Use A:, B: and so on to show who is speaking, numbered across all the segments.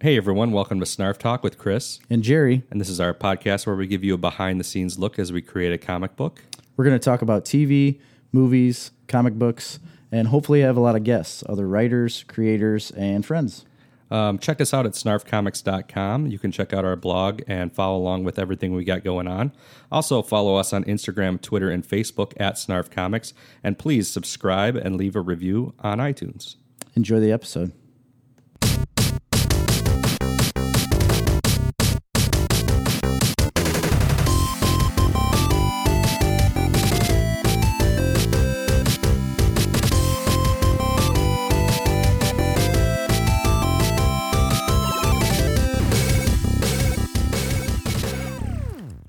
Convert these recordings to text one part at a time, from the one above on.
A: Hey everyone, welcome to Snarf Talk with Chris.
B: And Jerry,
A: And this is our podcast where we give you a behind the scenes look as we create a comic book.
B: we're going to talk about TV, movies, comic books, and hopefully have a lot of guests, other writers, creators, and friends.
A: Um, check us out at snarfcomics.com. You can check out our blog and follow along with everything we got going on. Also, follow us on Instagram, Twitter, and Facebook at Snarf Comics. And please subscribe and leave a review on iTunes.
B: Enjoy the episode.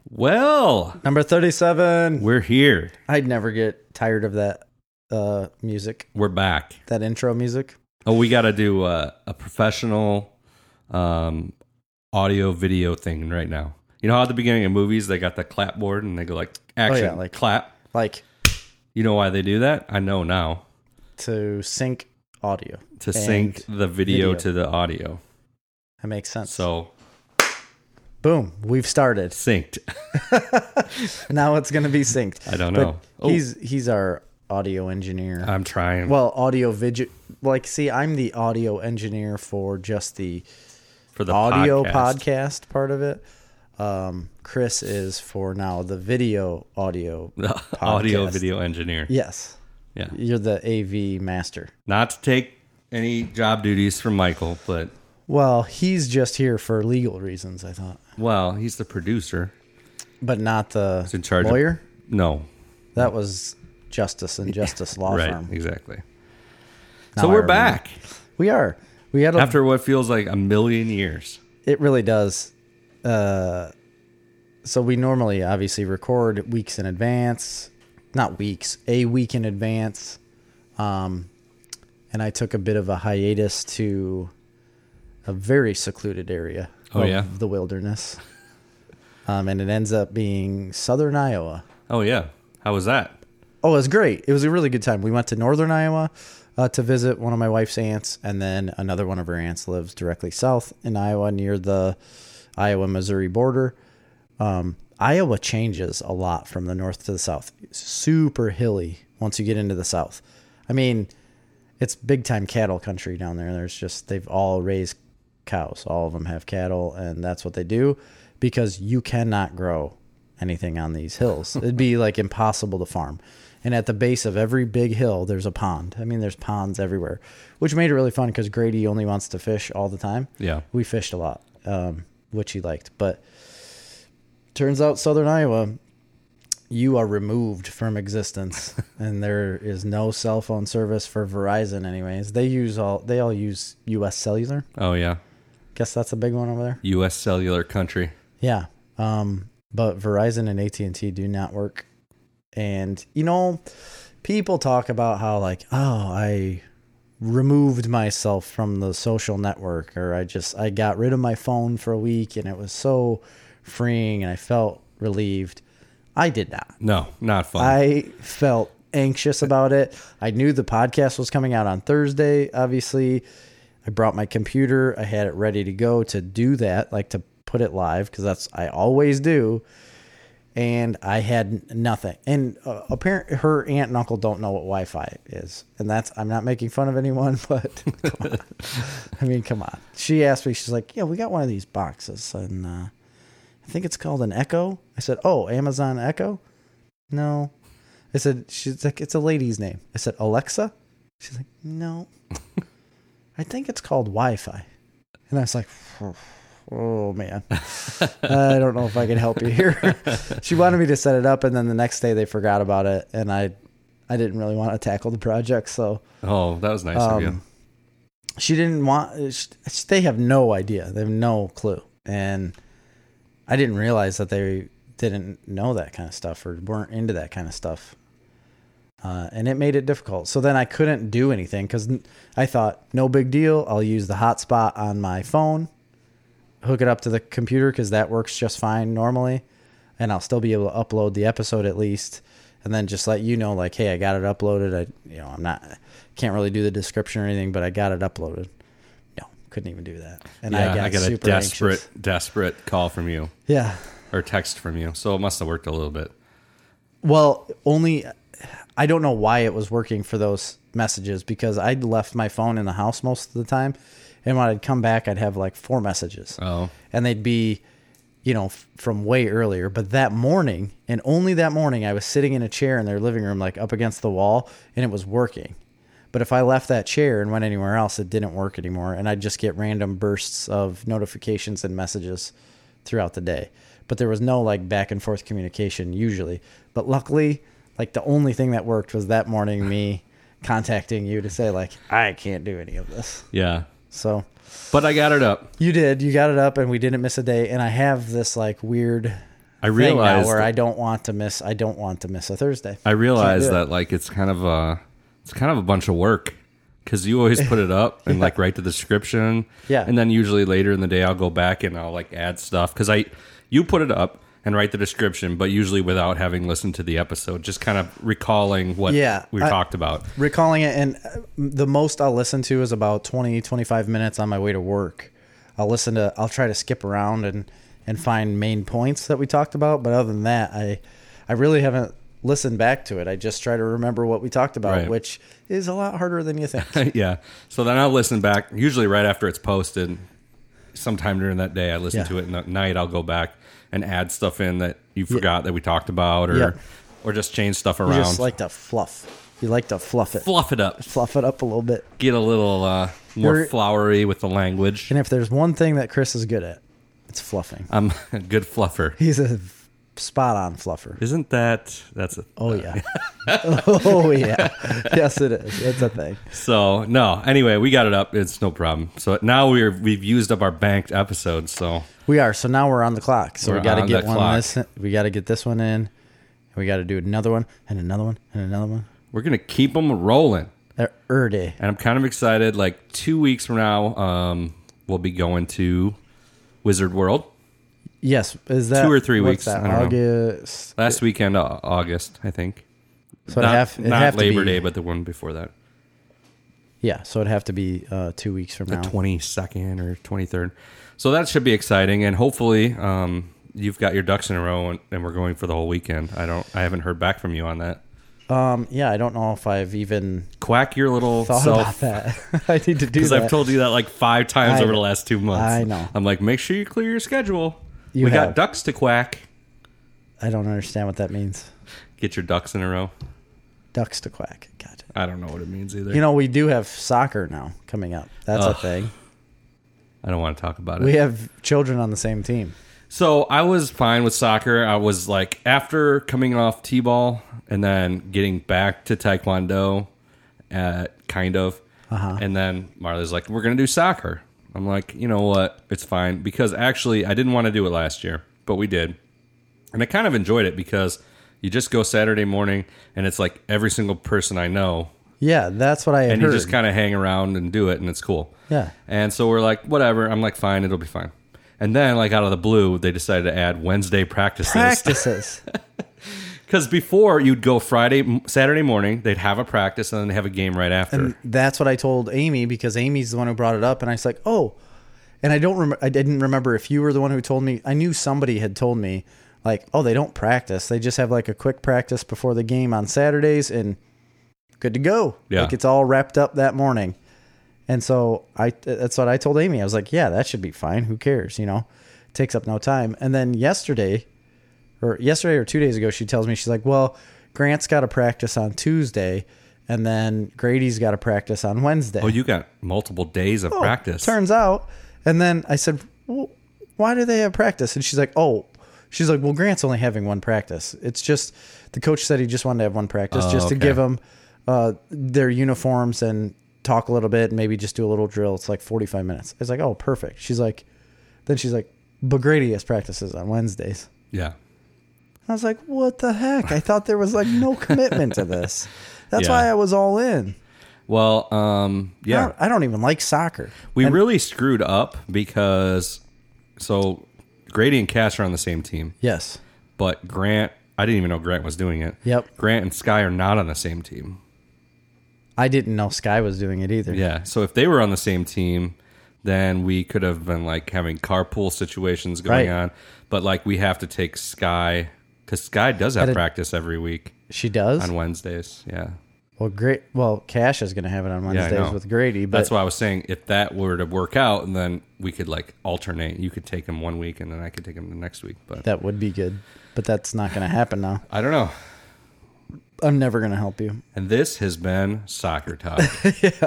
A: Well,
C: Number 37.
A: we're here.
C: I'd never get tired of that uh music,
A: We're back.
C: that intro music.
A: Oh, we got to do uh, a professional um, audio video thing right now. You know how at the beginning of movies they got the clapboard and they go like action,
C: Oh, like-
A: clap.
C: Like
A: You know why they do that? I know now
C: to sync audio.
A: to sync the video,
C: video.
A: to the audio.
C: That makes sense.
A: So
C: boom, we've started.
A: synced.
C: Now it's going to be synced.
A: I don't
C: But
A: know. Oh.
C: He's he's our audio engineer.
A: I'm trying.
C: well, audio video like see, I'm the audio engineer for just the,
A: for the
C: audio
A: podcast.
C: podcast. part of it. Um Chris is for now the video audio.
A: The audio
C: podcast.
A: video engineer.
C: Yes.
A: Yeah.
C: You're the AV master.
A: Not to take any job duties from Michael, but
C: Well, he's just here for legal reasons, I thought,
A: well, he's the producer.
C: but not the
A: He's in charge. of-
C: lawyer.
A: no.
C: That was Justice and Justice Law
A: Right.
C: Firm.
A: Exactly.
C: Now
A: so
C: I
A: we're
C: remember.
A: back.
C: We are. We had a,
A: after what feels like a million years.
C: it really does. Uh, so we normally obviously record weeks in advance, not weeks, a week in advance. Um, and I took a bit of a hiatus to a very secluded area
A: Oh,
C: of
A: yeah?
C: the wilderness. Um, and it ends up being southern Iowa.
A: Oh yeah, how was that?
C: Oh, it was great. It was a really good time. We went to northern Iowa uh, to visit one of my wife's aunts, and then another one of her aunts lives directly south in Iowa near the Iowa Missouri border. Um, Iowa changes a lot from the north to the south. It's super hilly once you get into the south. I mean, it's big time cattle country down there. There's just, they've all raised cows. All of them have cattle, and that's what they do because you cannot grow anything on these hills. It'd be like impossible to farm. And at the base of every big hill, there's a pond. I mean, there's ponds everywhere, which made it really fun because Grady only wants to fish all the time.
A: Yeah.
C: We fished a lot, um, which he liked. But turns out, Southern Iowa, you are removed from existence, and there is no cell phone service for Verizon. Anyways, they use all they all use U.S. Cellular.
A: Oh yeah,
C: Guess that's a big one over there.
A: U.S. cellular country.
C: Yeah. Um, but Verizon and AT and T do not work. And you know, people talk about how like, oh, I removed myself from the social network, or I just I got rid of my phone for a week, and it was so freeing, and I felt relieved. I did not.
A: No, not fun.
C: I felt anxious about it. I knew the podcast was coming out on Thursday, obviously. I brought my computer, I had it ready to go to do that, like to put it live because that's I always do. And I had n- nothing. And uh, apparent her aunt and uncle don't know what Wi-Fi is, and that's I'm not making fun of anyone, but come on. I mean, come on. She asked me, she's like, "Yeah, we got one of these boxes, and uh, I think it's called an Echo." I said, "Oh, Amazon Echo." No. I said, she's like, it's a lady's name. I said, Alexa? She's like, no. I think it's called Wi Fi. And I was like, oh, man. I don't know if I can help you here. she wanted me to set it up. And then the next day they forgot about it. And I, I didn't really want to tackle the project. So
A: oh, that was nice of you.
C: um, she didn't want sh sh- they have no idea they have no clue and i didn't realize that they didn't know that kind of stuff or weren't into that kind of stuff uh, and it made it difficult so then i couldn't do anything because i thought no big deal i'll use the hotspot on my phone hook it up to the computer because that works just fine normally and i'll still be able to upload the episode at least and then just let you know like hey i got it uploaded i you know i'm not can't really do the description or anything but i got it uploaded no couldn't even do that. And
A: Yeah,
C: I got,
A: a
C: super
A: desperate,
C: anxious.
A: desperate call from you
C: Yeah.
A: or text from you. So it must have worked a little bit.
C: Well, only I don't know why it was working for those messages because I'd left my phone in the house most of the time, and when I'd come back, I'd have like four messages.
A: Oh.
C: and they'd be, you know, f- from way earlier. But that morning, and only that morning, I was sitting in a chair in their living room, like up against the wall, and it was working. But if I left that chair and went anywhere else, it didn't work anymore, and I'd just get random bursts of notifications and messages throughout the day. But there was no like back and forth communication usually. But luckily, like the only thing that worked was that morning me contacting you to say like I can't do any of this.
A: Yeah.
C: So
A: But I got it up.
C: you did. You got it up, and we didn't miss a day. And I have this like weird.
A: I
C: thing now
A: realized-
C: where I don't want to miss. I don't want to miss a Thursday.
A: I realized
C: do it.
A: that like it's kind of a it's kind of a bunch of work because you always put it up and like write the description.
C: Yeah.
A: and then usually later in the day I'll go back and I'll like add stuff because I you put it up and write the description, but usually without having listened to the episode, just kind of recalling what
C: Yeah,
A: we
C: I-
A: talked about.
C: recalling it and uh, the most i'll listen to is about 20 25 minutes on my way to work i'll listen to i'll try to skip around and and find main points that we talked about but other than that i i really haven't listened back to it i just try to remember what we talked about
A: Right.
C: which is a lot harder than you think
A: yeah. So then I'll listen back, usually right after it's posted. Sometime during that day, I listen
C: Yeah.
A: to it, and at night I'll go back and add stuff in that you forgot that we talked about, or
C: Yeah.
A: or just change stuff
C: you
A: around.
C: just like to fluff you like to fluff it
A: fluff it up,
C: fluff it up a little bit
A: get a little uh, more
C: You're-
A: flowery with the language.
C: and if there's one thing that chris is good at it's fluffing
A: I'm a good fluffer.
C: he's a spot on fluffer
A: Isn't that that's a,
C: oh yeah oh yeah yes it is it's a thing
A: so no. Anyway, we got it up. It's no problem. So now we're we've used up our banked episodes. So
C: We are. So now we're on the clock. So
A: We're
C: we got to
A: on
C: get
A: the
C: one
A: clock.
C: this. We got to get this one in. We got to do another one and another one and another one.
A: we're gonna keep them rolling,
C: Uh, Erde.
A: and I'm kind of excited. Like two weeks from now, um, we'll be going to Wizard World
C: Yes. Is that
A: Two or three
C: what's
A: weeks,
C: That?
A: I don't
C: August.
A: last weekend, uh, August, I think.
C: So
A: not
C: it'd have, it'd
A: not
C: have
A: Labor
C: to be,
A: Day, but the one before that,
C: Yeah. So it'd have to be uh, two weeks from now.
A: the 22nd or 23rd. So that should be exciting, and hopefully, um, you've got your ducks in a row, and, and we're going for the whole weekend. I don't, I haven't heard back from you on that.
C: um. Yeah. I don't know if I've even
A: Quack your little
C: thought about
A: self,
C: that. I need to do
A: because
C: that.
A: I've told you that like five times
C: I
A: over the
C: know.
A: last two months.
C: I know.
A: I'm like, make sure you clear your schedule.
C: You
A: we got
C: have.
A: ducks to quack.
C: I don't understand what that means.
A: Get your ducks in a row.
C: Ducks to quack. God.
A: I don't know what it means either.
C: You know we do have soccer now coming up. That's a
A: Ugh.
C: thing.
A: I don't want to talk about it.
C: We have children on the same team.
A: So I was fine with soccer. I was like after coming off t-ball and then getting back to taekwondo, uh, kind of, and then Marley's like, "We're gonna do soccer." I'm like, "You know what? It's fine because actually I didn't want to do it last year, but we did, and I kind of enjoyed it because you just go Saturday morning and it's like every single person I know
C: Yeah, that's what I had
A: and
C: heard.
A: you just kind of hang around and do it and it's cool
C: Yeah.
A: and so we're like whatever i'm like fine it'll be fine and then like out of the blue they decided to add wednesday practices
C: practices.
A: because before you'd go friday saturday morning they'd have a practice and then they have a game right after
C: And that's what I told Amy because Amy's the one who brought it up, and I was like, oh, and I don't remember. I didn't remember if you were the one who told me. I knew somebody had told me like, oh, they don't practice. They just have like a quick practice before the game on Saturdays, and good to go.
A: Yeah.
C: like it's all wrapped up that morning. And so I that's what I told Amy. I was like, yeah, that should be fine. Who cares? You know, takes up no time. And then yesterday, or yesterday or two days ago, she tells me she's like, well, Grant's got to practice on Tuesday, and then Grady's got to practice on Wednesday.
A: oh you got multiple days of
C: Oh,
A: practice
C: Turns out. And then I said, well, why do they have practice? And she's like, oh, she's like, well, Grant's only having one practice. It's just the coach said he just wanted to have one practice
A: Oh,
C: just to
A: okay.
C: give them uh, their uniforms and talk a little bit and maybe just do a little drill. It's like 45 minutes. It's like, oh, perfect. She's like, then she's like, but Grady has practices on Wednesdays.
A: yeah
C: I was like, what the heck? I thought there was like no commitment to this. That's
A: Yeah.
C: why I was all in.
A: well um
C: I
A: yeah
C: don't- I don't even like soccer.
A: we really screwed up because so grady and cash are on the same team
C: Yes.
A: but grant i didn't even know grant was doing it
C: Yep.
A: grant and sky are not on the same team
C: I didn't know Sky was doing it either.
A: Yeah. So if they were on the same team, then we could have been like having carpool situations going
C: Right.
A: on. But like we have to take Sky because Sky does have
C: Had a-
A: practice every week
C: She does.
A: on Wednesdays. Yeah.
C: well, great. Well, Cash is going to have it on
A: Yeah, I
C: Wednesdays
A: know.
C: with Grady, but
A: That's why I was saying if that were to work out, and then we could like alternate. You could take him one week, and then I could take him the next week. But
C: that would be good. But that's not going to happen now.
A: I don't know.
C: I'm never going to help you.
A: And this has been soccer talk.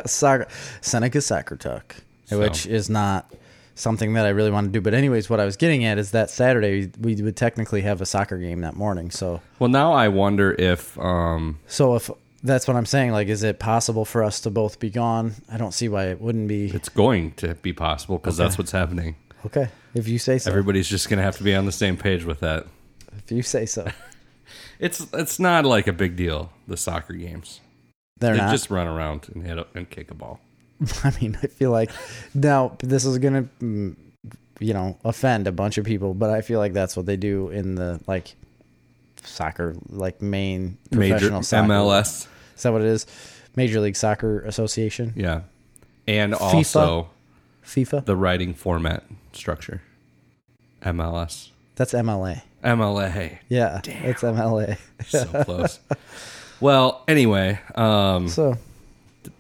C: soccer Seneca soccer talk,
A: So.
C: which is not something that I really want to do. But anyways, what I was getting at is that Saturday we we would technically have a soccer game that morning. So
A: well, now I wonder if um,
C: so if that's what I'm saying, like, is it possible for us to both be gone? I don't see why it wouldn't be.
A: it's going to be possible because that's what's happening.
C: Okay, if you say so.
A: Everybody's just going to have to be on the same page with that.
C: if you say so,
A: It's it's not like a big deal. The soccer games,
C: they're
A: they
C: not.
A: just run around and hit a, and kick a ball.
C: I mean, I feel like now this is gonna, mm, you know, offend a bunch of people, but I feel like that's what they do in the like soccer, like main
A: Major
C: professional soccer.
A: MLS,
C: Is that what it is? Major League Soccer Association,
A: yeah, and also
C: FIFA.
A: the writing format structure, MLS,
C: That's MLA.
A: MLA,
C: Yeah, it's MLA.
A: so close. Well, anyway, um,
C: So,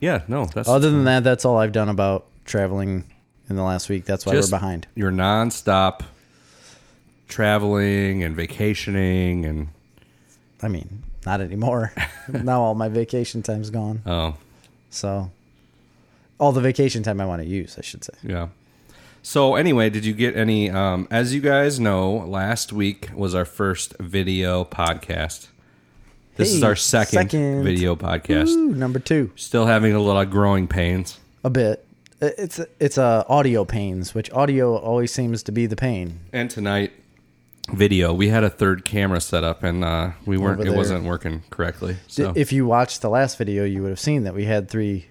A: yeah, no, that's
C: other than that, that's all I've done about traveling in the last week. That's why
A: Just-
C: we're behind.
A: you're nonstop traveling and vacationing and
C: I mean, not anymore. now all my vacation time's gone.
A: oh
C: So, all the vacation time I want to use, I should say.
A: yeah. So anyway, did you get any? Um, as you guys know, last week was our first video podcast. This is
C: Hey,
A: our second,
C: second.
A: video podcast.
C: Ooh, number two,
A: Still having a lot of growing pains.
C: a bit. It- It's it's uh, audio pains, which audio always seems to be the pain.
A: And tonight, video. We had a third camera set up, and uh, we weren't.
C: Over
A: It
C: there.
A: wasn't working correctly. So
C: If you watched the last video, you would have seen that we had three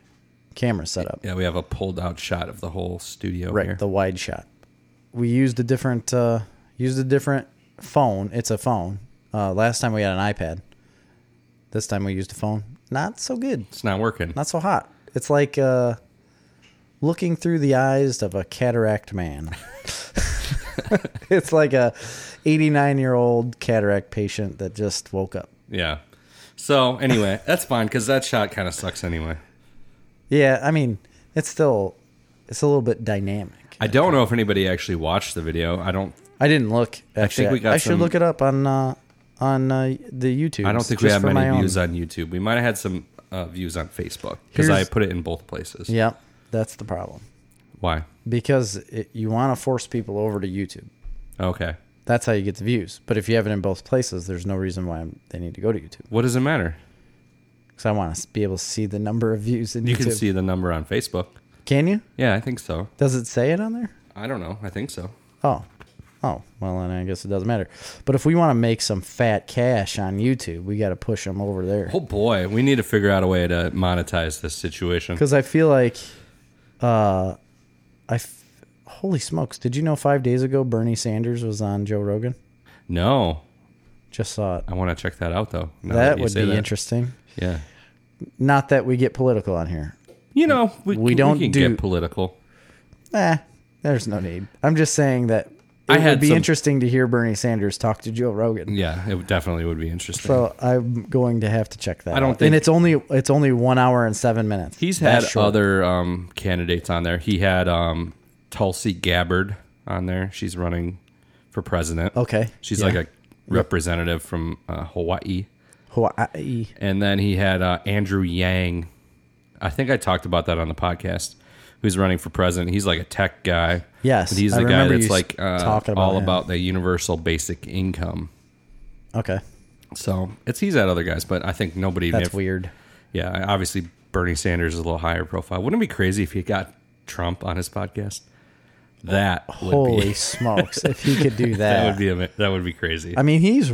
C: cameras set up.
A: yeah, we have a pulled out shot of the whole studio
C: right,
A: here.
C: the wide shot. We used a different uh, used a different phone. It's a phone. Uh, last time we had an iPad. This time we used a phone. Not so good.
A: it's not working.
C: Not so hot. It's like uh, looking through the eyes of a cataract man. it's like a 89 year old cataract patient that just woke up.
A: Yeah. So anyway, that's fine because that shot kind of sucks anyway.
C: Yeah, I mean, it's still it's a little bit dynamic.
A: I don't know if anybody actually watched the video. I don't.
C: I didn't look. Actually, I,
A: we got
C: I should
A: some-
C: look it up on uh, on uh, the YouTube.
A: I don't think we have many views on YouTube. We might have had some uh, views on Facebook because I
C: Here's-
A: put it in both places.
C: Yeah, that's the problem
A: Why?
C: because it, you want to force people over to YouTube.
A: Okay.
C: That's how you get the views. But if you have it in both places, there's no reason why I'm, they need to go to YouTube.
A: What does it matter?
C: Because I want to be able to see the number of views in
A: You
C: YouTube.
A: can see the number on Facebook.
C: Can you?
A: Yeah, I think so.
C: Does it say it on there?
A: I don't know. I think so.
C: Oh. Oh, well, then I guess it doesn't matter. But if we want to make some fat cash on YouTube, we got to push them over there.
A: Oh boy, we need to figure out a way to monetize this situation.
C: Because I feel like, uh, I, f- holy smokes, did you know five days ago Bernie Sanders was on Joe Rogan?
A: No,
C: Just saw it.
A: I want to check that out though. now
C: that
A: you
C: would
A: say
C: be
A: that.
C: interesting.
A: Yeah.
C: Not that we get political on here.
A: You know, we,
C: We
A: we
C: don't
A: don't can
C: do-
A: get political.
C: Eh, there's no need. I'm just saying that it
A: I
C: would
A: had
C: be
A: some-
C: interesting to hear Bernie Sanders talk to Joe Rogan.
A: Yeah, it definitely would be interesting.
C: So I'm going to have to check that.
A: I don't
C: out.
A: think-
C: and it's only it's only one hour and seven minutes.
A: He's had
C: That's short.
A: other um, candidates on there. He had um, Tulsi Gabbard on there. She's running for president.
C: Okay.
A: She's
C: Oh, Yeah.
A: like a representative from uh, Hawaii.
C: Hawaii.
A: And then he had uh, Andrew Yang. I think I talked about that on the podcast. Who's running for president? He's like a tech guy.
C: Yes,
A: But he's
C: I
A: the guy
C: remember you
A: that's
C: s-
A: like uh,
C: talking about
A: all
C: him.
A: about the universal basic income.
C: Okay,
A: So it's he's had other guys, but I think nobody.
C: that's
A: if-
C: weird.
A: Yeah, obviously Bernie Sanders is a little higher profile. Wouldn't it be crazy if he got Trump on his podcast? That would
C: Holy
A: be
C: smokes! If he could do that,
A: that would be ama- that would be crazy.
C: I mean, he's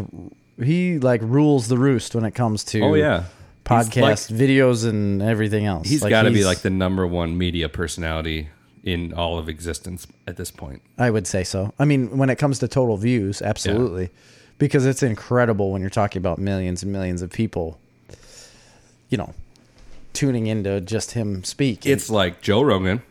C: he like rules the roost when it comes to
A: oh yeah,
C: podcast
A: He's,
C: videos and everything else.
A: got to be like the number one media personality in all of existence at this point.
C: I would say so. I mean, when it comes to total views, absolutely, because it's incredible when you're talking about millions and millions of people. You know, tuning into just him speak.
A: It's like Joe Rogan,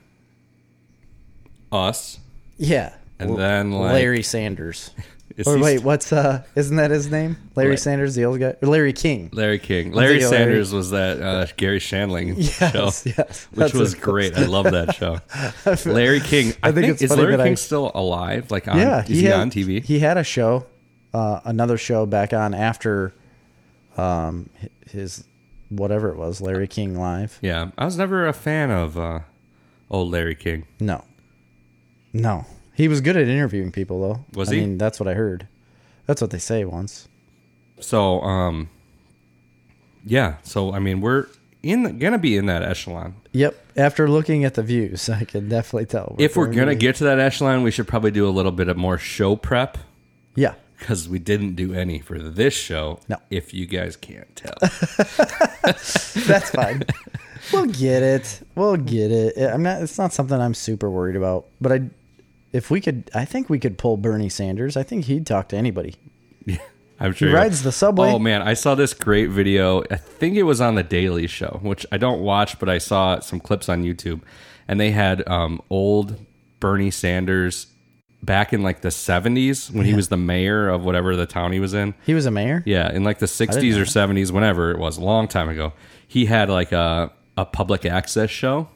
A: us,
C: Yeah.
A: and
C: L-
A: then like
C: Larry Sanders.
A: is
C: Or
A: he
C: wait,
A: st-
C: what's uh? Isn't that his name? Larry
A: Larry.
C: Sanders, the old guy, or Larry King.
A: Larry King. Larry
C: thinking of
A: Sanders was that uh, Gary Shanling
C: Yes,
A: show,
C: yes.
A: which
C: That's
A: was
C: it.
A: great. I love that show. Larry King. I,
C: I think
A: think,
C: it's
A: is
C: funny
A: Larry
C: that I-
A: King still alive? Like, on,
C: Yeah,
A: is he,
C: had-
A: on TV?
C: He had a show, uh, another show back on after, um, hi- his whatever it was, Larry King Live.
A: yeah, I was never a fan of uh, old Larry King.
C: No, no, he was good at interviewing people though.
A: Was
C: I
A: he?
C: mean, that's what I heard. That's what they say once.
A: So, um, yeah. So, I mean, we're in gonna be in that echelon.
C: Yep. After looking at the views, I can definitely tell.
A: If we're
C: going
A: gonna get to that echelon, we should probably do a little bit of more show prep
C: yeah,
A: because we didn't do any for this show.
C: No.
A: if you guys can't tell,
C: that's fine. we'll get it. We'll get it. I'm not. It's not something I'm super worried about. But I, if we could, I think we could pull Bernie Sanders. I think he'd talk to anybody.
A: I'm sure
C: He rides the subway.
A: Oh man, I saw this great video. I think it was on the Daily Show, which I don't watch, but I saw some clips on YouTube, and they had um, old Bernie Sanders back in like the 70s when he was the mayor of whatever the town he was in.
C: He was a mayor.
A: Yeah, in like the 60s or 70s, whenever it was, a long time ago, he had like a, a public access show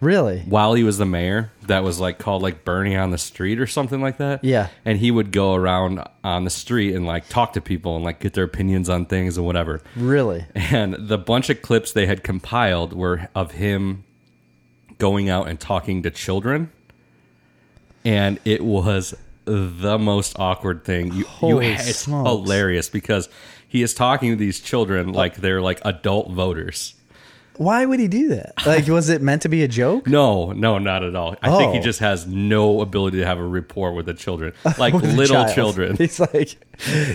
C: Really?
A: while he was the mayor that was like called like Bernie on the Street or something like that.
C: Yeah.
A: And he would go around on the street and like talk to people and like get their opinions on things and whatever.
C: Really?
A: And the bunch of clips they had compiled were of him going out and talking to children. And it was the most awkward thing. You,
C: Holy
A: you, it's
C: smokes.
A: hilarious because he is talking to these children like they're like adult voters.
C: Why would he do that? Like, was it meant to be a joke?
A: No, no, not at all. I think he
C: Oh.
A: just has no ability to have a rapport with the children, like
C: With a
A: little
C: child.
A: children.
C: He's like,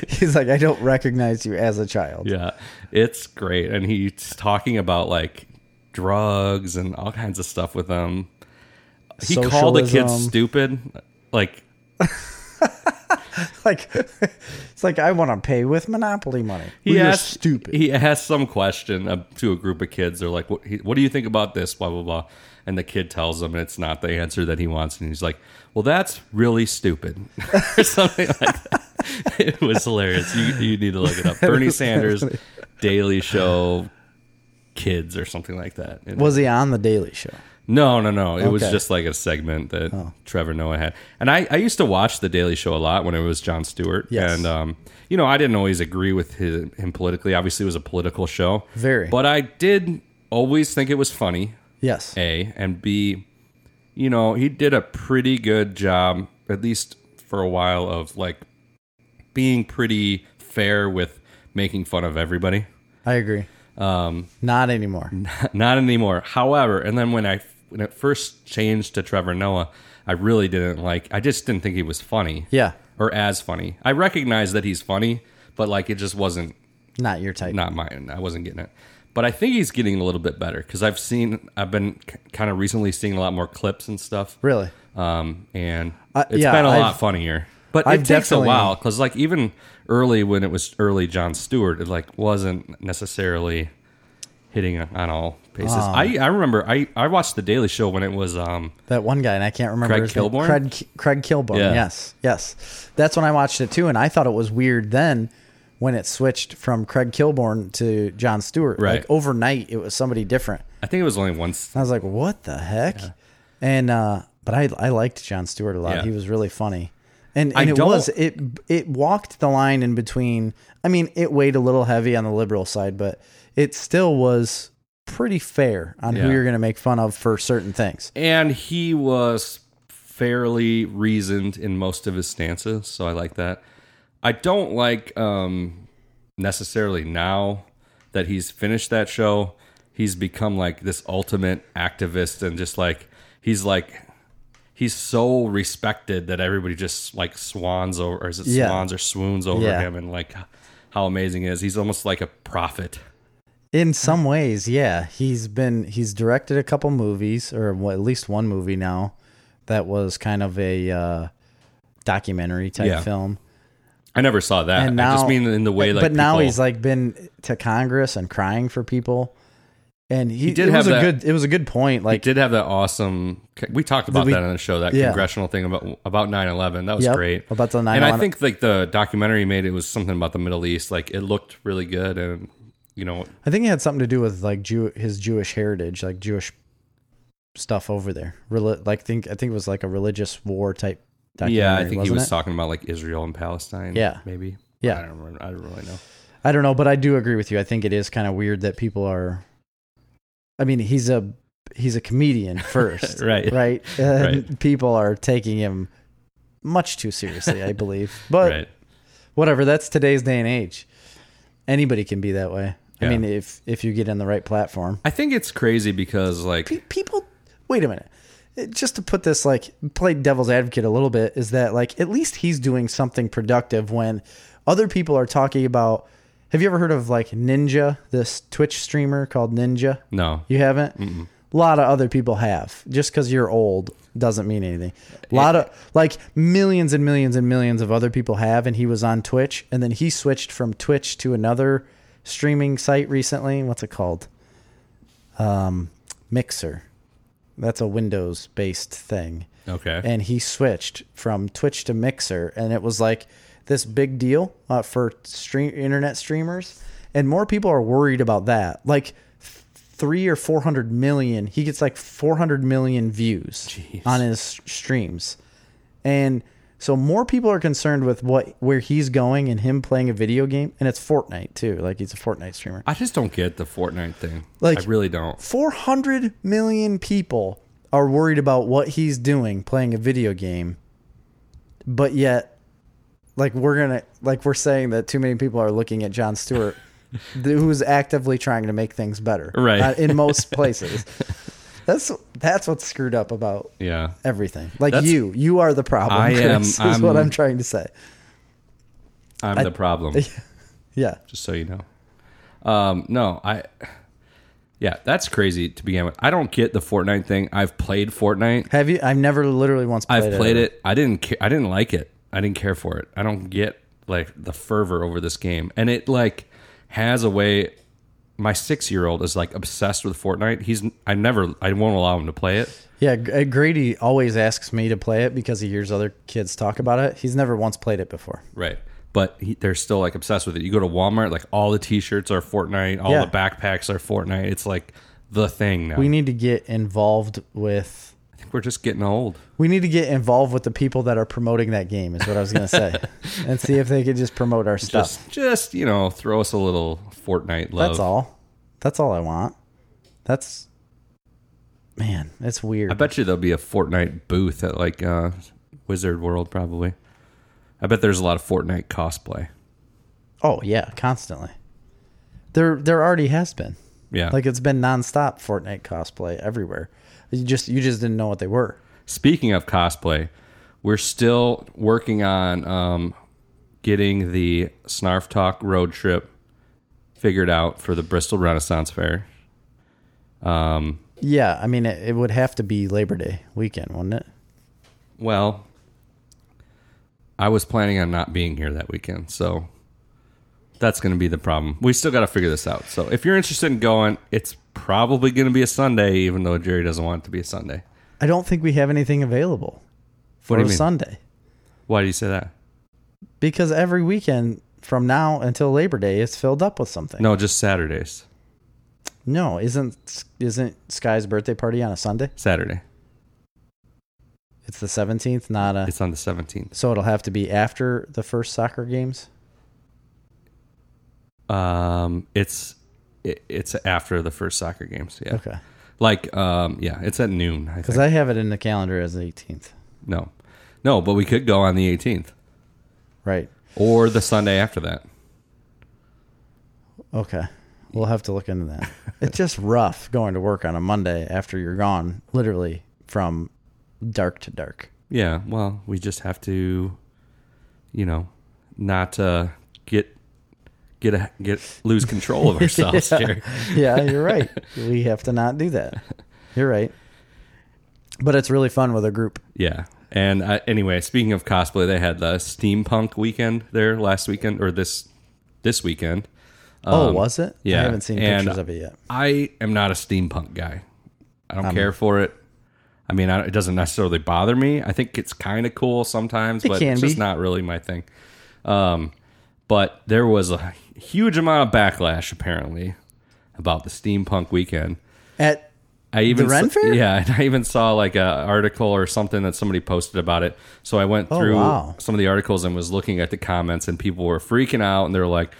C: he's like, I don't recognize you as a child.
A: Yeah, it's great, and he's talking about like drugs and all kinds of stuff with them. He called the kids
C: Socialism.
A: stupid. Like,
C: Like, it's like I want to pay with monopoly money.
A: he
C: We are
A: asked,
C: stupid.
A: He asked some question uh, to a group of kids. They're like, what, he- "What do you think about this?" Blah blah blah. And the kid tells him it's not the answer that he wants, and he's like, "Well, that's really stupid," or something like that. It was hilarious. You, you need to look it up. Bernie Sanders, Daily Show, kids, or something like that. It-
C: was he on the Daily Show?
A: No, no, no. It was
C: Okay. Oh.
A: just like a segment that Trevor Noah had. And I, I used to watch The Daily Show a lot when it was Jon Stewart.
C: Yes.
A: And, um, you know, I didn't always agree with his, him politically. Obviously, it was a political show.
C: Very.
A: But I did always think it was funny,
C: Yes.
A: A. And B, you know, he did a pretty good job, at least for a while, of like being pretty fair with making fun of everybody.
C: I agree.
A: Um,
C: Not anymore.
A: not anymore. However, and then when I when it first changed to Trevor Noah, I really didn't like. I just didn't think he was funny
C: Yeah.
A: or as funny. I recognize that he's funny, but like it just wasn't
C: Not your type.
A: not mine. I wasn't getting it. But I think he's getting a little bit better because I've seen I've been kind of recently seeing a lot more clips and stuff.
C: Really?
A: Um, and
C: Uh,
A: it's
C: yeah,
A: been a lot
C: I've-
A: funnier. But it
C: I've
A: takes a
C: definitely-
A: while because like even early when it was early John Stewart, it like wasn't necessarily hitting on all bases.
C: Uh.
A: I, I remember I, I watched The Daily Show when it was um
C: That one guy, and I can't remember
A: Craig
C: his name.
A: Kilborn?
C: Craig, Craig Kilborn.
A: Yeah.
C: Yes, yes. That's when I watched it too, and I thought it was weird then when it switched from Craig Kilborn to John Stewart.
A: Right.
C: Like overnight, it was somebody different.
A: I think it was only once.
C: And I was like, "What the heck?" And uh, but I I liked John Stewart a lot.
A: Yeah.
C: He was really funny, and,
A: I
C: and it
A: don't-
C: was it it walked the line in between. I mean, it weighed a little heavy on the liberal side, but it still was pretty fair on who
A: Yeah.
C: you're going to make fun of for certain things.
A: And he was fairly reasoned in most of his stances, so I like that. I don't like um necessarily now that he's finished that show. He's become like this ultimate activist and just like he's like he's so respected that everybody just like swans over or is it
C: Yeah.
A: swans or swoons over
C: Yeah.
A: him and like how amazing he is. He's almost like a prophet.
C: In some ways, yeah, he's been he's directed a couple movies or well, at least one movie now that was kind of a uh, documentary type
A: Yeah.
C: film.
A: I never saw that.
C: And now,
A: I just mean in the way like
C: but now
A: people-
C: he's like been to Congress and crying for people, And he,
A: did
C: it
A: have
C: was a
A: that-
C: good. It was a good point.
A: Like,
C: Like
A: did have that awesome. We talked about
C: we-
A: that on the show, that
C: Yeah.
A: congressional thing about about nine eleven. That was
C: Yep,
A: great
C: about the
A: And I
C: 9/11.
A: think like the documentary he made it was something about the Middle East. Like it looked really good, and you know,
C: I think it had something to do with like Jew his Jewish heritage, like Jewish stuff over there. Reli- like think I think it was like a religious war type. Documentary,
A: yeah, I think he
C: wasn't
A: was
C: it?
A: talking about like Israel and Palestine.
C: Yeah.
A: maybe.
C: Yeah.
A: I don't remember. I don't really know.
C: I don't know, but I do agree with you. I think it is kind of weird that people are. I mean, he's a he's a comedian first,
A: Right.
C: Right. And
A: Right.
C: People are taking him much too seriously, I believe. But
A: right.
C: whatever. That's today's day and age. Anybody can be that way. I
A: Yeah.
C: mean, if if you get in the right platform,
A: I think it's crazy because like
C: pe- people. Wait a minute. It- Just to put this like play devil's advocate a little bit is that like at least he's doing something productive when other people are talking about. Have you ever heard of like Ninja, this Twitch streamer called Ninja?
A: no,
C: You haven't? A lot of other people have. Just because you're old doesn't mean anything. A lot of, like, millions and millions and millions of other people have, and he was on Twitch, and then he switched from Twitch to another streaming site recently. What's it called? Um, Mixer. That's a Windows based thing
A: okay,
C: and he switched from Twitch to Mixer, and it was like this big deal uh, for stream internet streamers, and more people are worried about that. Like th- three or four hundred million, he gets like four hundred million views on his s- streams, and so more people are concerned with what where he's going and him playing a video game, and it's Fortnite too. Like he's a Fortnite streamer.
A: I just don't get the Fortnite thing.
C: Like-
A: I really don't.
C: 400 million people are worried about what he's doing playing a video game but yet like we're gonna like we're saying that too many people are looking at john stewart th- who's actively trying to make things better
A: Right.
C: uh, in most places that's that's what's screwed up about
A: Yeah,
C: everything like
A: That's-
C: you you are the problem
A: I am-
C: Chris, is what
A: I'm-
C: i'm trying to say
A: I'm the problem.
C: yeah
A: just so you know. Um, no, I. Yeah, that's crazy to begin with. I don't get the Fortnite thing. I've played Fortnite.
C: have you i've never literally once played
A: I've played it. I didn't. Ca- I didn't like it. I didn't care for it. I don't get like the fervor over this game, and it like has a way. My six year old is like obsessed with Fortnite. He's. I never. I won't allow him to play it.
C: Yeah, G- uh, Grady always asks me to play it because he hears other kids talk about it. He's never once played it before.
A: Right. But he, they're still like obsessed with it. You go to Walmart, like all the T-shirts are Fortnite. All
C: Yeah.
A: the backpacks are Fortnite. It's like the thing now.
C: We need to get involved with
A: I think we're just getting old.
C: we need to get involved with the people that are promoting that game is what I was going to say. and see if they could just promote our stuff.
A: just just you know throw us a little Fortnite love.
C: That's all. That's all I want. That's Man, that's weird.
A: I bet you there'll be a Fortnite booth at like uh, Wizard World probably. I bet there's a lot of Fortnite cosplay.
C: oh, yeah, constantly. There there already has been.
A: Yeah.
C: Like it's been nonstop Fortnite cosplay everywhere. You just you just didn't know what they were.
A: Speaking of cosplay, we're still working on um, getting the Snarf Talk road trip figured out for the Bristol Renaissance Fair. Um,
C: Yeah, I mean, it, it would have to be Labor Day weekend, wouldn't it?
A: well, I was planning on not being here that weekend, so that's going to be the problem. We still got to figure this out. So if you're interested in going, it's probably going to be a Sunday, even though Jerry doesn't want it to be a Sunday.
C: I don't think we have anything available
A: What
C: for
A: do you mean?
C: Sunday
A: Why do you say that?
C: because every weekend from now until Labor Day is filled up with something.
A: No, just Saturdays.
C: No, isn't isn't Sky's birthday party on a Sunday?
A: Saturday.
C: It's the seventeenth, not a.
A: It's on the 17th.
C: So it'll have to be after the first soccer games.
A: Um, it's it, it's after the first soccer games. Yeah.
C: Okay,
A: Like um, yeah, it's at noon. I
C: because
A: think.
C: I have it in the calendar as the eighteenth.
A: no, no, but we could go on the 18th
C: Right.
A: or the Sunday after that.
C: Okay. We'll have to look into that. it's just rough going to work on a Monday after you're gone, literally from dark to dark.
A: Yeah, well, we just have to, you know, not uh, get get a, get lose control of ourselves here.
C: yeah, you're right. We have to not do that. You're right. But it's really fun with a group.
A: Yeah, and uh, anyway, speaking of cosplay, they had the steampunk weekend there last weekend or this this weekend.
C: oh, was it?
A: yeah,
C: I haven't seen
A: and-
C: pictures of it yet.
A: I am not a steampunk guy. I don't care for it. I mean, I, it doesn't necessarily bother me. I think it's kind of cool sometimes, but
C: can
A: it's just
C: be.
A: not really my thing. Um, but there was a huge amount of backlash apparently about the steampunk weekend.
C: At
A: I even
C: The Ren
A: s-
C: Fair?
A: yeah, and I even saw like an article or something that somebody posted about it. So I went through
C: Oh, wow.
A: some of the articles and was looking at the comments, and people were freaking out, and they were like,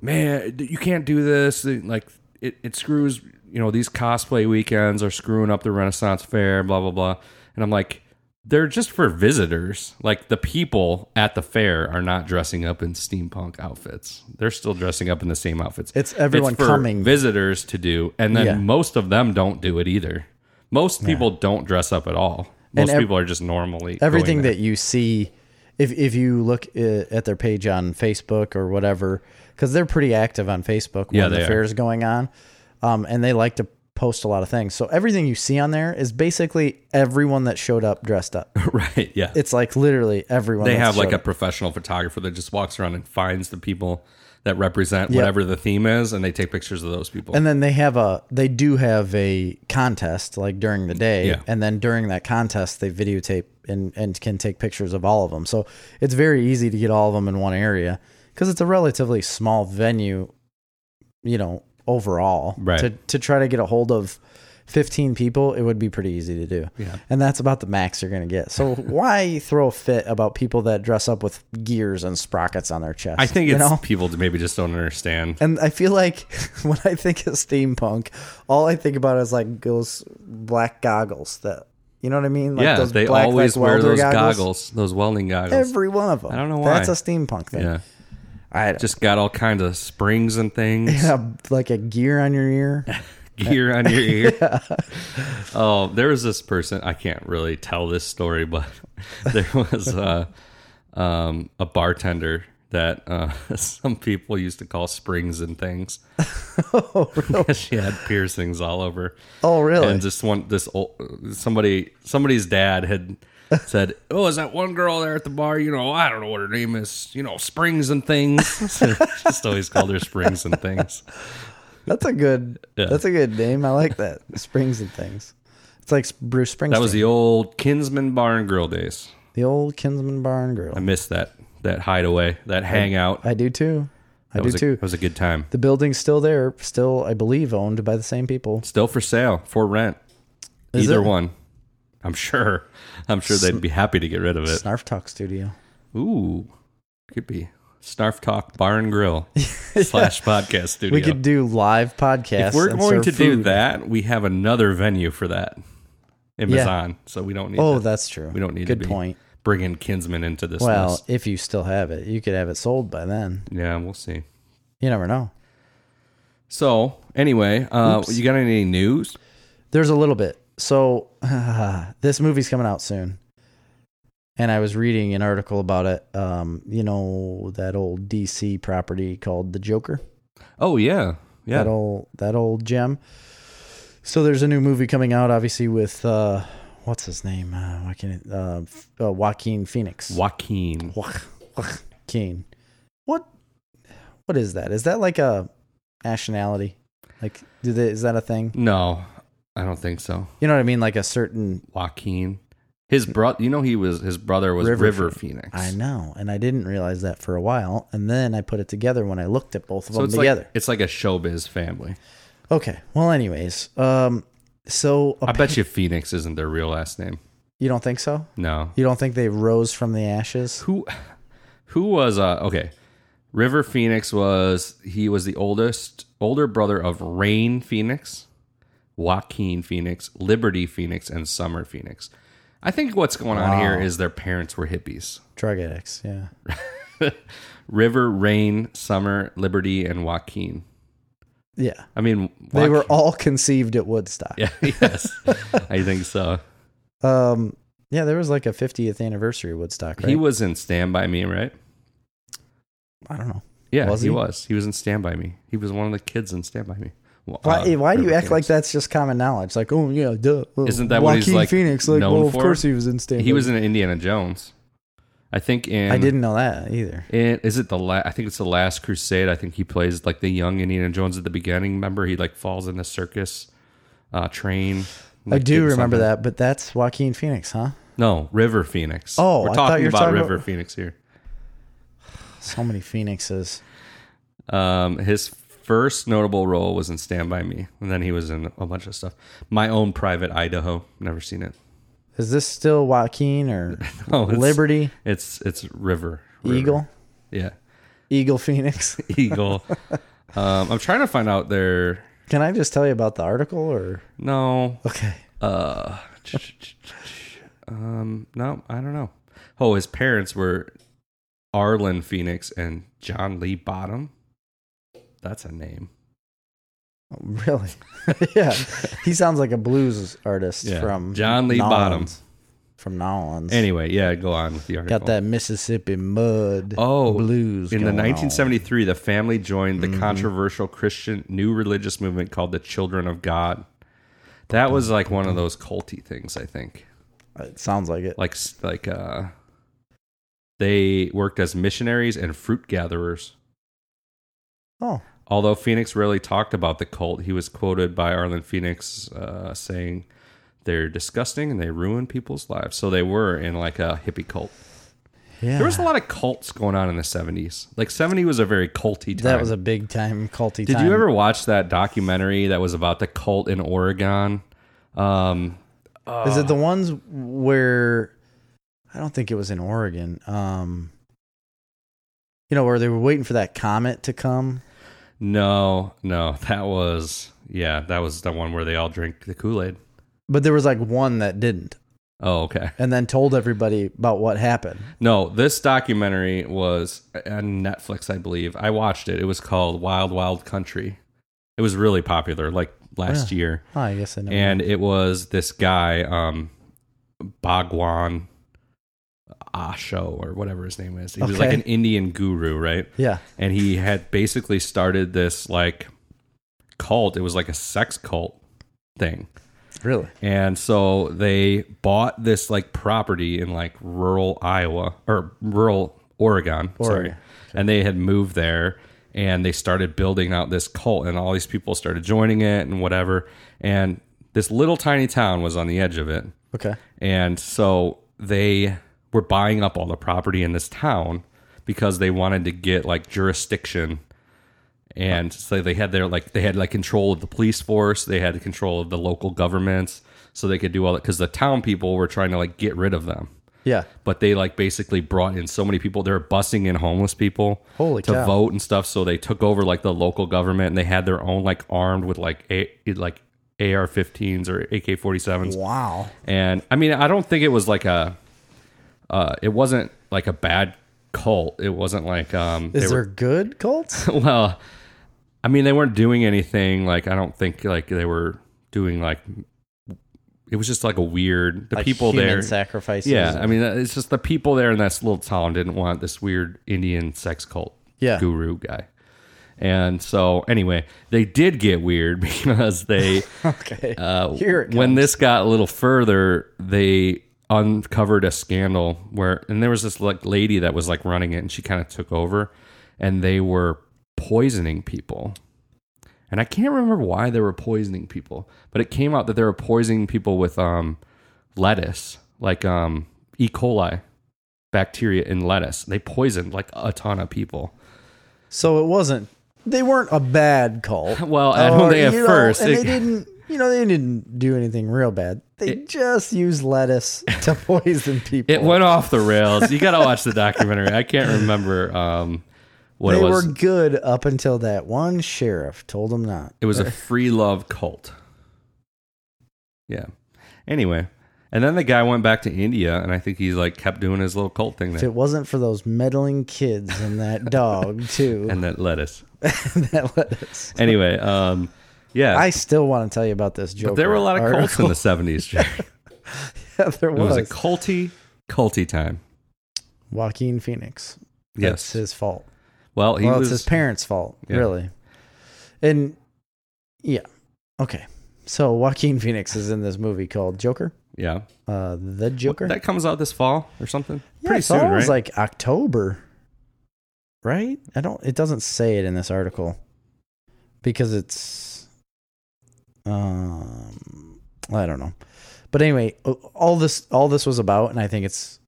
A: "Man, you can't do this! Like, it, it screws. You know, these cosplay weekends are screwing up the Renaissance Fair, blah blah blah." And I'm like, "They're just for visitors. Like, the people at the fair are not dressing up in steampunk outfits. They're still dressing up in the same outfits.
C: It's everyone
A: for
C: coming.
A: visitors to do, and then
C: Yeah.
A: most of them don't do it either. Most people don't dress up at all.
C: And
A: Most
C: ev-
A: people are just normally going
C: everything
A: there.
C: that you see if if you look uh, at their page on Facebook or whatever cuz they're pretty active on Facebook when
A: Yeah,
C: the
A: they are.
C: fair's going on um and they like to post a lot of things. So everything you see on there is basically everyone that showed up dressed up.
A: right. Yeah,
C: It's like literally everyone
A: they
C: that's
A: have like
C: showed
A: a
C: up.
A: professional photographer that just walks around and finds the people that represent whatever the theme is, and they take pictures of those people.
C: and then they have a they do have a contest like during the day
A: Yeah.
C: and then during that contest they videotape and and can take pictures of all of them so it's very easy to get all of them in one area because it's a relatively small venue you know overall
A: Right.
C: to, to try to get a hold of 15 people it would be pretty easy to do
A: Yeah.
C: and that's about the max you're gonna get so why throw a fit about people that dress up with gears and sprockets on their chest
A: I think
C: you
A: it's
C: know?
A: people that maybe just don't understand.
C: And I feel like when I think of steampunk, all I think about is like those black goggles that you know what I mean? Like
A: yeah,
C: those
A: they
C: black,
A: always
C: like,
A: wear
C: welder
A: those goggles. those welding goggles.
C: Every one of them. I
A: don't know
C: That's
A: why.
C: a steampunk thing.
A: yeah,
C: I just
A: just got all kinds of springs and things.
C: like a gear on your ear.
A: gear on your ear. Oh, there was this person. I can't really tell this story, but there was uh, um, a bartender that uh, some people used to call springs and things. she had piercings all over.
C: Oh, really?
A: And just one, this old somebody, somebody's dad had said, "Oh, is that one girl there at the bar? You know, I don't know what her name is. You know, springs and things." So just always called her springs and things.
C: That's a good that's a good name. I like that. Springs and things. It's like Bruce Springsteen.
A: That was the old Kinsman Bar and Grill days.
C: the old Kinsman Barn Girl.
A: I miss that that hideaway, that hangout.
C: I do too. I
A: that
C: do
A: was a,
C: too.
A: It was a good time.
C: the building's still there, still I believe owned by the same people.
A: Still for sale, for rent.
C: Is
A: Either
C: it?
A: one. I'm sure. I'm sure they'd be happy to get rid of it.
C: Snarf Talk Studio.
A: Ooh, could be Snarf Talk Bar and Grill slash podcast studio.
C: We could do live podcasts.
A: if we're
C: and
A: going
C: serve
A: to do
C: food.
A: that, we have another venue for that in
C: Yeah.
A: Mazan, so we don't need.
C: Oh,
A: to
C: that's true.
A: we don't need
C: Good
A: to be
C: point.
A: bringing Kinsman into this.
C: Well,
A: mess.
C: if you still have it, you could have it sold by then.
A: yeah, we'll see.
C: You never know.
A: So anyway, uh, you got any news?
C: There's a little bit. So this movie's coming out soon, and I was reading an article about it. Um, you know that old DC property called the Joker.
A: Oh yeah, yeah.
C: That old that old gem. So there's a new movie coming out, obviously with uh, what's his name? Uh, why can't it, uh, F- uh, Joaquin Phoenix.
A: Joaquin.
C: Joaquin. What? What is that? Is that like a nationality? Like, do they, is that a thing?
A: No, I don't think so.
C: You know what I mean? Like a certain.
A: Joaquin. His brother, you know, he was his brother was
C: River
A: River, Phoenix.
C: I know, and I didn't realize that for a while, and then I put it together when I looked at both of
A: So
C: them
A: it's
C: together.
A: like it's like a showbiz family.
C: okay. Well, anyways, um, so
A: I bet you Phoenix isn't their real last name.
C: you don't think so?
A: No.
C: You don't think they rose from the ashes?
A: Who who was uh okay. River Phoenix was he was the oldest older brother of Rain Phoenix, Joaquin Phoenix, Liberty Phoenix, and Summer Phoenix. I think what's going on here is their parents were hippies.
C: Drug addicts. Yeah.
A: River, Rain, Summer, Liberty, and Joaquin.
C: Yeah.
A: I mean,
C: They
A: Joaquin-
C: were all conceived at Woodstock.
A: Yeah, yes, I think so.
C: Um. Yeah, there was like a 50th anniversary of Woodstock, right?
A: He was in Stand By Me, right?
C: I don't know.
A: Yeah,
C: Was
A: he?
C: he?
A: was. He was in Stand By Me. He was one of the kids in Stand By Me. Well,
C: Why, eh,
A: uh,
C: why do you
A: River
C: act like
A: Phoenix.
C: that's just common knowledge? Like, oh yeah, duh. Well,
A: Isn't that what he's, like,
C: Phoenix? Like,
A: known
C: well, of
A: for?
C: course he was in Stanford.
A: He was in Indiana Jones. I think in
C: I didn't know that either.
A: in- is it the last? I think it's the last Crusade. I think he plays like the young Indiana Jones at the beginning. Remember, he like falls in the circus uh, train.
C: I do remember that, but that's Joaquin Phoenix, huh?
A: No, River Phoenix.
C: Oh,
A: we're
C: I
A: talking
C: thought you were
A: about
C: talking
A: River
C: about-
A: Phoenix here.
C: So many Phoenixes.
A: Um, his first notable role was in Stand By Me, and then he was in a bunch of stuff. My own Private Idaho. Never seen it.
C: Is this still Joaquin or
A: Oh, it's-
C: Liberty
A: It's it's River, River.
C: Eagle?
A: Yeah,
C: Eagle Phoenix.
A: Eagle. um, I'm trying to find out their
C: Can I just tell you about the article or
A: no.
C: okay?
A: Uh, um, no, I don't know. Oh, his parents were Arlen Phoenix and John Lee Bottom. That's a name.
C: Oh, Really? yeah. He sounds like a blues artist
A: Yeah.
C: from
A: John Lee Bottom.
C: From Nolans.
A: Anyway, yeah, go on with the article.
C: Got that Mississippi mud
A: Oh,
C: blues.
A: In the
C: going on. Mm-hmm.
A: 1973, the family joined the controversial Christian new religious movement called the Children of God. That was like one of those culty things, I think.
C: It sounds like it.
A: Like s- like uh they worked as missionaries and fruit gatherers.
C: Oh,
A: Although Phoenix rarely talked about the cult, he was quoted by Arlen Phoenix uh, saying, "They're disgusting and they ruin people's lives." So they were in like a hippie cult.
C: yeah.
A: There was a lot of cults going on in the '70s. Like '70 was a very culty time.
C: that was a big time culty
A: Did
C: time.
A: you ever watch that documentary that was about the cult in Oregon? Um,
C: Is it the ones where I don't think it was in Oregon. Um you know, where they were waiting for that comet to come.
A: no, no, that was yeah, that was the one where they all drink the Kool Aid.
C: But there was like one that didn't
A: Oh, okay.
C: and then told everybody about what happened.
A: No, this documentary was on Netflix, I believe. I watched it. It was called Wild Wild Country. It was really popular, like last year.
C: Oh, I guess I know.
A: and it was this guy um Bhagwan Asho or whatever his name is. He was like
C: Okay.
A: an Indian guru, right?
C: yeah.
A: And he had basically started this like cult. It was like a sex cult thing.
C: Really?
A: And so they bought this like property in like rural Iowa or rural Oregon, sorry.
C: Oregon.
A: And they had moved there and they started building out this cult and all these people started joining it and whatever. And this little tiny town was on the edge of it.
C: Okay.
A: And so they were buying up all the property in this town because they wanted to get like jurisdiction. And so they had their like they had like control of the police force, they had control of the local governments, so they could do all that because the town people were trying to like get rid of them.
C: Yeah.
A: But they like basically brought in so many people. They were busing in homeless people
C: Holy
A: to
C: cow.
A: vote and stuff. So they took over like the local government and they had their own like armed with like a like AR-15s or AK-47s
C: Wow.
A: and I mean, I don't think it was like a, uh, it wasn't like a bad cult. It wasn't like um, they
C: Is there
A: were,
C: good cults?
A: well, I mean, they weren't doing anything. Like I don't think like they were doing like, it was just like a weird. The people
C: Human
A: there,
C: sacrifices.
A: yeah. I mean, uh, it's just the people there in this little town didn't want this weird Indian sex cult
C: Yeah.
A: guru guy. And so, anyway, they did get weird because they
C: Okay.
A: uh,
C: Here it
A: when this got a little further, they uncovered a scandal where, and there was this like lady that was like running it, and she kind of took over, and they were poisoning people. And I can't remember why they were poisoning people, but it came out that they were poisoning people with um, lettuce, like um, E. coli bacteria in lettuce. They poisoned like a ton of people.
C: so it wasn't. They weren't a bad cult.
A: Well, I don't
C: Or,
A: think at
C: you know,
A: first
C: and
A: it-
C: they didn't. You know, they didn't do anything real bad. They just used lettuce to poison people.
A: It went off the rails. You got to watch the documentary. I can't remember um, what
C: they
A: it was.
C: were good up until that one sheriff told them not.
A: It was a free love cult. Yeah. Anyway, and then the guy went back to India, and I think he's like kept doing his little cult thing
C: If
A: there.
C: it wasn't for those meddling kids and that dog too,
A: And that lettuce.
C: and that lettuce.
A: Anyway, um, yeah.
C: I still want to tell you about this joke.
A: but there were a lot of cults in the seventies. Jerry.
C: there
A: It was
C: was,
A: a culty, culty time.
C: Joaquin Phoenix. That's
A: Yes.
C: his fault.
A: well, he
C: well,
A: was.
C: it's his parents' fault,
A: Yeah.
C: really. And yeah, okay. So Joaquin Phoenix is in this movie called Joker.
A: Yeah.
C: Uh, the Joker.
A: That comes out this fall or something.
C: Yeah, I
A: Pretty
C: thought
A: soon,
C: It was
A: right?
C: like October, right? I don't. It doesn't say it in this article because it's. Um, I don't know, but anyway, a- all this all this was about, and I think it's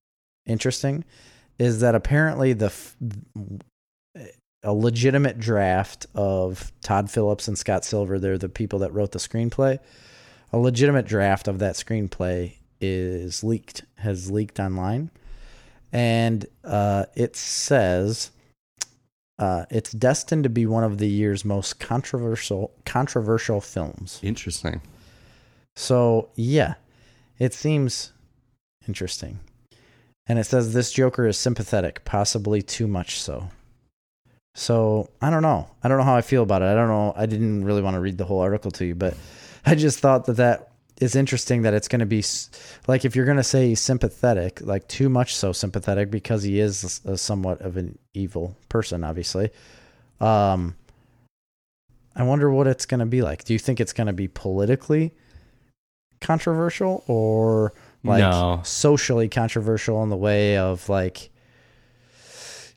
C: interesting, is that apparently the f- a legitimate draft of Todd Phillips and Scott Silver, they're the people that wrote the screenplay. A legitimate draft of that screenplay is leaked, has leaked online and uh, it says uh, it's destined to be one of the year's most controversial controversial films.
A: Interesting.
C: So yeah, it seems interesting, and it says this Joker is sympathetic, possibly too much so. So I don't know. I don't know how I feel about it. I don't know. I didn't really want to read the whole article to you, but I just thought that that is interesting that it's going to be s- like if you're going to say he's sympathetic, like too much so sympathetic because he is a somewhat of an evil person, obviously. Um, I wonder what it's going to be like. Do you think it's going to be politically controversial or like
A: No.
C: socially controversial in the way of like,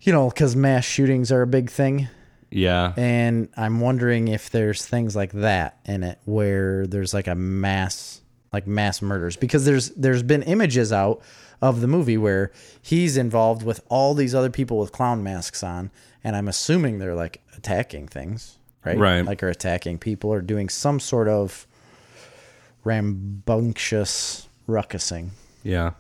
C: you know, because mass shootings are a big thing.
A: Yeah.
C: And I'm wondering if there's things like that in it where there's like a mass like mass murders because there's there's been images out of the movie where he's involved with all these other people with clown masks on and I'm assuming they're like attacking things, right?
A: Right.
C: Like are attacking people or doing some sort of rambunctious ruckusing.
A: Yeah.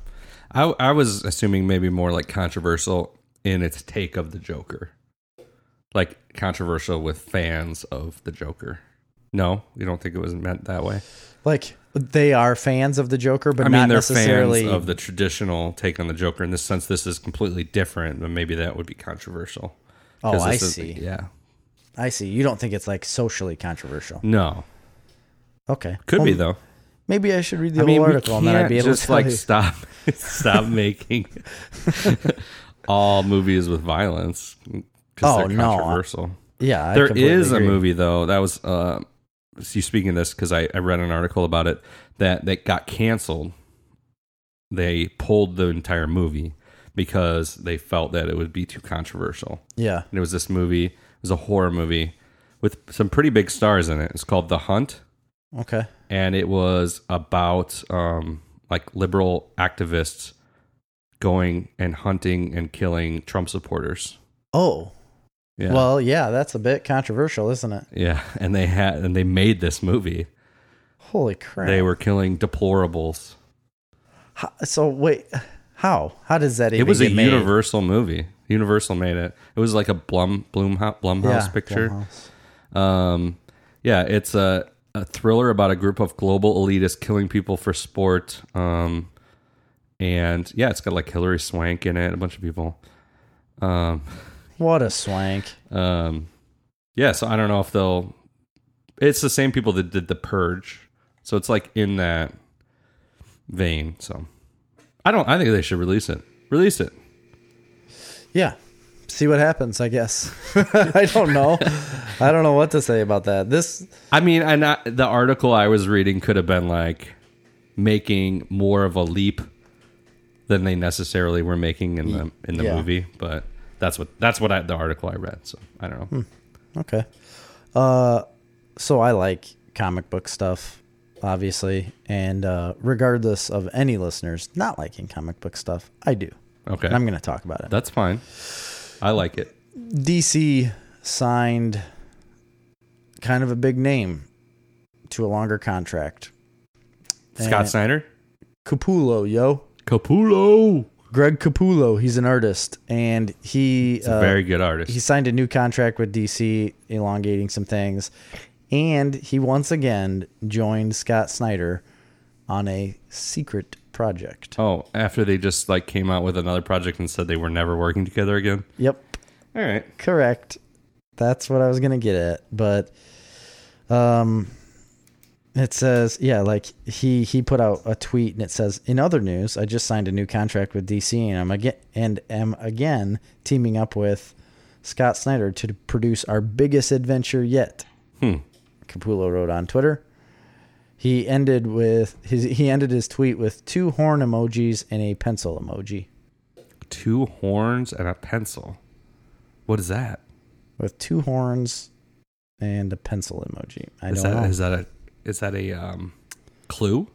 A: I I was assuming maybe more like controversial in its take of the Joker. Like controversial with fans of the Joker. No, you don't think it was meant that way.
C: Like they are fans of the Joker, but
A: I
C: not
A: mean, they're
C: necessarily
A: fans of the traditional take on the Joker. In this sense, this is completely different, but maybe that would be controversial.
C: Oh,
A: 'Cause
C: I
A: this is-
C: see.
A: yeah.
C: I see. You don't think it's like socially controversial.
A: No.
C: Okay.
A: Could
C: Well,
A: be though.
C: Maybe I should read the
A: I mean,
C: whole
A: we
C: article and then I'd
A: can't
C: be able
A: just
C: to tell
A: like
C: you.
A: stop stop making all movies with violence because
C: Oh,
A: they're
C: no.
A: controversial.
C: yeah, I
A: there
C: completely
A: is
C: agree.
A: a movie though that was uh you speaking of this because I, I read an article about it that that got canceled they pulled the entire movie because they felt that it would be too controversial
C: Yeah,
A: and it was this movie it was a horror movie with some pretty big stars in it it's called the hunt
C: okay.
A: and it was about um, like liberal activists going and hunting and killing Trump supporters.
C: Oh,
A: Yeah.
C: well, yeah, that's a bit controversial, isn't it?
A: yeah, and they had and they made this movie.
C: Holy crap!
A: They were killing deplorables.
C: Ho- so wait, how? How does that even?
A: It was a
C: get made?
A: Universal movie. Universal made it. It was like a Blum Blumhouse, Blumhouse
C: Yeah,
A: picture.
C: Blumhouse.
A: Um, yeah, it's a, a thriller about a group of global elitists killing people for sport. Um, and yeah, it's got like Hillary Swank in it, a bunch of people. Um,
C: What a swank!
A: um, yeah, so I don't know if they'll. It's the same people that did The Purge, so it's like in that vein. So I don't. I think they should release it. Release it.
C: Yeah. See what happens, I guess. I don't know. I don't know what to say about that. This,
A: I mean, and I, the article I was reading could have been like making more of a leap than they necessarily were making in the in the
C: Yeah.
A: movie, but that's what that's what I, the article I read. So I don't
C: Hmm.
A: know.
C: okay. Uh, so I like comic book stuff, obviously, and uh, regardless of any listeners not liking comic book stuff, I do.
A: Okay,
C: And I'm going to talk about it.
A: that's fine. I like it.
C: DC signed kind of a big name to a longer contract.
A: Scott
C: Eh.
A: Snyder,
C: Capullo, yo.
A: Capullo,
C: Greg Capullo, he's an artist and he uh,
A: He's a very good artist.
C: he signed a new contract with DC, elongating some things. And he once again joined Scott Snyder on a secret project.
A: Oh, after they just like came out with another project and said they were never working together again.
C: Yep.
A: All right.
C: Correct. That's what I was gonna get at, but um, it says yeah, like he he put out a tweet and it says in other news, I just signed a new contract with DC and I'm again and am again teaming up with Scott Snyder to produce our biggest adventure yet.
A: Hmm.
C: Capullo wrote on Twitter. He ended with his he ended his tweet with two horn emojis and a pencil emoji.
A: Two horns and a pencil. What is that?
C: With two horns and a pencil emoji. I
A: Is
C: don't
A: that
C: know.
A: is that a is that a um, clue?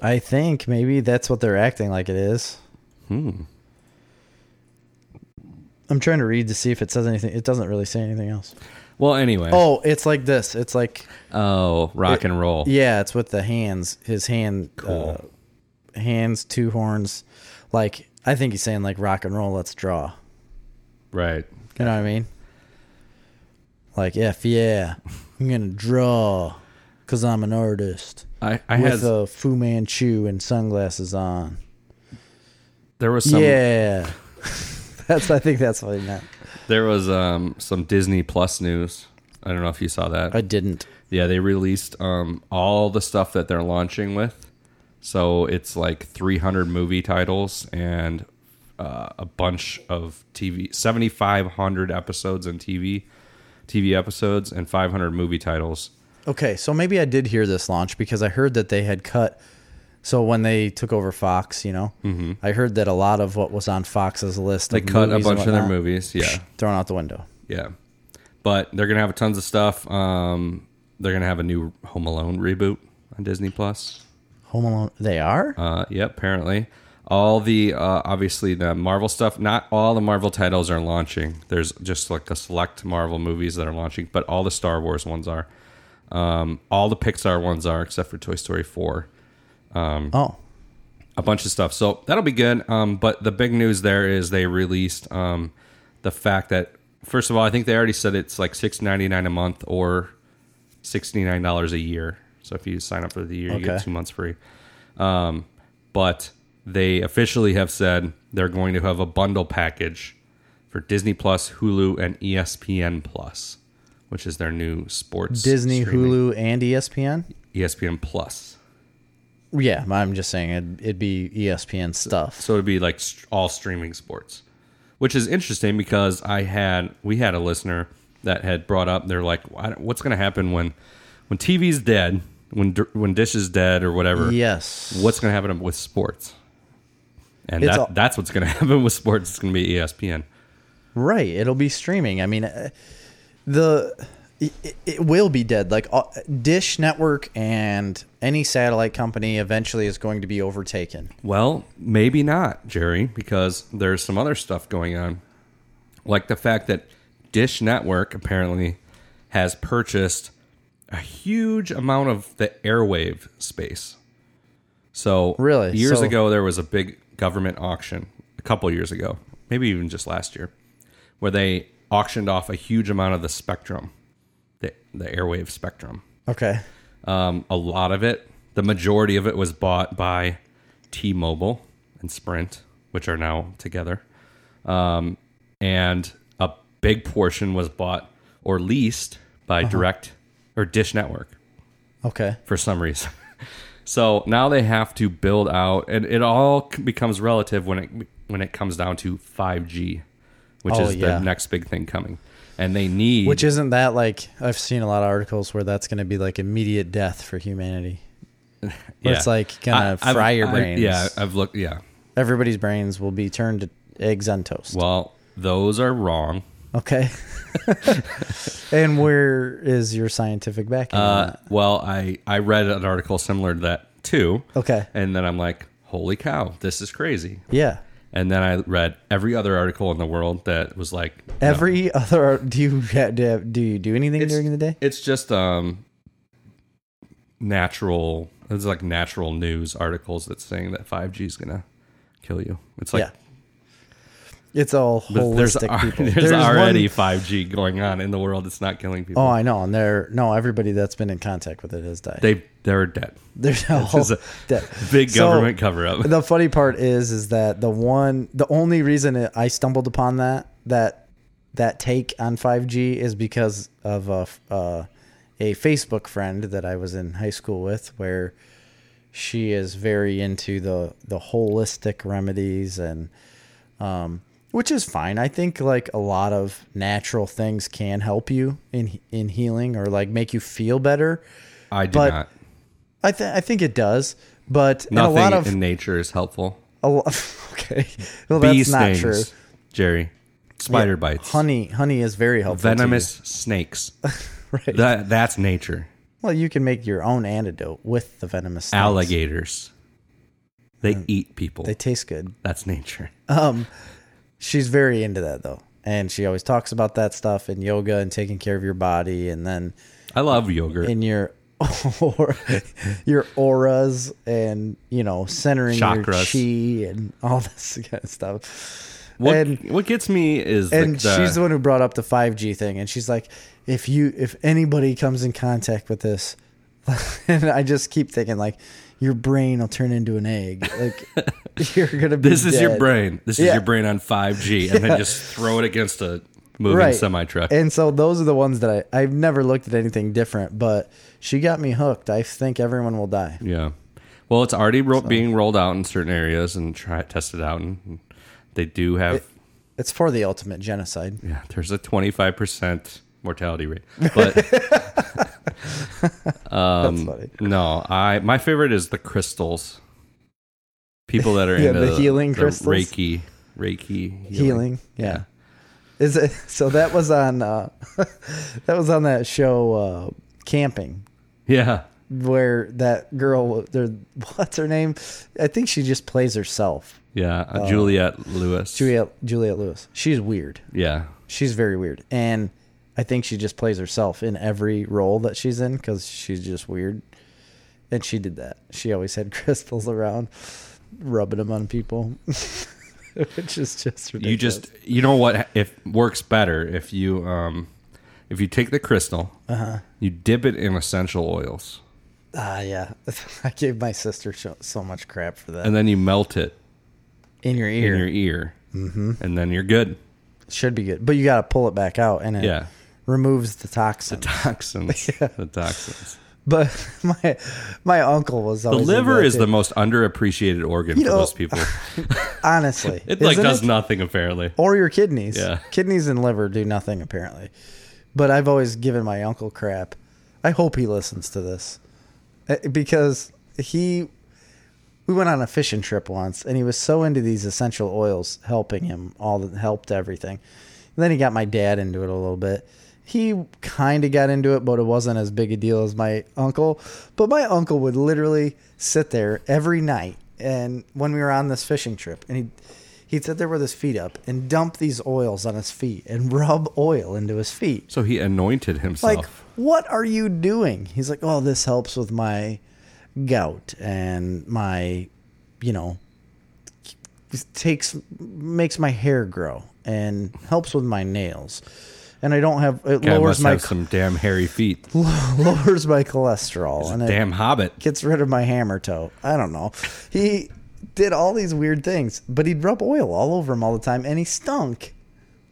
C: I think maybe that's what they're acting like it is.
A: Hmm.
C: I'm trying to read to see if it says anything. It doesn't really say anything else.
A: Well, anyway.
C: Oh, it's like this. It's like
A: Oh, rock
C: It-
A: and roll.
C: yeah, it's with the hands. His hand,
A: Cool.
C: uh, hands, two horns. Like I think he's saying like rock and roll. Let's draw.
A: Right.
C: You know what I mean? Like f yeah, I'm gonna draw because I'm an artist
A: I I
C: with uh,
A: had
C: a Fu Manchu and sunglasses on.
A: there was some
C: yeah, that's I think that's what he meant.
A: there was um some Disney Plus news. I don't know if you saw that.
C: I didn't.
A: yeah, they released um all the stuff that they're launching with. So it's like 300 movie titles and uh, a bunch of TV 7500 episodes and TV TV episodes and 500 movie titles.
C: Okay, so maybe I did hear this launch because I heard that they had cut. So when they took over Fox, you know, mm-hmm. I heard that a lot of what was on Fox's list
A: They
C: of
A: cut a
C: movies and
A: bunch of their
C: whatnot,
A: movies. Yeah.
C: thrown out the window.
A: Yeah. But they're gonna have tons of stuff. Um, they're gonna have a new Home Alone reboot on Disney Plus.
C: Home Alone, they are.
A: Uh, yeah, apparently. All the uh, obviously the Marvel stuff. Not all the Marvel titles are launching. There's just like a select Marvel movies that are launching, but all the Star Wars ones are. Um, all the Pixar ones are, except for Toy Story Four.
C: oh,
A: a bunch of stuff. So that'll be good. Um, but the big news there is they released um, the fact that first of all, I think they already said it's like six ninety nine a month or sixty nine dollars a year. So if you sign up for the year, you get
C: Okay.
A: two months free. Um, but they officially have said they're going to have a bundle package for Disney Plus, Hulu, and E ESPN Plus, which is their new sports E
C: Disney,
A: streaming.
C: Hulu, and E ESPN.
A: ESPN Plus.
C: Yeah, I'm just saying it'd, it'd be E ESPN stuff.
A: So it'd be like st- all streaming sports, which is interesting because I had we had a listener that had brought up they're like, "Why don't- what's going to happen when when TV's dead, when dir- when dish is dead or whatever?
C: Yes.
A: What's going to happen with sports? And
C: It's
A: that,
C: all-
A: that's what's going to happen with sports. It's going to be E ESPN.
C: Right. It'll be streaming. I mean, uh, the it, it will be dead. Like uh, Dish Network and any satellite company eventually is going to be overtaken.
A: Well, maybe not, Jerry, because there's some other stuff going on. Like the fact that Dish Network apparently has purchased a huge amount of the airwave space. So,
C: Really?
A: years
C: So-
A: ago, there was a big government auction, a couple years ago, maybe even just last year, where they auctioned off a huge amount of the spectrum, the, the airwave spectrum.
C: Okay.
A: Um, a lot of it, the majority of it was bought by T Mobile and Sprint, which are now together. Um, and a big portion was bought or leased by
C: Uh-huh.
A: Direct or Dish Network
C: Okay.
A: for some reason. so now they have to build out, and it all c- becomes relative when it when it comes down to 5G, which
C: Oh,
A: is
C: yeah.
A: the next big thing coming. And they need
C: Which isn't that like I've seen a lot of articles where that's going to be like immediate death for humanity. Where It's like
A: I-
C: gonna
A: I've-
C: fry your
A: I-
C: brains.
A: yeah, I've looked. Yeah,
C: everybody's brains will be turned to eggs on toast.
A: Well, those are wrong.
C: Okay. and where is your scientific backing? on
A: Uh, well, I I read an article similar to that too.
C: that? okay.
A: And then I'm like, holy cow, this is crazy.
C: Yeah.
A: And then I read every other article in the world that was like no.
C: Every other do you get to have- do you do anything
A: It's-
C: during the day?
A: It's just um natural. It's like natural news articles that's saying that 5G is gonna kill you. It's like
C: yeah. It's all
A: but
C: holistic
A: there's, al-
C: people.
A: there's
C: one-
A: already 5G going on in the world. It's not killing people.
C: Oh, I know, and they're no everybody that's been in contact with it has died.
A: they they're dead.
C: There's a whole
A: is a
C: that-
A: Big
C: So,
A: government cover up.
C: the funny part is, is that the one, the only reason it- I stumbled upon that that that take on 5G is because of a f- uh, a Facebook friend that I was in high school with, where she is very into the the holistic remedies and um which is fine i think like a lot of natural things can help you in in healing or like make you feel better
A: I do
C: but-
A: not.
C: I, th- I think it does, but and a
A: Nothing
C: lot of
A: in nature is helpful.
C: a lo- okay, well
A: Bee
C: that's not
A: stings,
C: true.
A: Jerry. Spider bites.
C: Honey, honey is very helpful. to
A: venomous snakes.
C: Right.
A: That that's nature.
C: you. Well, you can make your own antidote with the venomous snakes.
A: Alligators. They eat people.
C: They taste good.
A: that's nature.
C: Um, she's very into that though, and she always talks about that stuff and yoga and taking care of your body, and then
A: I love yogurt.
C: in your or your auras and you know centering
A: Chakras.
C: your chi and all this kind of stuff.
A: what
C: and
A: what gets me is the-
C: and
A: the-
C: she's the one who brought up the 5G thing and she's like if you if anybody comes in contact with this and I just keep thinking like your brain will turn into an egg like you're going to be
A: this is your
C: dead.
A: brain. This is
C: Yeah.
A: your brain on 5G, and then just throw it against a moving
C: Right.
A: semi truck.
C: And so those are the ones that I I've never looked at anything different but she got me hooked. I think everyone will die.
A: Yeah. Well, it's already ro- being rolled out in certain areas and try tested out, and they do have.
C: It's for the ultimate genocide.
A: yeah, there's a 25 percent mortality rate, but Um,
C: That's funny.
A: no, I my favorite is the crystals. People that are
C: Yeah,
A: into
C: the healing crystals.
A: Reiki, Reiki healing.
C: healing. Yeah. Is it so that was on uh that was on that show uh camping
A: Yeah,
C: where that girl there what's her name? I think she just plays herself.
A: yeah. Uh, Juliet Lewis.
C: Oh. Juliet Juliet Lewis. She's weird.
A: Yeah,
C: She's very weird. And I think she just plays herself in every role that she's in cuz she's just weird. And she did that. She always had crystals around rubbing them on people. Which is just ridiculous.
A: you just you know what if works better if you um if you take the crystal,
C: Uh-huh.
A: you dip it in essential oils.
C: Ah, yeah. I gave my sister so, so much crap for that.
A: and then you melt it
C: in your
A: in
C: ear.
A: your ear, mm-hmm. and then you're good.
C: Should be good. But you got to pull it back out and it
A: Yeah,
C: removes the toxin.
A: toxins, the toxins.
C: but my my uncle was
A: The
C: always into
A: liver
C: that
A: is the
C: too.
A: most underappreciated organ
C: You
A: for
C: know,
A: most people.
C: honestly.
A: It like
C: isn't
A: does
C: it?
A: nothing apparently.
C: or your kidneys.
A: Yeah.
C: Kidneys and liver do nothing apparently. But I've always given my uncle crap. I hope he listens to this. Eh, Because he we went on a fishing trip once and he was so into these essential oils helping him all that helped everything. And then he got my dad into it a little bit. He kind of got into it, but it wasn't as big a deal as my uncle. But my uncle would literally sit there every night and when we were on this fishing trip and he he'd sit there with his feet up and dump these oils on his feet and rub oil into his feet.
A: So he anointed himself.
C: Like, what are you doing? He's like, oh, this helps with my gout and my, you know, takes makes my hair grow and helps with my nails, and I don't have it
A: Guy
C: lowers
A: must
C: my
A: have some damn hairy feet.
C: lowers my cholesterol and it
A: Damn hobbit.
C: gets rid of my hammer toe. I don't know. He did all these weird things, but he'd rub oil all over him all the time, and he stunk.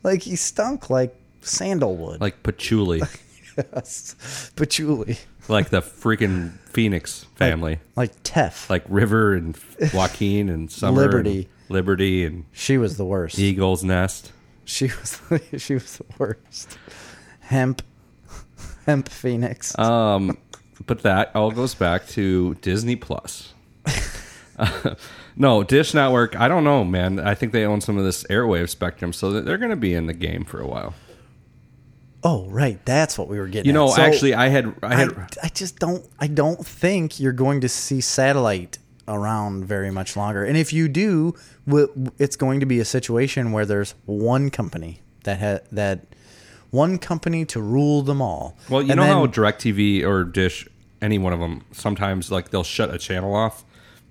C: Like he stunk like sandalwood,
A: Like patchouli,
C: yes. patchouli,
A: like the freaking Phoenix family,
C: like teff.
A: like River and Joaquin and Summer, and
C: Liberty.
A: Liberty and
C: she was the worst.
A: Eagle's Nest.
C: she was she was the worst. Hemp, hemp phoenix.
A: Um, but that all goes back to Disney Plus. no, Dish Network. I don't know, man. I think they own some of this airwave spectrum, so that they're going to be in the game for a while.
C: oh right, that's what we were getting.
A: You know,
C: at. So
A: actually, I had, I
C: I,
A: had,
C: I just don't I don't think you're going to see satellite around very much longer. And if you do, w- it's going to be a situation where there's one company that ha- that one company to rule them all.
A: well, you
C: And
A: know
C: then-
A: how Directv or Dish, any one of them, sometimes like they'll shut a channel off,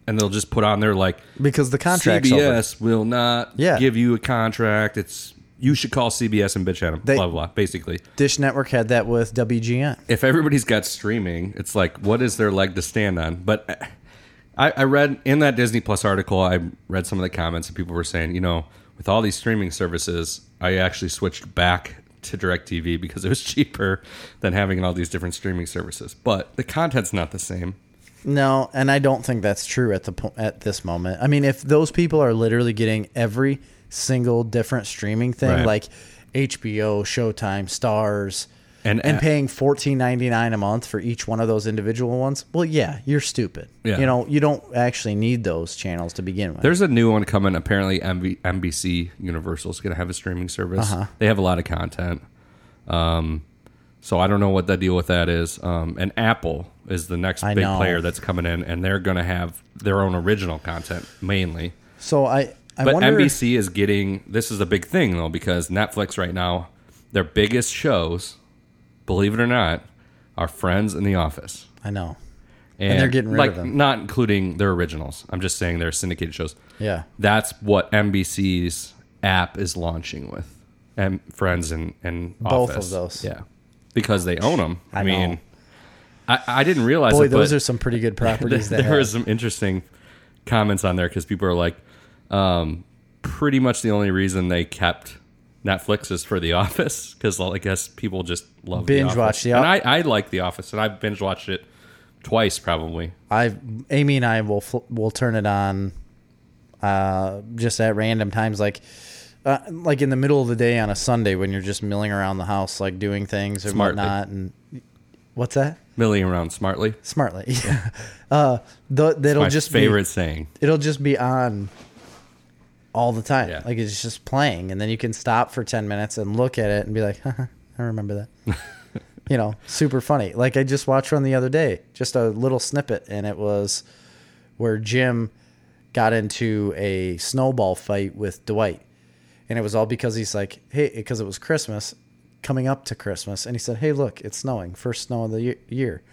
A: and they'll just put on there like
C: because the contracts over.
A: CBS will not
C: Yeah.
A: give you a contract. It's you should call CBS and bitch at them.
C: They-
A: blah blah. blah basically,
C: Dish Network had that with WGN.
A: if everybody's got streaming, it's like what is their leg to stand on? But I, I read in that Disney Plus article, I read some of the comments and people were saying, you know, with all these streaming services, I actually switched back to DirecTV because it was cheaper than having all these different streaming services. But the content's not the same.
C: No, and I don't think that's true at the po- at this moment. I mean, if those people are literally getting every single different streaming thing,
A: Right.
C: like HBO, Showtime, Stars,
A: And uh,
C: and,
A: a-
C: paying fourteen ninety nine a month for each one of those individual ones. Well, yeah, you're stupid.
A: Yeah.
C: You know, you don't actually need those channels to begin with.
A: There's a new one coming. Apparently, MV- NBC Universal is going to have a streaming service.
C: Uh-huh.
A: They have a lot of content. Um, so I don't know what the deal with that is. Um, and Apple is the next
C: I
A: big
C: know.
A: player that's coming in, and they're going to have their own original content mainly.
C: so I I
A: But
C: wonder
A: NBC is getting this is a big thing though because Netflix right now their biggest shows, believe it or not, are Friends and The Office.
C: I know. they're getting rid
A: like,
C: of them.
A: Not including their originals. I'm just saying their syndicated shows.
C: Yeah.
A: That's what NBC's app is launching with, and Friends and and
C: Both of
A: Office.
C: those.
A: Yeah, because they own them. I,
C: I know.
A: mean, I, I didn't realize.
C: Boy,
A: it,
C: those
A: but
C: are some pretty good properties that
A: there was some interesting comments on there because people are like, um, pretty much the only reason they kept Netflix is for The Office because I guess people just love The
C: Binge
A: Office.
C: watch The
A: and I,
C: Off-
A: I like The Office, and I've binge watched it twice probably.
C: I Amy and I will fl- will turn it on uh, just at random times, like uh, like in the middle of the day on a Sunday when you're just milling around the house, like doing things and
A: Smartly.
C: whatnot. And what's that?
A: Milling around smartly.
C: Smartly, yeah. Uh, th- that'll
A: My
C: just
A: favorite saying.
C: Be, it'll just be on all the time.
A: Yeah.
C: Like it's just playing, and then you can stop for ten minutes and look at it and be like, Haha, I remember that. you know, super funny. Like I just watched one the other day, just a little snippet, and it was where Jim got into a snowball fight with Dwight. And it was all because he's like, hey, because it was Christmas coming up to Christmas. And he said, hey, look, it's snowing, first snow of the ye- year.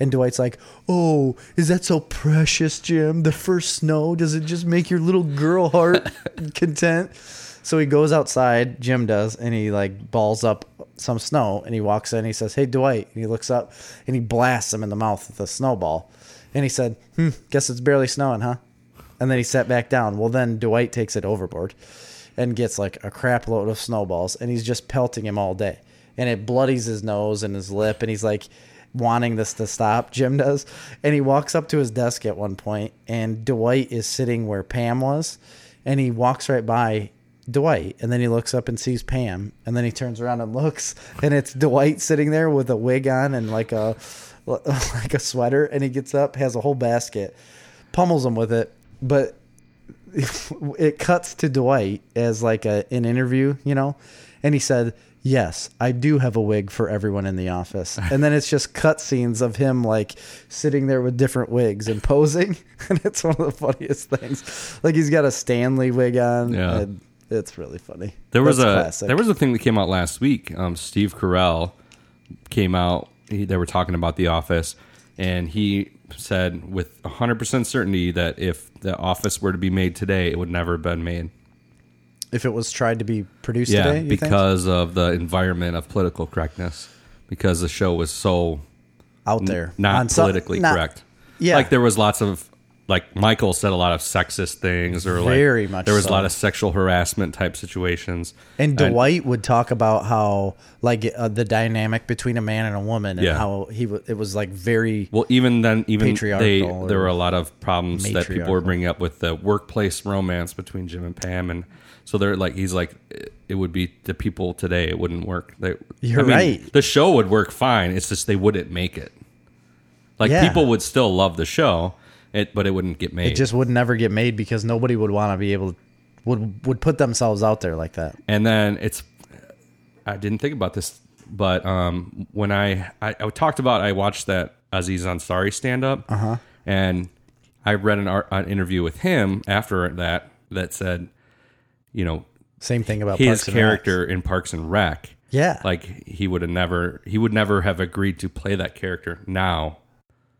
C: And Dwight's like, oh, is that so precious, Jim? The first snow, does it just make your little girl heart content? So he goes outside, Jim does, and he like balls up some snow and he walks in. He says, hey, Dwight. And he looks up and he blasts him in the mouth with a snowball. And he said, hmm, guess it's barely snowing, huh? And then he sat back down. Well, then Dwight takes it overboard and gets like a crap load of snowballs, and he's just pelting him all day. And it bloodies his nose and his lip, and he's like wanting this to stop. Jim does. And he walks up to his desk at one point, and Dwight is sitting where Pam was, and he walks right by Dwight, and then he looks up and sees Pam, and then he turns around and looks, and it's Dwight sitting there with a wig on and like a like a sweater, and he gets up, has a whole basket, pummels him with it, but it cuts to Dwight as like a an interview, you know, and he said, "Yes, I do have a wig for everyone in the office." And then it's just cut scenes of him like sitting there with different wigs and posing, and it's one of the funniest things. Like he's got a Stanley wig on,
A: Yeah.
C: and it's really funny.
A: There was
C: That's
A: a
C: classic.
A: there was a thing that came out last week. Um, Steve Carell came out. He, they were talking about The Office, and he said with 100% certainty that if The Office were to be made today, it would never have been made.
C: if it was tried to be produced
A: Yeah,
C: today, you think?
A: because of the environment of political correctness, because the show was so
C: out there
A: not
C: On some-
A: politically
C: not-
A: correct.
C: yeah.
A: like there was lots of like Michael said a lot of sexist things, or like
C: Very much
A: there was
C: so.
A: a lot of sexual harassment type situations.
C: And Dwight would talk about how like uh, the dynamic between a man and a woman, and
A: Yeah.
C: how he w- it was like very
A: Well, even then, even they,
C: Patriarchal or
A: there were a lot of problems that people were
C: matriarchal.
A: bringing up with the workplace romance between Jim and Pam, and so they're like, he's like, it- it would be the people today, it wouldn't work. They,
C: You're right.
A: The show would work fine. It's just they wouldn't make it. Like
C: Yeah.
A: people would still love the show, it but it wouldn't get made.
C: it just would never get made because nobody would want to be able would would put themselves out there like that.
A: And then it's, I didn't think about this, but um, when I, I I talked about I watched that Aziz Ansari stand up, uh-huh. and I read an, art, an interview with him after that that said, you know,
C: Same thing about
A: his
C: Parks and Rec.
A: character in Parks and Rec,
C: Yeah. Like
A: like he would have never he would never have agreed to play that character now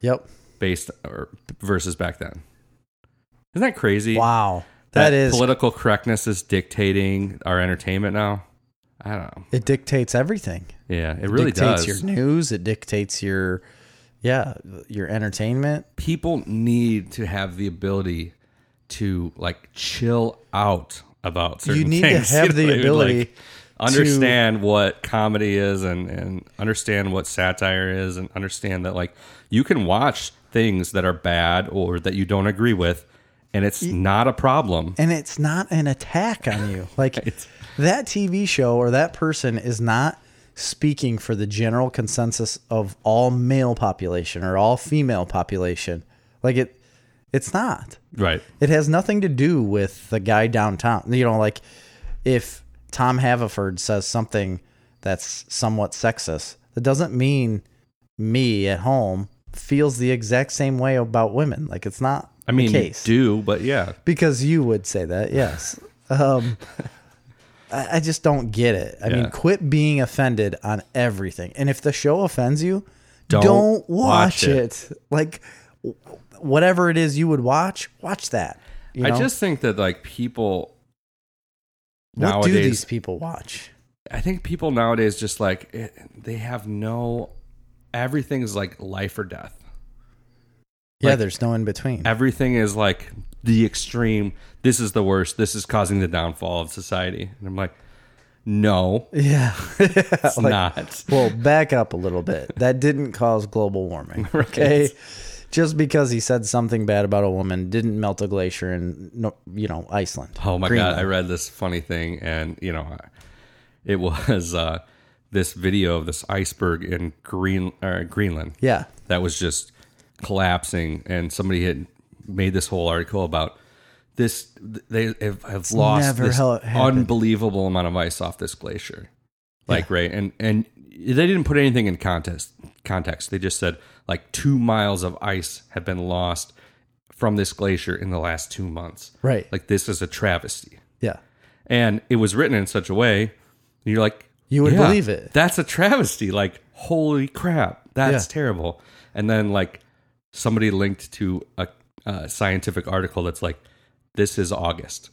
C: yep.
A: based or versus back then. Isn't that crazy?
C: Wow.
A: that
C: that is
A: political correctness is dictating our entertainment now. I don't know.
C: it dictates everything.
A: Yeah, it really
C: dictates
A: does.
C: your news, it dictates your yeah, your entertainment.
A: People need to have the ability to like chill out about certain
C: need to
A: things,
C: have the
A: what I mean?
C: ability
A: Like, understand what comedy is and and understand what satire is and understand that like you can watch things that are bad or that you don't agree with and it's not a problem.
C: and it's not an attack on you. Like that TV show or that person is not speaking for the general consensus of all male population or all female population. Like it it's not.
A: Right.
C: It has nothing to do with the guy downtown. You know, like if Tom Haverford says something that's somewhat sexist, that doesn't mean me at home feels the exact same way about women. Like it's not
A: I mean,
C: the
A: you
C: case
A: do, but yeah.
C: because you would say that. Yes. Um, I, I just don't get it. I
A: Yeah.
C: mean, quit being offended on everything. And if the show offends you,
A: Don't
C: don't,
A: watch
C: watch,
A: it.
C: it. Like w- whatever it is you would watch, watch that. You know?
A: I just think that like people
C: what
A: nowadays
C: do these people watch?
A: I think people nowadays just like it, they have no everything's like life or death.
C: yeah,
A: Like-
C: there's no in between.
A: Everything is like the extreme. This is the worst. This is causing the downfall of society. And I'm like, no,
C: yeah.
A: it's
C: Like,
A: not.
C: Well, back up a little bit. That didn't cause global warming. Okay. Just because he said something bad about a woman didn't melt a glacier in, no- you know, Iceland.
A: Oh my
C: Greenland.
A: god, I read this funny thing, and you know, it was uh, this video of this iceberg in Green or Greenland.
C: Yeah.
A: that was just collapsing and somebody had made this whole article about this they have, have lost
C: never
A: this
C: how it happened.
A: unbelievable amount of ice off this glacier like right and and they didn't put anything in context context they just said like two miles of ice have been lost from this glacier in the last two months
C: Right.
A: like this is a travesty
C: Yeah.
A: and it was written in such a way you're like
C: You would believe it.
A: that's a travesty like holy crap that's
C: Yeah.
A: terrible and then like somebody linked to a, a scientific article that's like this is august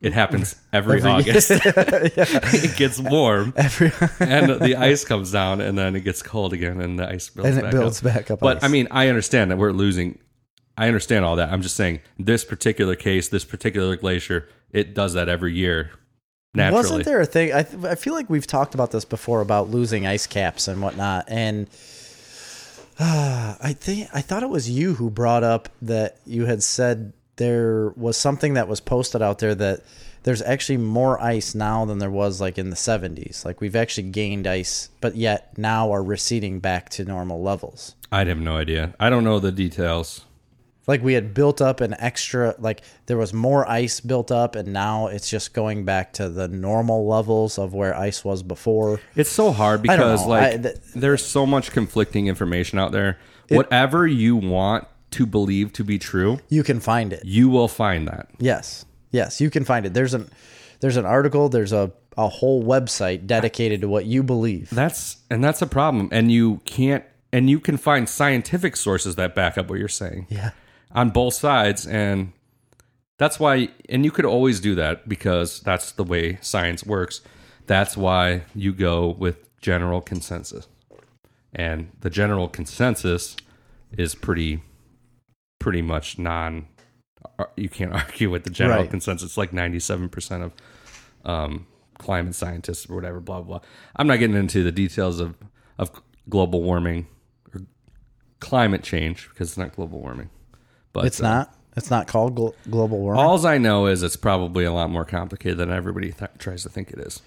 A: it happens every, august it gets warm
C: Every
A: and the ice comes down and then it gets cold again and the ice builds
C: And it
A: back
C: builds
A: up.
C: back up
A: but
C: ice.
A: i mean i understand that we're losing i understand all that i'm just saying this particular case this particular glacier it does that every year naturally
C: wasn't there a thing? I th- I feel like we've talked about this before about losing ice caps and whatnot, and. Uh, I think I thought it was you who brought up that you had said there was something that was posted out there that there's actually more ice now than there was like in the 70s. Like we've actually gained ice, but yet now are receding back to normal levels.
A: i have no idea i don't know the details
C: like we had built up an extra like there was more ice built up and now it's just going back to the normal levels of where ice was before
A: it's so hard
C: I don't
A: because
C: know.
A: like
C: I- th-
A: there's so much conflicting information out there whatever you want to believe to be true
C: you can find it
A: you will find that
C: yes yes you can find it there's an there's an article there's a, a whole website dedicated to what you believe
A: That's and that's a problem. And you can't and you can find scientific sources that back up what you're saying.
C: Yeah.
A: On both sides and that's why and you could always do that because that's the way science works. That's why you go with general consensus. And the general consensus is pretty pretty much non ar- you can't argue with the general
C: Right.
A: consensus like 97% of um, climate scientists or whatever, blah, blah. I'm not getting into the details of, of global warming or climate change because it's not global warming. But
C: it's not it's not called glo- global warming
A: All I know is it's probably a lot more complicated than everybody th- tries to think it is.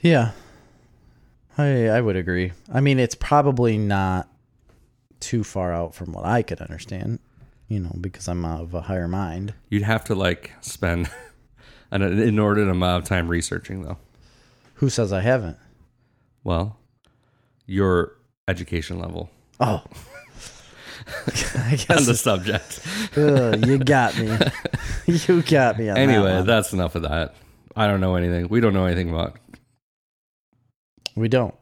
C: yeah i i would agree i mean it's probably not too far out from what i could understand you know because i'm of a higher mind
A: You'd have to like spend an inordinate amount of time researching, though.
C: who says i haven't
A: Well, your education level
C: Oh.
A: on
C: I guess
A: the subject.
C: Ugh, you got me. you got me. On that
A: Anyway,
C: one.
A: that's enough of that. I don't know anything. We don't know anything about
C: we don't.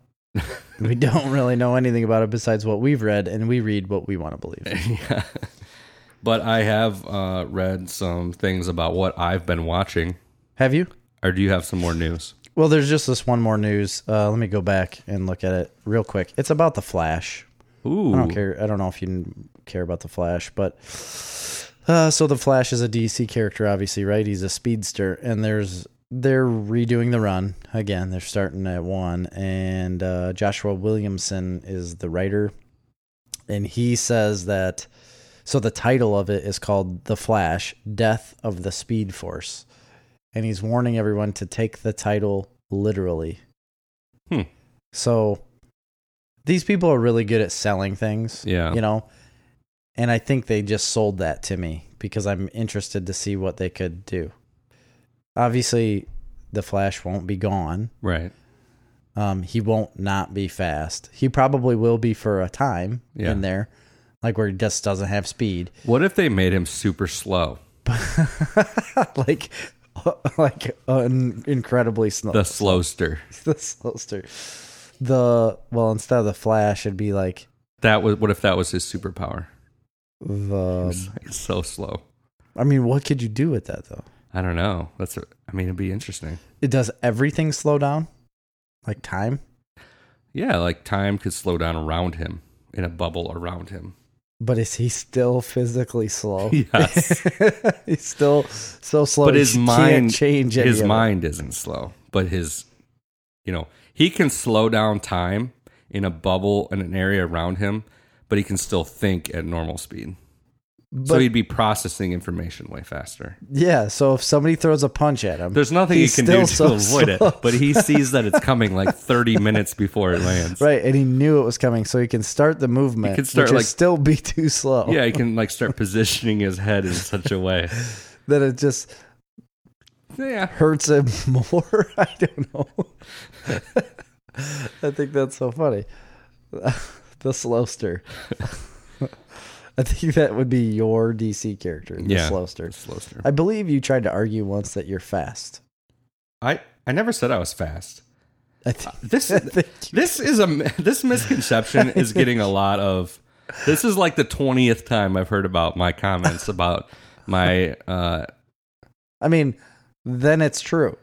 C: we don't really know anything about it besides what we've read, and we read what we want to believe.
A: yeah. But I have uh, read some things about what I've been watching.
C: Have you?
A: Or do you have some more news?
C: Well, there's just this one more news. Uh, let me go back and look at it real quick. It's about the Flash.
A: Ooh,
C: I don't care. I don't know if you n- care about the Flash, but uh, so the Flash is a DC character, obviously, right? He's a speedster, and there's they're redoing the run again. They're starting at one, and uh, Joshua Williamson is the writer, and he says that. So the title of it is called "The Flash: Death of the Speed Force," and he's warning everyone to take the title literally
A: Hmm.
C: So these people are really good at selling things.
A: Yeah.
C: You know, and I think they just sold that to me because I'm interested to see what they could do. Obviously, the Flash won't be gone.
A: Right.
C: Um, he won't not be fast. He probably will be for a time
A: Yeah.
C: in there, like where he just doesn't have speed.
A: What if they made him super slow?
C: like like an incredibly slow
A: The slowster.
C: the slowster the well instead of the flash it'd be like
A: That was what if that was his superpower?
C: the
A: It's so slow.
C: i mean what could you do with that though
A: I don't know. That's a, I mean it'd be interesting.
C: it does everything slow down like time
A: Yeah, like time could slow down around him in a bubble around him.
C: but is he still physically slow
A: Yes.
C: he's still so slow
A: but
C: he
A: his
C: can't
A: mind
C: change any
A: his
C: of it.
A: mind isn't slow, but his you know, he can slow down time in a bubble in an area around him, but he can still think at normal speed. so
C: But-
A: he'd be processing information way faster.
C: yeah so if somebody throws a punch at him
A: There's nothing
C: He's
A: he can do to
C: still so
A: avoid it,
C: slow.
A: but he sees that it's coming like 30 minutes before it lands.
C: Right, and he knew it was coming, so he can start the movement.
A: could start,
C: which
A: like-
C: is still be too slow.
A: Yeah, he can like start positioning his head in such a way.
C: that it just
A: Yeah.
C: hurts him more. I don't know. I think that's so funny. the slowster. I think that would be your DC character, the
A: Yeah.
C: slowster.
A: Slowster.
C: I believe you tried to argue once that you're fast.
A: I I never said I was fast.
C: I think
A: This
C: I think-
A: this is a this misconception is getting a lot of this is like the 20th time I've heard about my comments about my uh
C: I mean, then it's true.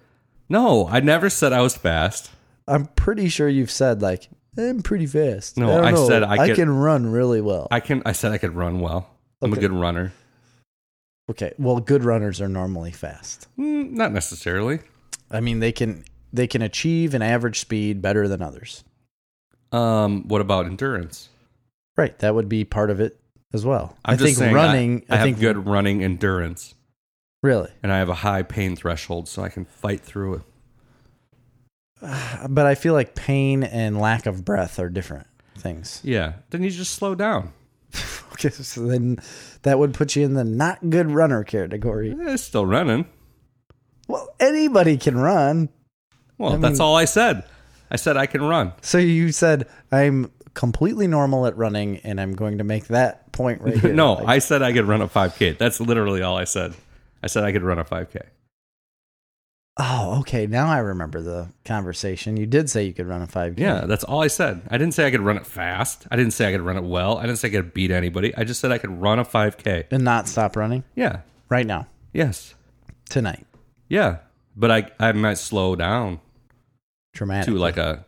A: no, I never said I was fast.
C: I'm pretty sure you've said like I'm pretty fast.
A: No,
C: don't
A: I
C: know.
A: said I could-
C: can run really well.
A: I can I said I could run well. I'm a
C: Okay.
A: good runner.
C: Okay. Well, good runners are normally fast.
A: Mm, not necessarily.
C: I mean, they can they can achieve an average speed better than others.
A: Um what about endurance?
C: Right. That would be part of it as well.
A: I'm
C: I
A: just
C: think
A: saying
C: running.
A: I, I, have
C: think
A: good running endurance,
C: Really,
A: and I have a high pain threshold, so I can fight through it.
C: but I feel like pain and lack of breath are different things.
A: Yeah. Then you just slow down.
C: Okay, so then that would put you in the not good runner category.
A: Eh, It's still running.
C: Well, anybody can run.
A: Well, that's all I said. I said I can run.
C: So you said I'm completely normal at running, and I'm going to make that point right here.
A: no,
C: Like,
A: I said I could run a 5K. That's literally all I said. I said I could run a 5K.
C: oh, okay. Now I remember the conversation. You did say you could run a five.
A: Yeah, that's all I said. I didn't say I could run it fast. I didn't say I could run it well. I didn't say I could beat anybody. I just said I could run a 5K.
C: and not stop running
A: Yeah.
C: right now
A: Yes.
C: tonight.
A: Yeah. But I I might slow down
C: Dramatic.
A: to like a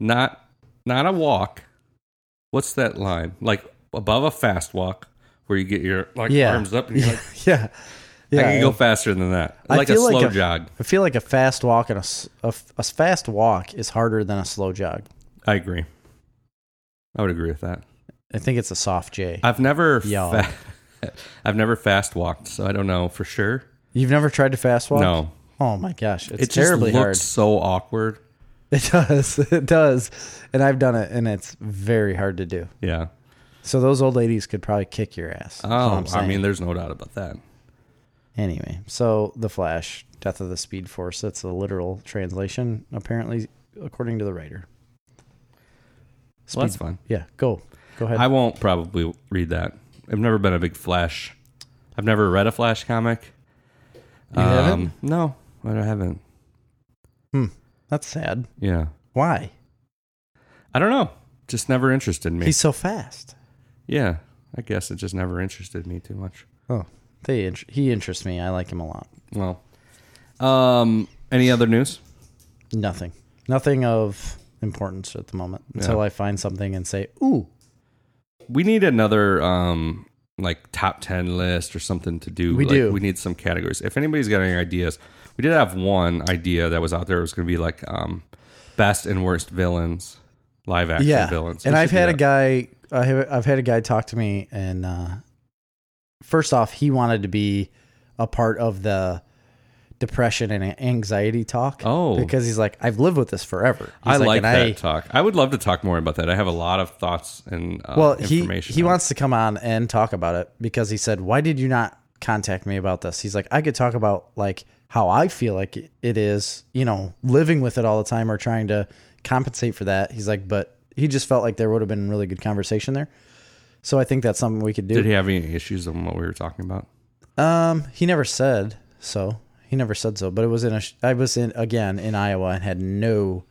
A: not not a walk. What's that line? Like above a fast walk where you get your like
C: Yeah.
A: arms up and you're like
C: yeah. Yeah.
A: I can go faster than that. Like a
C: feel
A: slow
C: like a-
A: jog.
C: I feel like a fast walk and a, s- a f- a fast walk is harder than a slow jog.
A: I agree. I would agree with that.
C: I think it's a soft J.
A: I've never
C: Yo.
A: fa- I've never fast walked, so I don't know for sure.
C: You've never tried to fast walk?
A: No.
C: Oh my gosh, it's
A: It just
C: terribly
A: looks
C: hard.
A: so awkward.
C: It does. It does. And I've done it and it's very hard to do.
A: Yeah.
C: So those old ladies could probably kick your ass. is what
A: Oh,
C: I'm
A: I
C: saying.
A: mean there's no doubt about that.
C: Anyway, so The Flash, Death of the Speed Force, that's the literal translation apparently according to the writer.
A: Well, that's fine.
C: Yeah, go. Go ahead.
A: I won't probably read that. I've never been a big Flash. I've never read a Flash comic. Um,
C: You haven't?
A: No, I haven't.
C: Hmm, That's sad.
A: Yeah,
C: Why?
A: I don't know. Just never interested me.
C: He's so fast.
A: yeah, I guess it just never interested me too much.
C: Oh, they int- he interests me. I like him a lot.
A: Well, um, any other news?
C: Nothing. Nothing of importance at the moment until
A: Yeah.
C: I find something and say, "Ooh,
A: We need another um, like top ten list or something to do.
C: We
A: Like,
C: do.
A: We need some categories. If anybody's got any ideas, we did have one idea that was out there. It was going to be like um, best and worst villains, live action
C: yeah."
A: villains.
C: And
A: We
C: I've
A: should do
C: had a
A: that.
C: guy. I have, I've had a guy talk to me, and uh, first off, he wanted to be a part of the depression and anxiety talk.
A: Oh.
C: because he's like, I've lived with this forever. He's
A: I like,
C: "And
A: that
C: I-
A: talk. I would love to talk more about that. I have a lot of thoughts and uh,
C: well, he
A: information.
C: he
A: on it.
C: wants to come on and talk about it because he said, "Why did you not contact me about this?" He's like, "I could talk about like how I feel like it is, you know, living with it all the time or trying to compensate for that." He's like, "But he just felt like there would have been really good conversation there." So I think that's something we could do.
A: Did he have any issues on what we were talking about?
C: Um, he never said so. He never said so. But it was in a. sh- I was in again in Iowa and had no,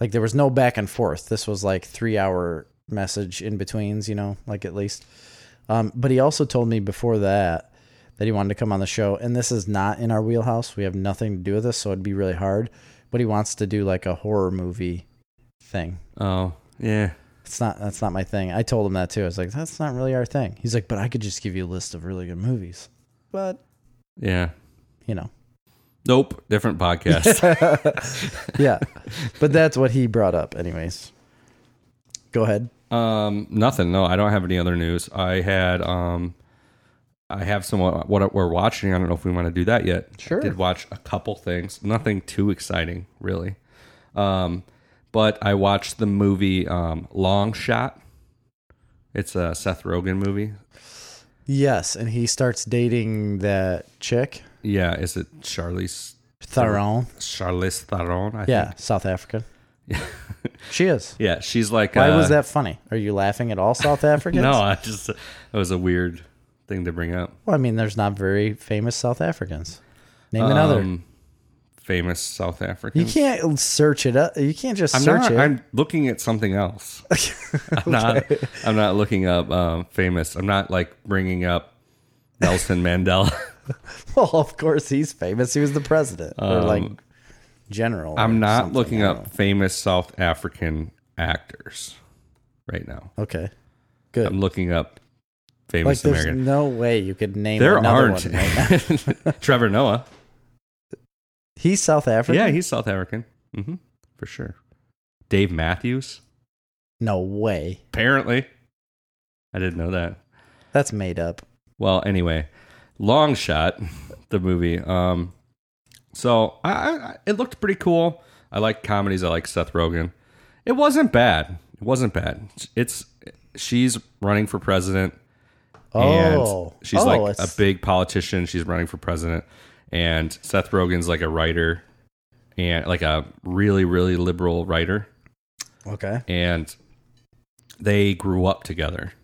C: like there was no back and forth. This was like three hour message in betweens. You know, like at least. Um, but he also told me before that that he wanted to come on the show, and this is not in our wheelhouse. We have nothing to do with this, so it'd be really hard. But he wants to do like a horror movie thing.
A: Oh, yeah.
C: It's not. That's not my thing. I told him that too. I was like, that's not really our thing. He's like, but I could just give you a list of really good movies. But
A: Yeah.
C: you know.
A: Nope. Different podcast.
C: yeah. But that's what he brought up, anyways. Go ahead.
A: um, nothing. No, I don't have any other news. I had, um, I have some uh, what, what we're watching. I don't know if we want to do that yet.
C: Sure.
A: I did watch a couple things. Nothing too exciting, really. Um, but I watched the movie um, Long Shot. It's a Seth Rogen movie.
C: Yes, and he starts dating that chick,
A: Yeah, is it Charlize
C: Theron.
A: Charlize Theron? I
C: Yeah, South African. she is.
A: Yeah, she's like.
C: Why
A: uh,
C: was that funny? Are you laughing at all South Africans?
A: No, I just that was a weird thing to bring up.
C: Well, I mean, there's not very famous South Africans. Name another.
A: Um, famous South
C: You
A: African.
C: can't search it up. You can't just
A: I'm
C: search
A: not.
C: it.
A: I'm looking at something else. I'm not. I'm not looking up um, famous. I'm not like bringing up Nelson Mandela.
C: well, of course, he's famous. He was the president or like general.
A: I'm
C: or
A: not
C: something.
A: looking up famous South African actors right now.
C: Okay.
A: I'm looking up
C: Like,
A: famous
C: there's
A: American.
C: no way you could name
A: There
C: another
A: aren't.
C: one. right?
A: Trevor Noah.
C: He's South African.
A: Yeah, he's South African. hmm for sure. Dave Matthews.
C: No way.
A: Apparently. I didn't know that.
C: That's made up.
A: Well, anyway, Long Shot, the movie. Um, so I, I, I- it looked pretty cool. I like comedies. I like Seth Rogen. It wasn't bad. It wasn't bad. It's she's running for president.
C: Oh,
A: and she's
C: oh,
A: like a
C: it's-
A: big politician. She's running for president, and Seth Rogen's like a writer, and like a really really liberal writer.
C: Okay.
A: and they grew up together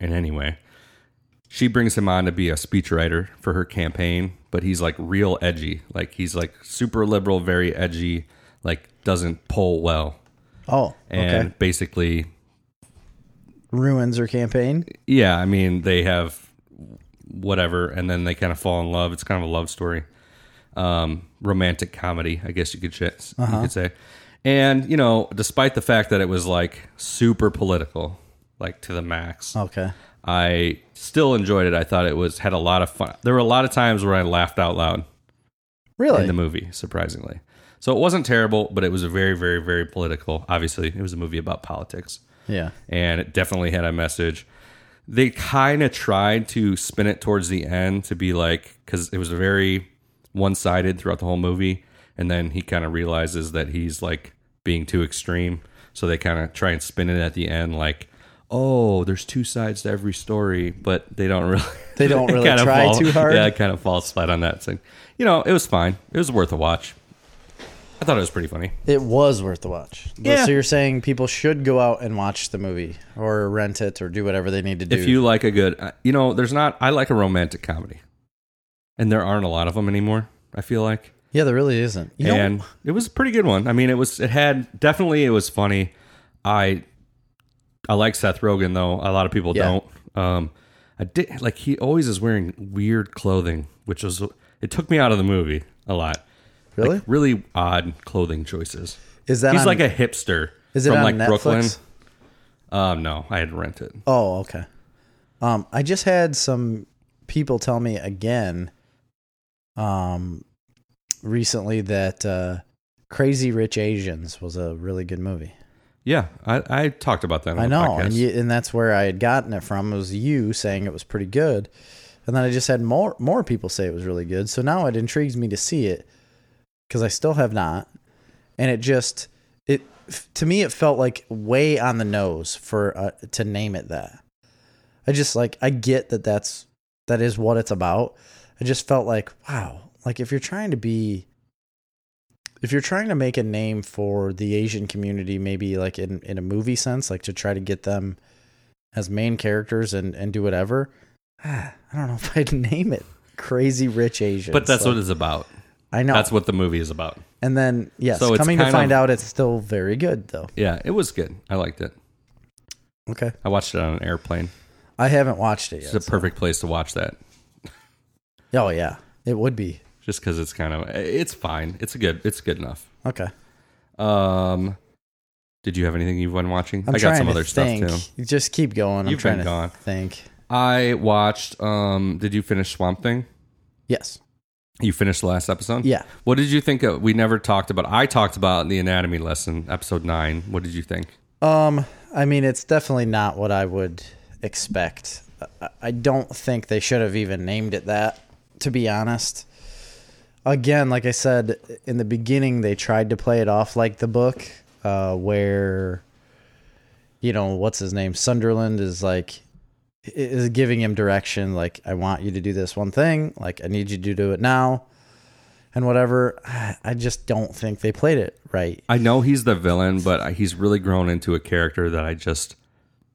A: in any way. She brings him on to be a speechwriter for her campaign, but he's like real edgy. Like he's like super liberal, very edgy, like doesn't poll well.
C: Oh,
A: And
C: okay.
A: basically,
C: Ruins her campaign.
A: yeah, I mean, they have whatever, and then they kind of fall in love. It's kind of a love story, um, romantic comedy, I guess you could, sh- you could say. And you know, despite the fact that it was like super political, like to the max,
C: Okay.
A: I still enjoyed it. I thought it was had a lot of fun. There were a lot of times where I laughed out loud
C: Really?
A: in the movie, surprisingly. So it wasn't terrible, but it was very, very, very political. Obviously, it was a movie about politics
C: yeah.
A: and it definitely had a message. They kind of tried to spin it towards the end to be like, because it was very one sided throughout the whole movie. And then he kind of realizes that he's like being too extreme. So they kind of try and spin it at the end like, oh, there's two sides to every story, but they don't really.
C: They don't really
A: kinda
C: try
A: fall-
C: too hard.
A: Yeah, kind of falls flat on that thing. You know, it was fine. It was worth a watch. I thought it was pretty funny.
C: It was worth the watch.
A: Yeah.
C: So you're saying people should go out and watch the movie or rent it or do whatever they need to do.
A: if you like a good uh, you know there's not i like a romantic comedy and there aren't a lot of them anymore i feel like
C: yeah, there really isn't. You know,
A: and it was a pretty good one i mean it was it had definitely it was funny i i like seth rogen though a lot of people
C: Yeah.
A: don't um i did like he always is wearing weird clothing which was it took me out of the movie a lot
C: really?
A: Like, really odd clothing choices
C: is that
A: he's
C: on-
A: like a hipster
C: Is it
A: from
C: on
A: like
C: Netflix?
A: brooklyn um no i had to rent it
C: Oh, okay. Um, I just had some people tell me again, um, recently that uh, Crazy Rich Asians was a really good movie.
A: yeah i i talked about that on
C: I
A: the
C: know,
A: podcast.
C: and you, and that's where I had gotten it from. was you saying it was pretty good, And then I just had more more people say it was really good. So now it intrigues me to see it because I still have not. And it just it f- to me it felt like way on the nose for uh, to name it that. I just like I get that that's that is what it's about. I just felt like wow, like if you're trying to be if you're trying to make a name for the Asian community, maybe like in, in a movie sense, like to try to get them as main characters and, and do whatever, ah, I don't know if I'd name it Crazy Rich Asians.
A: But that's
C: Like,
A: what it's about.
C: I know.
A: That's what the movie is about.
C: and then, yes,
A: So it's
C: coming to
A: kind
C: find
A: of-
C: out, it's still very good though.
A: Yeah, it was good. I liked it.
C: Okay.
A: I watched it on an airplane.
C: I haven't watched it
A: It's
C: yet.
A: a perfect place to watch that,
C: oh, yeah. It would be.
A: just because it's kind of it's fine. It's a good. It's good enough.
C: Okay.
A: Um, did you have anything you've been watching?
C: I'm
A: I
C: trying
A: got some
C: to
A: other
C: think.
A: stuff too.
C: You Just keep going. I'm
A: You've
C: trying
A: been
C: to
A: gone.
C: think.
A: I watched. Um, did you finish Swamp Thing?
C: Yes.
A: You finished the last episode.
C: Yeah.
A: What did you think of? We never talked about. I talked about the anatomy lesson, episode nine. What did you think?
C: Um, I mean, it's definitely not what I would expect. I- I don't think they should have even named it that, to be honest. Again, like I said in the beginning, they tried to play it off like the book, uh, where, you know, what's his name? Sunderland is like, i- is giving him direction, like, I want you to do this one thing, like, I need you to do it now, and whatever. I I just don't think they played it right.
A: I know he's the villain, but I- he's really grown into a character that I just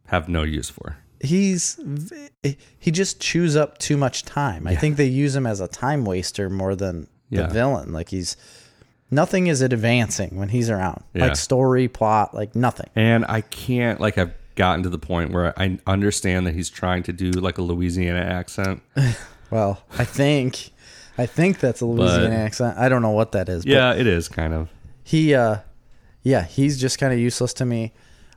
A: have no use for.
C: he's v- he just chews up too much time. I think they use him as a time waster more than
A: Yeah.
C: the villain. Like he's nothing is advancing when he's around.
A: Yeah.
C: Like story, plot, like nothing.
A: And I can't like I've gotten to the point where I understand that he's trying to do like a Louisiana accent.
C: Well, I think I think that's a Louisiana accent. I don't know what that is.
A: Yeah, it is kind of.
C: But he uh yeah, he's just kind of useless to me.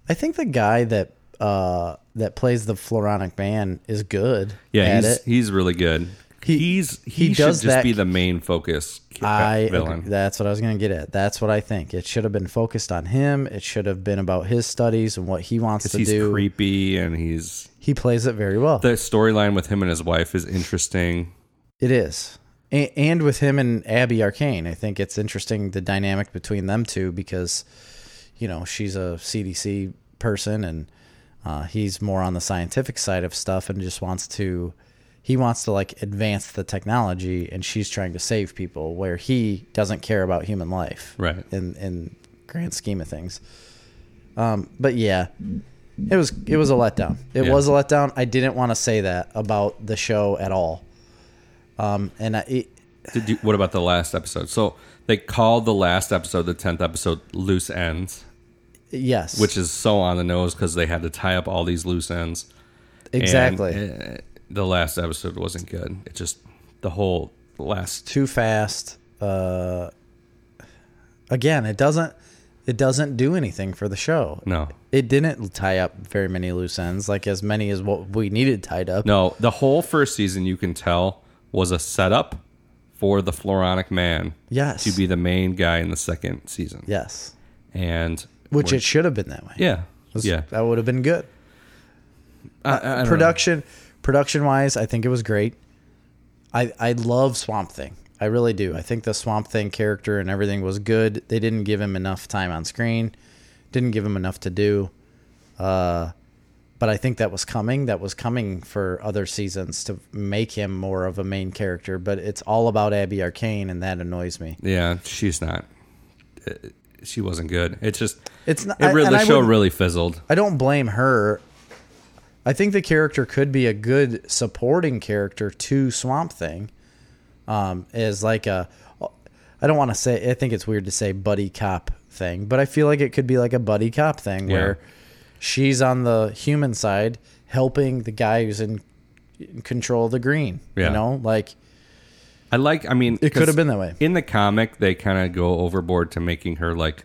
C: I think the guy that uh that plays the Floronic man is good
A: Yeah,
C: at
A: he's,
C: it.
A: he's really good.
C: He-
A: he's he,
C: he
A: should
C: does
A: just
C: that-
A: be the main focus ca- uh,
C: I agree.
A: villain.
C: that's what I was going to get at. That's what I think. It should have been focused on him. It should have been about his studies and what he wants to
A: He's
C: do.
A: creepy and he's
C: He plays it very well.
A: the storyline with him and his wife is interesting.
C: it is. A- and with him and Abby Arcane, I think it's interesting the dynamic between them two because you know, she's a CDC person and uh, he's more on the scientific side of stuff and just wants to he wants to like advance the technology and she's trying to save people where he doesn't care about human life.
A: Right.
C: in in grand scheme of things. Um, but yeah, it was it was a letdown. It
A: Yeah.
C: was a letdown. I didn't want to say that about the show at all. Um, and I, it,
A: Did you, what about the last episode? So they called the last episode, the tenth episode, loose ends,
C: yes,
A: which is so on the nose because they had to tie up all these loose ends. And,
C: exactly
A: eh, the last episode wasn't good. It just the whole last.
C: too fast. Uh, again, it doesn't it doesn't do anything for the show.
A: No,
C: It didn't tie up very many loose ends, like as many as what we needed tied up.
A: no, the whole first season you can tell was a setup for the Floronic Man
C: Yes.
A: to be the main guy in the second season.
C: Yes.
A: and
C: Which it should have been that way.
A: yeah, yeah.
C: That would have been good.
A: I- I don't know.
C: production production wise, I think it was great. I I love Swamp Thing. I really do. I think the Swamp Thing character and everything was good. They didn't give him enough time on screen. Didn't give him enough to do. Uh but I think that was coming. That was coming for other seasons to make him more of a main character. But it's all about Abby Arcane, and that annoys me.
A: Yeah, she's not. uh, She wasn't good. It's just
C: It's not.
A: it.
C: I-
A: Re-
C: and
A: the
C: I
A: show
C: wouldn't-
A: really fizzled.
C: I don't blame her. I think the character could be a good supporting character to Swamp Thing. Um, is like a, I don't want to say. I think it's weird to say buddy cop thing, but I feel like it could be like a buddy cop thing where she's on the human side helping the guy who's in, in control of the green.
A: Yeah.
C: You know, like
A: I like. I mean,
C: it could
A: 'cause
C: have been that way.
A: in the comic. They kind of go overboard to making her like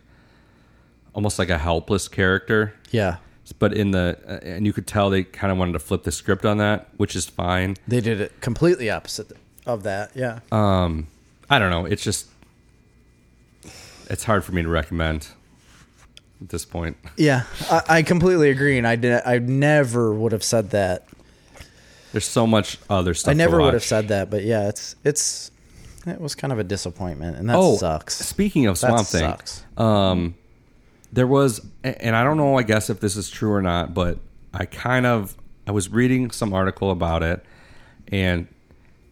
A: almost like a helpless character.
C: yeah,
A: But in the uh, and you could tell they kind of wanted to flip the script on that, which is fine.
C: they did it completely opposite of that. Yeah.
A: I don't know. It's just it's hard for me to recommend at this point.
C: Yeah, I, I completely agree, and I did. I never would have said that
A: There's so much other stuff.
C: I never
A: to
C: would have
A: watch.
C: said that, but yeah, it's it's it was kind of a disappointment, and that
A: Oh,
C: sucks.
A: Speaking of
C: That
A: Swamp Thing, um,
C: sucks.
A: there was and i don't know i guess if this is true or not but i kind of i was reading some article about it and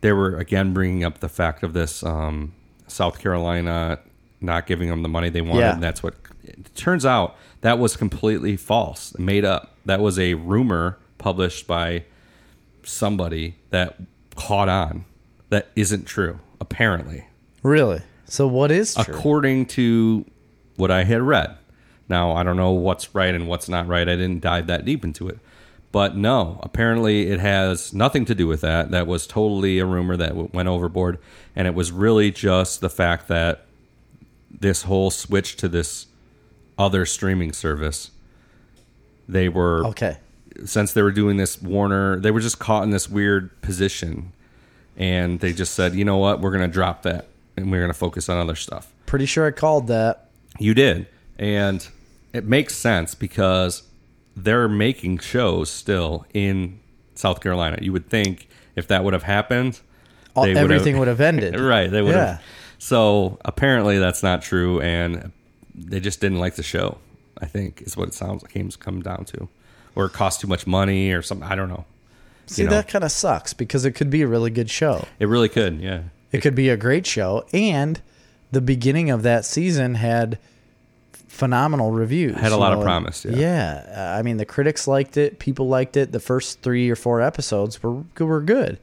A: they were again bringing up the fact of this um, south carolina not giving them the money they wanted
C: Yeah.
A: and that's what it turns out that was completely false made up that was a rumor published by somebody that caught on that isn't true apparently
C: Really? So what is
A: Uh,
C: true?
A: according to what I had read. Now, I don't know what's right and what's not right. I didn't dive that deep into it. But no, apparently it has nothing to do with that. That was totally a rumor that w- went overboard. And it was really just the fact that this whole switch to this other streaming service, they were
C: okay.
A: since they were doing this Warner, they were just caught in this weird position, and they just said, you know what, we're gonna drop that and we're gonna focus on other stuff.
C: Pretty sure I called that.
A: You did, and it makes sense because they're making shows still in South Carolina. You would think if that would have happened,
C: All,
A: they would've-
C: everything would have ended.
A: right? They would
C: Yeah.
A: have. So apparently that's not true, and they just didn't like the show. I think is what it sounds like. Games come down to, or it cost too much money, or something. I don't know.
C: See,
A: you know.
C: that kind of sucks because it could be a really good show.
A: It really could, yeah.
C: It could be a great show, and the beginning of that season had phenomenal reviews.
A: Had a
C: you
A: lot of
C: know,
A: promise, yeah.
C: yeah. Uh, I mean, the critics liked it. People liked it. The first three or four episodes were were good.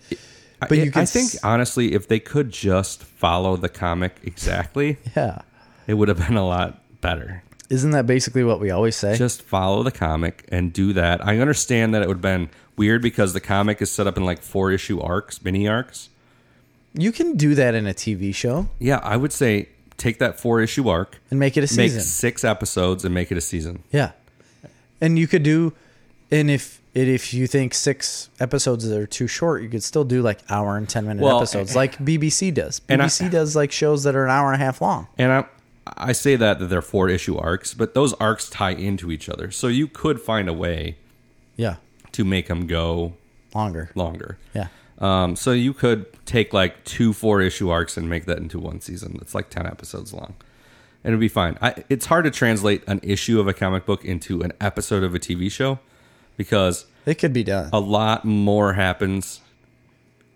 C: But
A: I,
C: you can
A: I think
C: s-
A: honestly, if they could just follow the comic exactly,
C: Yeah.
A: it would have been a lot better.
C: Isn't that basically what we always say?
A: Just follow the comic and do that. I understand that it would have been weird because the comic is set up in like four issue arcs, mini arcs.
C: you can do that in a TV show
A: Yeah, I would say take that four issue arc,
C: and make it a
A: make
C: season.
A: six episodes, and make it a season.
C: Yeah. And you could do and if and if you think six episodes are too short, you could still do like hour and ten minute
A: Well, eh,
C: episodes like BBC does.
A: and I-
C: BBC does like shows that are an hour and a half long.
A: And I I say that that they're four issue arcs, but those arcs tie into each other, so you could find a way
C: Yeah.
A: to make them go
C: Longer.
A: longer.
C: Yeah.
A: Um, so you could take like two four issue arcs and make that into one season. It's like ten episodes long, and it'd be fine. I, it's hard to translate an issue of a comic book into an episode of a TV show because
C: It could be done.
A: a lot more happens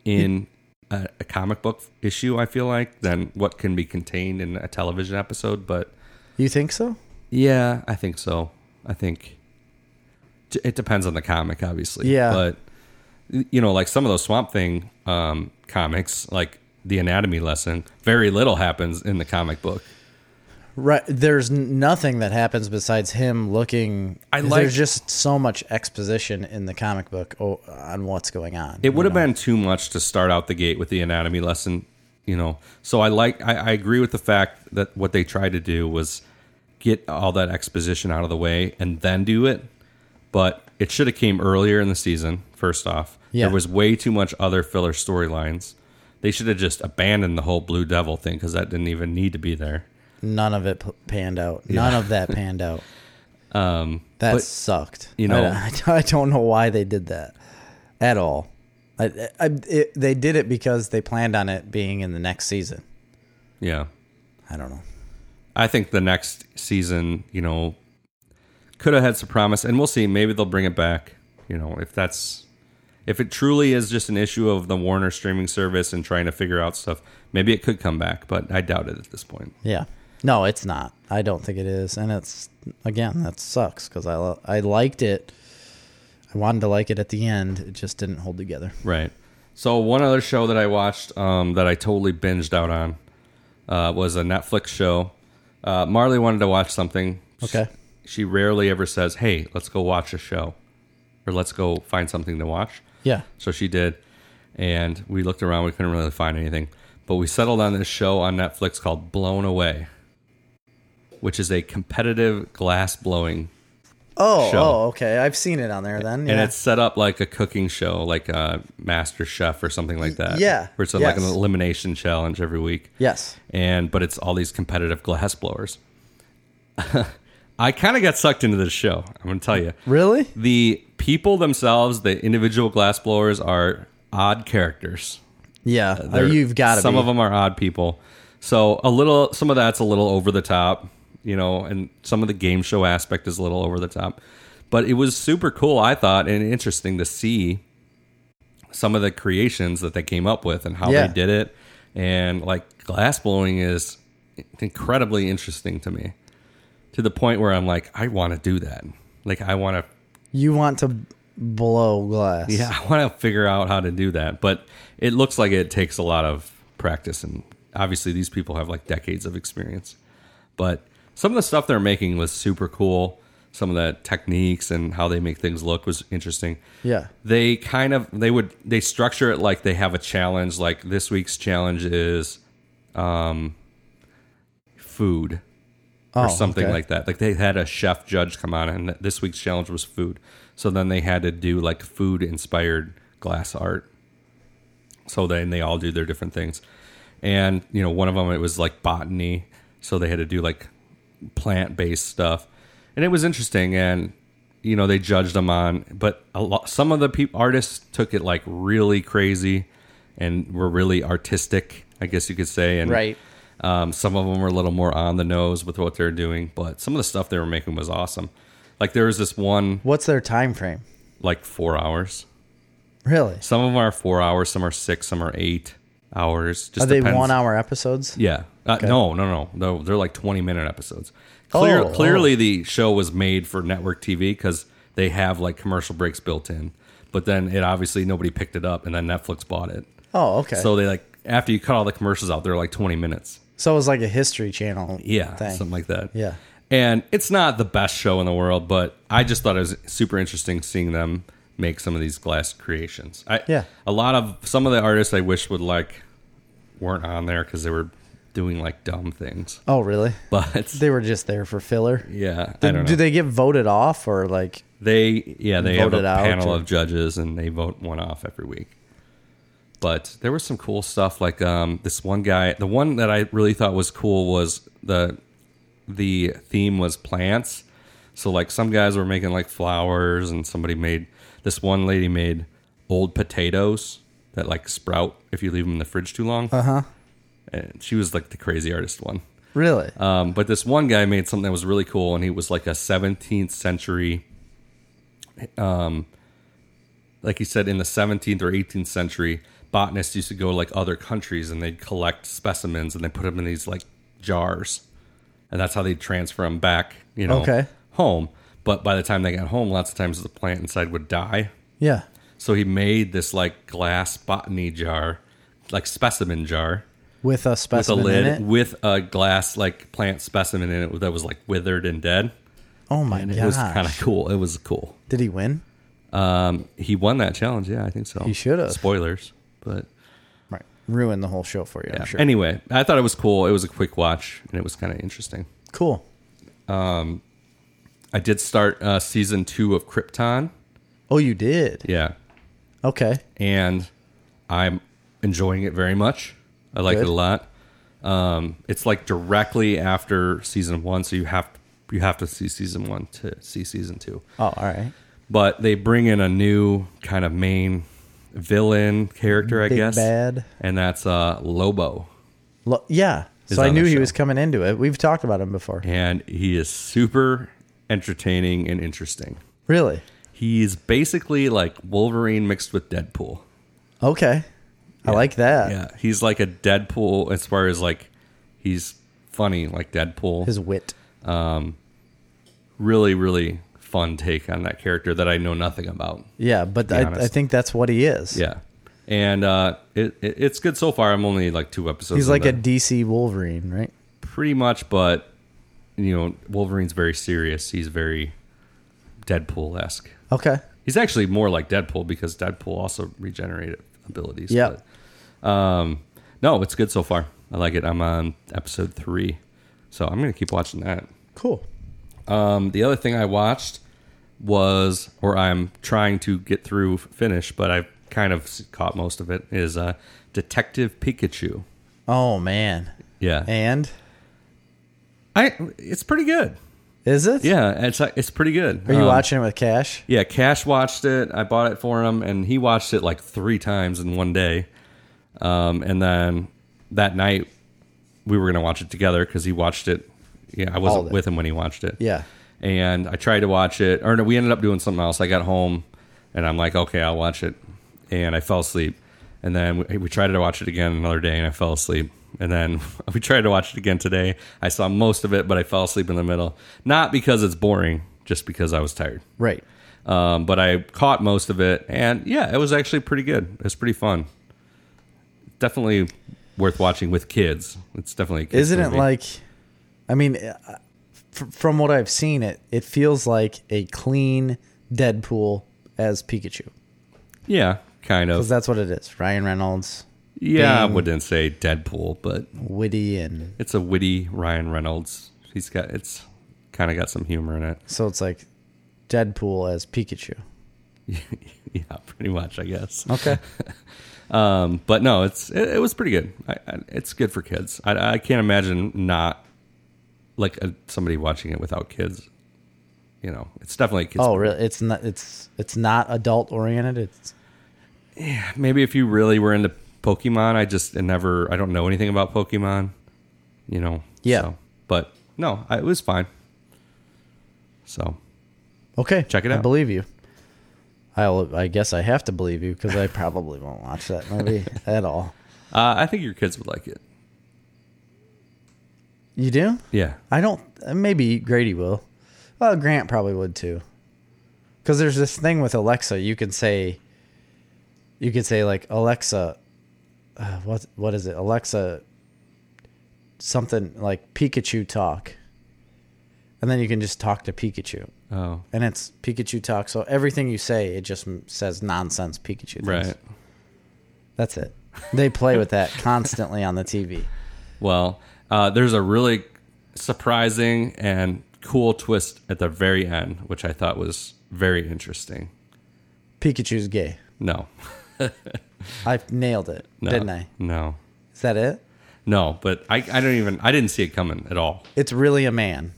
A: in a, a comic book issue. I feel like than what can be contained in a television episode. But
C: You think so?
A: yeah, I think so. I think t- it depends on the comic, obviously.
C: Yeah.
A: But you know, like some of those Swamp Thing um, comics, like the anatomy lesson, very little happens in the comic book.
C: Right. There's n- nothing that happens besides him looking
A: I like-
C: there's just so much exposition in the comic book o- on what's going on.
A: It would have been too much to start out the gate with the anatomy lesson, you know. So I like, I, I agree with the fact that what they tried to do was get all that exposition out of the way and then do it. But it should have came earlier in the season. First off,
C: Yeah.
A: there was way too much other filler storylines. They should have just abandoned the whole Blue Devil thing because that didn't even need to be there.
C: None of it p- panned out. None of that panned out. Um, that
A: but,
C: sucked.
A: you know-
C: I, don't- I don't know why they did that at all. I, I, it, they did it because they planned on it being in the next season.
A: Yeah.
C: I don't know.
A: I think the next season, you know, could have had some promise, and we'll see. Maybe they'll bring it back. You know, if that's if it truly is just an issue of the Warner streaming service and trying to figure out stuff, maybe it could come back. But I doubt it at this point.
C: Yeah, no, it's not. I don't think it is, and it's again that sucks because I lo- I liked it. I wanted to like it at the end. It just didn't hold together.
A: Right. So one other show that I watched um, that I totally binged out on uh, was a Netflix show. Uh, Marley wanted to watch something.
C: Okay.
A: She rarely ever says, "Hey, let's go watch a show," or "Let's go find something to watch."
C: Yeah,
A: So she did. And we looked around, we couldn't really find anything. But we settled on this show on Netflix called Blown Away, which is a competitive glass blowing.
C: Oh,
A: show.
C: oh, okay. I've seen it on there then. Yeah.
A: And it's set up like a cooking show, like a master chef or something like that.
C: yeah,
A: Where it's like an
C: yes.
A: elimination challenge every week.
C: yes.
A: And but it's all these competitive glass blowers. I kind of got sucked into this show. I'm going to tell you.
C: Really?
A: The people themselves, the individual glassblowers, are odd characters.
C: Yeah.
A: They're-
C: Oh, you've got to
A: some
C: be.
A: of them are odd people. So a little, some of that's a little over the top, you know, and some of the game show aspect is a little over the top. But it was super cool, I thought, and interesting to see some of the creations that they came up with and how
C: Yeah.
A: they did it. And like glass blowing is incredibly interesting to me, to the point where I'm like, I want to do that. Like I want to
C: You want to blow glass.
A: yeah, I want to figure out how to do that, but it looks like it takes a lot of practice, and obviously these people have like decades of experience. But some of the stuff they're making was super cool. Some of the techniques and how they make things look was interesting.
C: Yeah.
A: They kind of they would they structure it like they have a challenge. Like this week's challenge is, um, food or
C: Oh,
A: something
C: okay.
A: like that. Like they had a chef judge come on, and this week's challenge was food. So then they had to do like food inspired glass art. So then they all do their different things, and you know one of them it was like botany, so they had to do like plant based stuff, and it was interesting. And you know they judged them on, but a lot some of the peop artists took it like really crazy, and were really artistic, I guess you could say. And
C: Right.
A: um, some of them were a little more on the nose with what they're doing, but some of the stuff they were making was awesome. Like there was this one
C: What's their time frame?
A: like four hours.
C: Really?
A: Some of them are four hours, some are six, some are eight hours. Just
C: Are they
A: depends.
C: one hour episodes?
A: Yeah. Uh, No, no, no, no. They're like twenty minute episodes. Clear,
C: Oh, oh.
A: clearly, the show was made for network TV because they have like commercial breaks built in. But then it obviously nobody picked it up, and then Netflix bought it.
C: Oh, okay. So,
A: So they like after you cut all the commercials out, they're like twenty minutes.
C: it was like a history channel.
A: Yeah,
C: Thing.
A: something like that.
C: Yeah.
A: And it's not the best show in the world, but I just thought it was super interesting seeing them make some of these glass creations. I,
C: Yeah.
A: A lot of some of the artists I wish would like weren't on there because they were doing like dumb things.
C: Oh, really?
A: But
C: They were just there for filler.
A: yeah, I
C: Did,
A: don't know.
C: do they get voted off or like?
A: They yeah they have
C: Vote
A: a
C: it out,
A: panel
C: or-
A: of judges and they vote one off every week. But there was some cool stuff like um, this one guy. The one that I really thought was cool was the the theme was plants. So like some guys were making like flowers and somebody made this one lady made old potatoes that like sprout if you leave them in the fridge too long. Uh
C: Uh-huh.
A: huh. And she was like the crazy artist one.
C: Really?
A: Um, but this one guy made something that was really cool, and he was like a 17th century, um, like he said, in the 17th or 18th century, botanists used to go to like other countries and they'd collect specimens and they put them in these like jars, and that's how they'd transfer them back, you know,
C: Okay.
A: home. But by the time they got home, lots of times the plant inside would die.
C: yeah.
A: So he made this like glass botany jar, like specimen jar
C: With a
A: with a
C: specimen
A: lid
C: in it.
A: with a glass like plant specimen in it that was like withered and dead.
C: Oh my
A: It was
C: gosh.
A: kind of cool. It was cool.
C: Did he win?
A: Um, he won that challenge. Yeah, I think so.
C: He should've.
A: Spoilers, but
C: Right. Ruin the whole show for you.
A: yeah.
C: I'm sure.
A: Anyway, I thought it was cool. It was a quick watch, and it was kind of interesting.
C: cool.
A: I did start uh, season two of Krypton.
C: Oh, you did.
A: Yeah,
C: Okay.
A: and I'm enjoying it very much. I like
C: Good.
A: it a lot. Um, it's like directly after season one, so you have you have to see season one to see season two.
C: Oh, all right.
A: but they bring in a new kind of main villain character, I
C: Big
A: guess,
C: bad.
A: and that's uh, Lobo,
C: Lo- yeah. So I
A: on
C: knew
A: the
C: he
A: show.
C: was coming into it. We've talked about him before.
A: and he is super entertaining and interesting.
C: Really?
A: He's basically like Wolverine mixed with Deadpool.
C: Okay. I like that.
A: Yeah, he's like a Deadpool as far as like he's funny like Deadpool.
C: His wit.
A: really, really fun take on that character that I know nothing about.
C: Yeah, but I, I
A: honest.
C: think that's what he is.
A: Yeah, and uh, it, it it's good so far. I'm only like two episodes.
C: He's
A: in,
C: like
A: but-
C: a DC Wolverine, right?
A: pretty much but you know wolverine's very serious he's very deadpool-esque
C: Okay.
A: he's actually more like deadpool because deadpool also regenerated abilities
C: Yeah.
A: but, um no it's good so far i like it i'm on episode three so i'm gonna keep watching that
C: Cool.
A: um the other thing i watched was or i'm trying to get through finish but i've kind of s- caught most of it is uh detective pikachu
C: Oh man.
A: yeah
C: And
A: i it's pretty good
C: Is it?
A: Yeah, it's it's pretty good.
C: Are you
A: Um,
C: watching it with Cash?
A: Yeah, Cash watched it. I bought it for him, and he watched it like three times in one day. Um, and then that night, we were gonna watch it together because he watched it. Yeah, I
C: All
A: wasn't
C: of it.
A: with him when he watched it.
C: Yeah.
A: and I tried to watch it, or no, we ended up doing something else. I got home, and I'm like, okay, I'll watch it, and I fell asleep. And then we, we tried to watch it again another day, and I fell asleep. And then we tried to watch it again today. I saw most of it, but I fell asleep in the middle. Not because it's boring, just because I was tired
C: Right.
A: um, but I caught most of it, and yeah, it was actually pretty good. It was pretty fun. Definitely worth watching with kids. It's definitely a kids
C: Isn't it
A: movie.
C: like, I mean, uh, fr- from what I've seen, it it feels like a clean Deadpool as Pikachu
A: yeah, kind
C: because
A: of.
C: that's what it is. Ryan Reynolds,
A: Yeah, I
C: being-
A: wouldn't say Deadpool, but
C: witty, and
A: it's a witty Ryan Reynolds. He's got it's kind of got some humor in it.
C: so it's like Deadpool as Pikachu.
A: yeah, pretty much, I guess.
C: Okay.
A: Um, but no, it's it, it was pretty good. I, I, it's good for kids. I, I can't imagine not like a, somebody watching it without kids. You know, it's definitely a kids.
C: oh, really? It's not. It's it's not adult oriented. It's
A: maybe if you really were into Pokemon, I just I never I don't know anything about Pokemon, you know.
C: Yeah.
A: so. but no, I, it was fine. So
C: okay.
A: Check it
C: I
A: out.
C: believe you. I'll. I guess I have to believe you because I probably won't watch that movie at all.
A: uh, I think your kids would like it.
C: You do?
A: Yeah,
C: I don't. uh, Maybe Grady will. Well, Grant probably would too. Because there's this thing with Alexa, you can say. You could say like Alexa, uh, what what is it? Alexa. Something like Pikachu talk. And then you can just talk to Pikachu,
A: oh
C: and it's Pikachu talk. So everything you say, it just m- says nonsense Pikachu. Things.
A: right.
C: That's it. They play with that constantly on the TV.
A: Well, uh, there's a really surprising and cool twist at the very end, which I thought was very interesting.
C: Pikachu's gay.
A: No,
C: I nailed it,
A: no
C: didn't I?
A: No,
C: Is that it?
A: no. But I, I don't even I didn't see it coming at all.
C: It's really a man.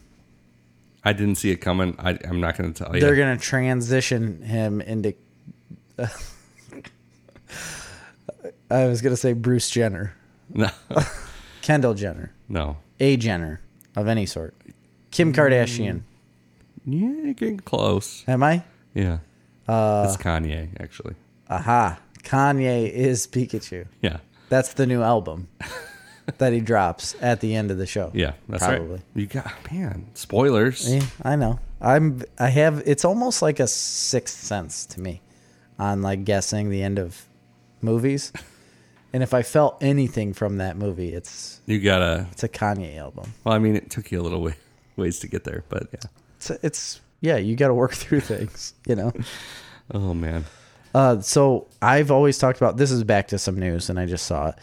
A: I didn't see it coming. I, I'm not going to tell you.
C: They're gonna transition him into. I was gonna say Bruce Jenner,
A: No,
C: Kendall Jenner,
A: no.
C: a Jenner of any sort, Kim Kardashian.
A: Yeah, you're getting close.
C: Am I?
A: Yeah. Uh, it's Kanye, actually.
C: Aha! Kanye is Pikachu.
A: Yeah.
C: That's the new album that he drops at the end of the show.
A: Yeah. That's
C: Probably.
A: right. You got, man, spoilers.
C: Yeah, I know. I'm. I have. It's almost like a sixth sense to me, on like guessing the end of movies, and if I felt anything from that movie, it's
A: You got to,
C: it's a Kanye album.
A: well, I mean, it took you a little way, ways to get there, but yeah.
C: It's it's yeah. You got to work through things, you know.
A: Oh, man.
C: Uh, so I've always talked about this is back to some news, and I just saw it.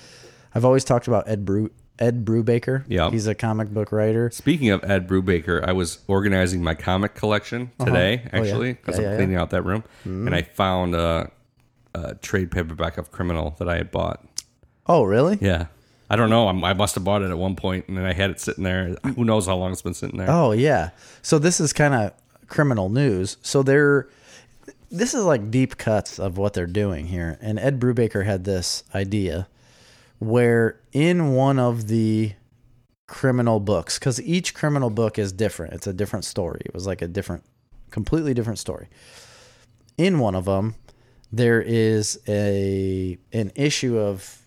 C: I've always talked about Ed Brew Ed Brubaker.
A: Yeah.
C: he's a comic book writer.
A: Speaking of Ed Brubaker, I was organizing my comic collection today,
C: Oh, yeah.
A: actually, because I'm
C: Yeah, yeah, Mm-hmm.
A: cleaning out that room. And I found a, a trade paperback of Criminal that I had bought.
C: Oh, really?
A: Yeah. I don't know. I'm, I must have bought it at one point and then I had it sitting there. Who knows how long it's been sitting there.
C: Oh yeah. So this is kind of criminal news. So they're this is like deep cuts of what they're doing here. And Ed Brubaker had this idea where in one of the criminal books cuz each criminal book is different. It's a different story. It was like a different completely different story. In one of them there is a an issue of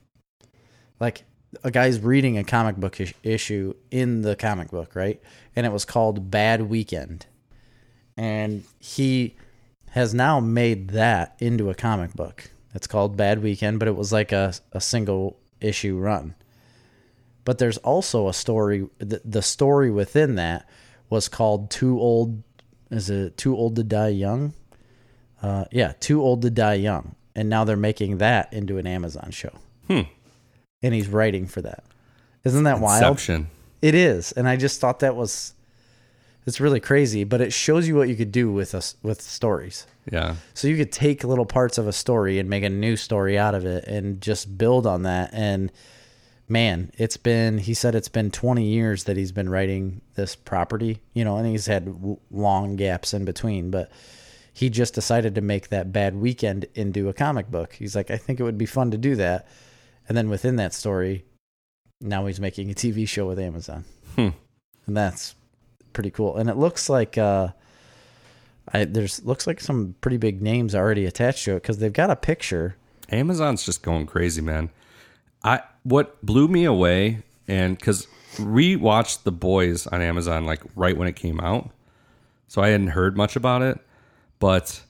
C: like a guy's reading a comic book ish- issue in the comic book, right? And it was called Bad Weekend. And he has now made that into a comic book. It's called Bad Weekend, but it was like a, a single issue run. But there's also a story, the, the story within that was called Too Old, is it Too Old to Die Young? Uh, yeah, Too Old to Die Young. And now they're making that into an Amazon show and he's writing for that. Isn't that wild?
A: Inception.
C: It is, and I just thought that was it's really crazy, but it shows you what you could do with us with stories.
A: Yeah.
C: So you could take little parts of a story and make a new story out of it and just build on that and man, it's been, he said it's been 20 years that he's been writing this property, you know, and he's had w- long gaps in between, but he just decided to make that bad weekend into a comic book. He's like, I think it would be fun to do that. And then within that story, now he's making a TV show with Amazon.
A: Hmm.
C: And that's pretty cool. And it looks like, uh, I, there's looks like some pretty big names already attached to it because they've got a picture.
A: Amazon's just going crazy, man. I what blew me away and cuz rewatched The Boys on Amazon like right when it came out. So I hadn't heard much about it, but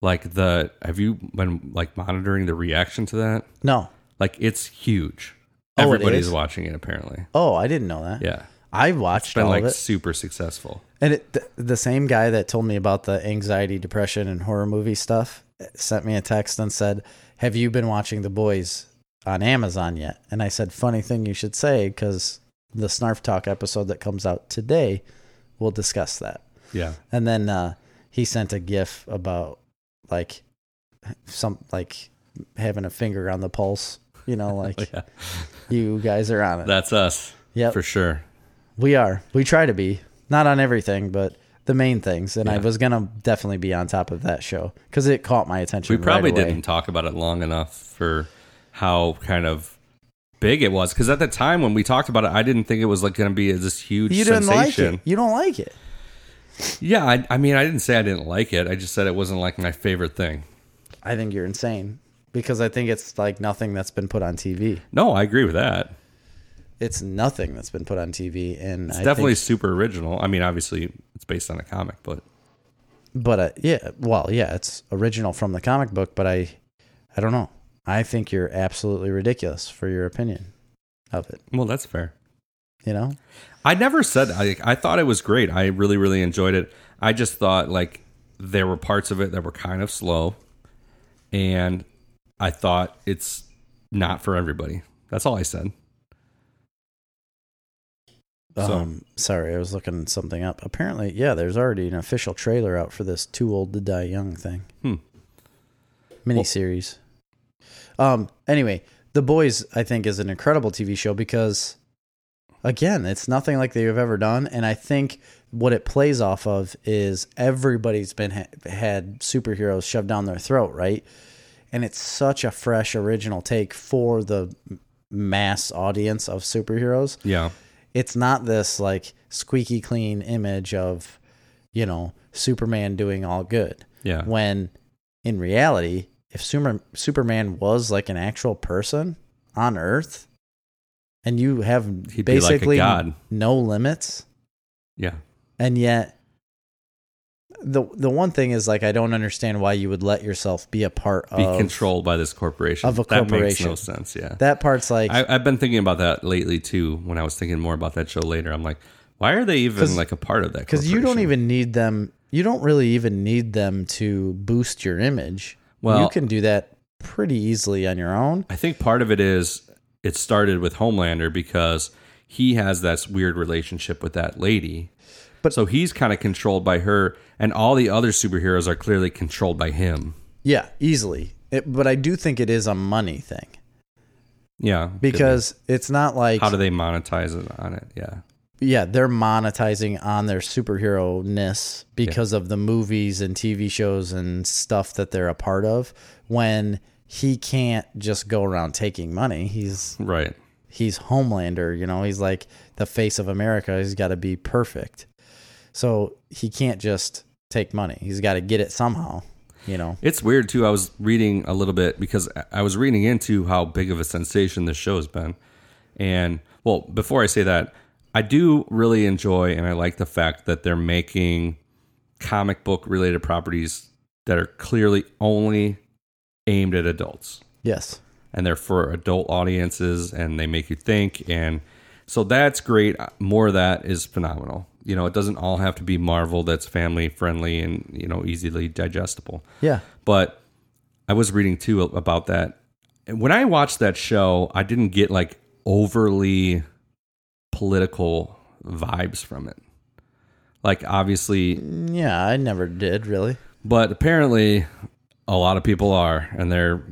A: like the have you been like monitoring the reaction to that?
C: No,
A: Like it's huge.
C: Oh, it
A: Everybody's
C: is?
A: watching it apparently.
C: oh, I didn't know that.
A: Yeah.
C: I
A: It's
C: watched
A: been
C: all
A: like
C: of it,
A: super successful.
C: and it, th- the same guy that told me about the anxiety, depression, and horror movie stuff eh, sent me a text and said, "Have you been watching The Boys on Amazon yet?" And I said, "Funny thing you should say, because the Snarf Talk episode that comes out today will discuss that."
A: Yeah.
C: And then uh, he sent a gif about like some like having a finger on the pulse, you know, like
A: yeah.
C: you guys are on it.
A: That's us
C: Yep.
A: for sure.
C: We are. We try to be. Not on everything, but the main things. And I
A: Yeah.
C: was going to definitely be on top of that show because it caught my attention.
A: We probably
C: right away.
A: didn't talk about it long enough for how kind of big it was. Because at the time when we talked about it, I didn't think it was like going to be this huge
C: You didn't like
A: sensation.
C: it. You don't like it.
A: Yeah, I, I mean, I didn't say I didn't like it. I just said it wasn't like my favorite thing.
C: I think you're insane because I think it's like nothing that's been put on TV.
A: No, I agree with that.
C: It's nothing that's been put on TV. And
A: It's
C: I
A: definitely
C: think-
A: super original. I mean, obviously, it's based on a comic, but
C: but uh, yeah, well, yeah, it's original from the comic book, but I, I don't know. I think you're absolutely ridiculous for your opinion of it.
A: well, that's fair.
C: You know,
A: I never said I, I thought it was great. I really, really enjoyed it. I just thought like there were parts of it that were kind of slow, and I thought it's not for everybody. That's all I said. So-
C: Um, sorry, I was looking something up. Apparently, yeah, there's already an official trailer out for this "Too Old to Die Young" thing,
A: Hmm.
C: miniseries. um, anyway, The Boys I think is an incredible TV show because, again, it's nothing like they've ever done, and I think what it plays off of is everybody's been ha- had superheroes shoved down their throat, right? And it's such a fresh, original take for the m- mass audience of superheroes
A: Yeah,
C: it's not this like squeaky clean image of you know superman doing all good
A: yeah,
C: when in reality if Super- superman was like an actual person on earth and you have
A: He'd be like a
C: basically
A: god.
C: no limits
A: yeah.
C: and yet the the one thing is like i don't understand why you would let yourself be a part
A: Be
C: of
A: controlled by this corporation.
C: of a
A: That makes
C: corporation.
A: no sense. Yeah,
C: that part's like
A: I, I've been thinking about that lately too. When I was thinking more about that show later, I'm like, why are they even
C: 'Cause-
A: like a part of that?
C: because you don't
A: corporation?
C: even need them you don't really even need them to boost your image
A: Well-
C: you can do that pretty easily on your own
A: I think part of it is it started with Homelander because he has this weird relationship with that lady.
C: But-
A: so he's kind of controlled by her, and all the other superheroes are clearly controlled by him.
C: yeah easily it, but i do think it is a money thing
A: Yeah, could be.
C: because it's not like
A: how do they monetize it on it? Yeah,
C: yeah they're monetizing on their superhero ness because of the movies and tv shows and stuff that they're a part of when he can't just go around taking money he's
A: right.
C: he's Homelander, you know, he's like the face of America. He's got to be perfect. So he can't just take money. He's got to get it somehow, you know.
A: It's weird too. I was reading a little bit because I- I was reading into how big of a sensation this show has been. And well, before I say that, I do really enjoy and I like the fact that they're making comic book related properties that are clearly only aimed at adults
C: Yes.
A: and they're for adult audiences and they make you think and so that's great more of that is phenomenal you know it doesn't all have to be marvel that's family friendly and you know easily digestible
C: Yeah.
A: but I was reading too about that. And When I watched that show, I didn't get like overly political vibes from it. Like obviously,
C: Yeah, I never did really.
A: but apparently a lot of people are and they're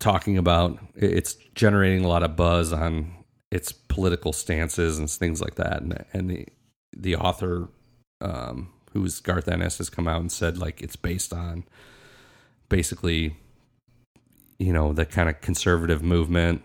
A: talking about it's generating a lot of buzz on its political stances and things like that. And and the the author, um, who is Garth Ennis, has come out and said like it's based on basically, you know, the kind of conservative movement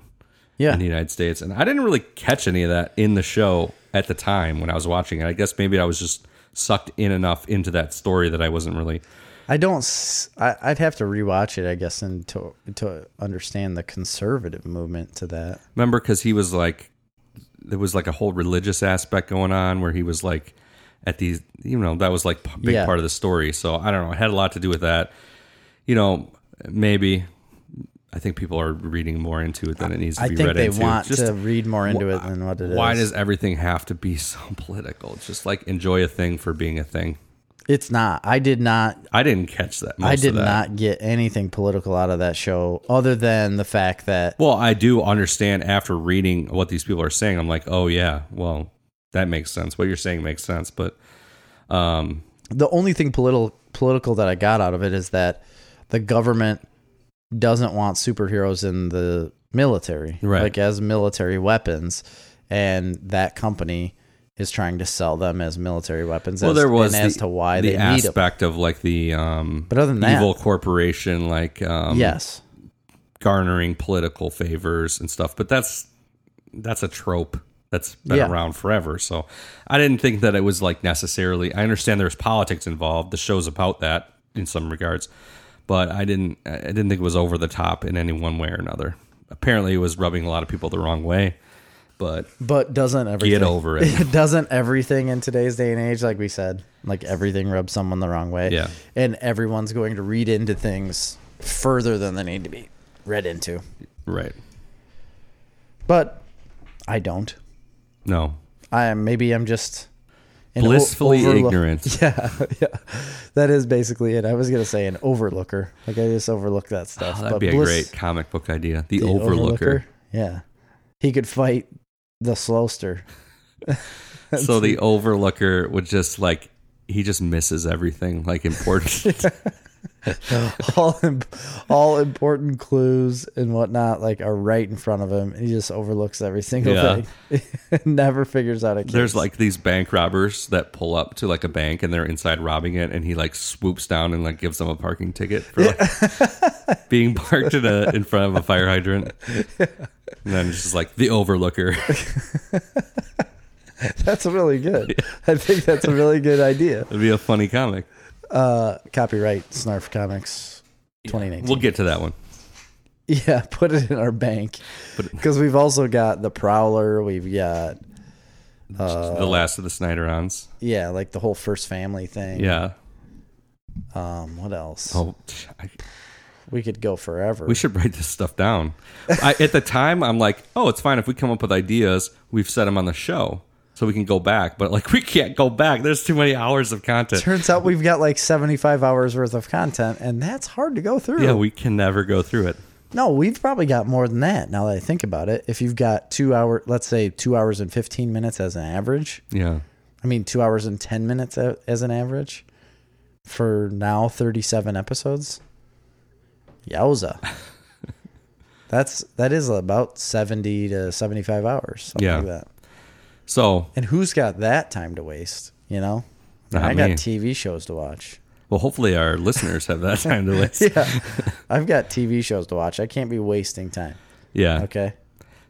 C: Yeah.
A: in the United States. And I didn't really catch any of that in the show at the time when I was watching it. I guess maybe I was just sucked in enough into that story that I wasn't really
C: I don't. s- I, would have to rewatch it, I guess, and to to understand the conservative movement to that.
A: remember because he was like there was like a whole religious aspect going on where he was like at these you know that was like a big
C: Yeah.
A: part of the story so i don't know it had a lot to do with that you know maybe i think people are reading more into it than it needs to
C: I
A: be
C: think
A: read
C: they
A: into
C: want
A: Just-
C: to read more into it than what it is.
A: why does everything have to be so political It's just like enjoy a thing for being a thing
C: it's not? I did not.
A: i didn't catch that most
C: I
A: of
C: did
A: that.
C: not get anything political out of that show, other than the fact that
A: Well, I do understand after reading what these people are saying. I'm like, oh yeah, well that makes sense. What you're saying makes sense, but um,
C: the only thing political political that I got out of it is that the government doesn't want superheroes in the military,
A: Right.
C: like as military weapons, and that company is trying to sell them as military weapons.
A: well,
C: as,
A: there was
C: and as to why
A: the
C: they need them.
A: aspect of like the um,
C: But other than that-
A: evil corporation, like um,
C: Yes,
A: garnering political favors and stuff. But that's that's a trope that's been
C: Yeah.
A: around forever. So I didn't think that it was like necessarily. I understand there's politics involved. The show's about that in some regards, but I didn't. I didn't think it was over the top in any one way or another. Apparently, it was rubbing a lot of people the wrong way. But
C: but doesn't everything
A: over it.
C: doesn't everything in today's day and age, like we said, like everything rubs someone the wrong way.
A: Yeah.
C: and everyone's going to read into things further than they need to be read into.
A: right,
C: But I don't.
A: no,
C: I maybe I'm just an o-
A: blissfully
C: overlo-
A: ignorant.
C: Yeah, yeah, that is basically it. I was gonna say an overlooker, like I just overlook that stuff.
A: Oh, That'd
C: but
A: be a
C: bliss-
A: great comic book idea. The,
C: the
A: Overlooker.
C: yeah, he could fight the slowster.
A: so the Overlooker would just like he just misses everything like important.
C: all im- all important clues and whatnot, like are right in front of him, and he just overlooks every single
A: Yeah.
C: thing. Never figures out a case.
A: There's like these bank robbers that pull up to like a bank and they're inside robbing it, and he like swoops down and like gives them a parking ticket for like being parked in a in front of a fire hydrant. And then it's just like the overlooker.
C: that's really good. I think that's a really good idea.
A: It'd be a funny comic.
C: Uh, copyright Snarf Comics, 2019.
A: We'll get to that one.
C: Yeah, put it in our bank. Because we've also got the Prowler. We've got,
A: the last of the Snyderons.
C: yeah, like the whole first family thing.
A: Yeah.
C: Um, what else?
A: Oh, I,
C: We could go forever.
A: we should write this stuff down. I, at the time, I'm like, oh, it's fine if we come up with ideas. We've set them on the show, so we can go back. But like, we can't go back. There's too many hours of content.
C: Turns out we've got like 75 hours worth of content, and that's hard to go through.
A: Yeah, we can never go through it.
C: no, we've probably got more than that now that I think about it. If you've got two hour, let's say two hours and 15 minutes as an average,
A: Yeah.
C: I mean, two hours and 10 minutes a- as an average for now 37 episodes. Yowza. That's that is about 70 to 75 hours, something
A: Yeah.
C: like that.
A: So,
C: And who's got that time to waste, you know?
A: Not
C: I got
A: me.
C: TV shows to watch.
A: well, hopefully our listeners have that time to listen.
C: Yeah. I've got TV shows to watch. I can't be wasting time.
A: Yeah.
C: Okay.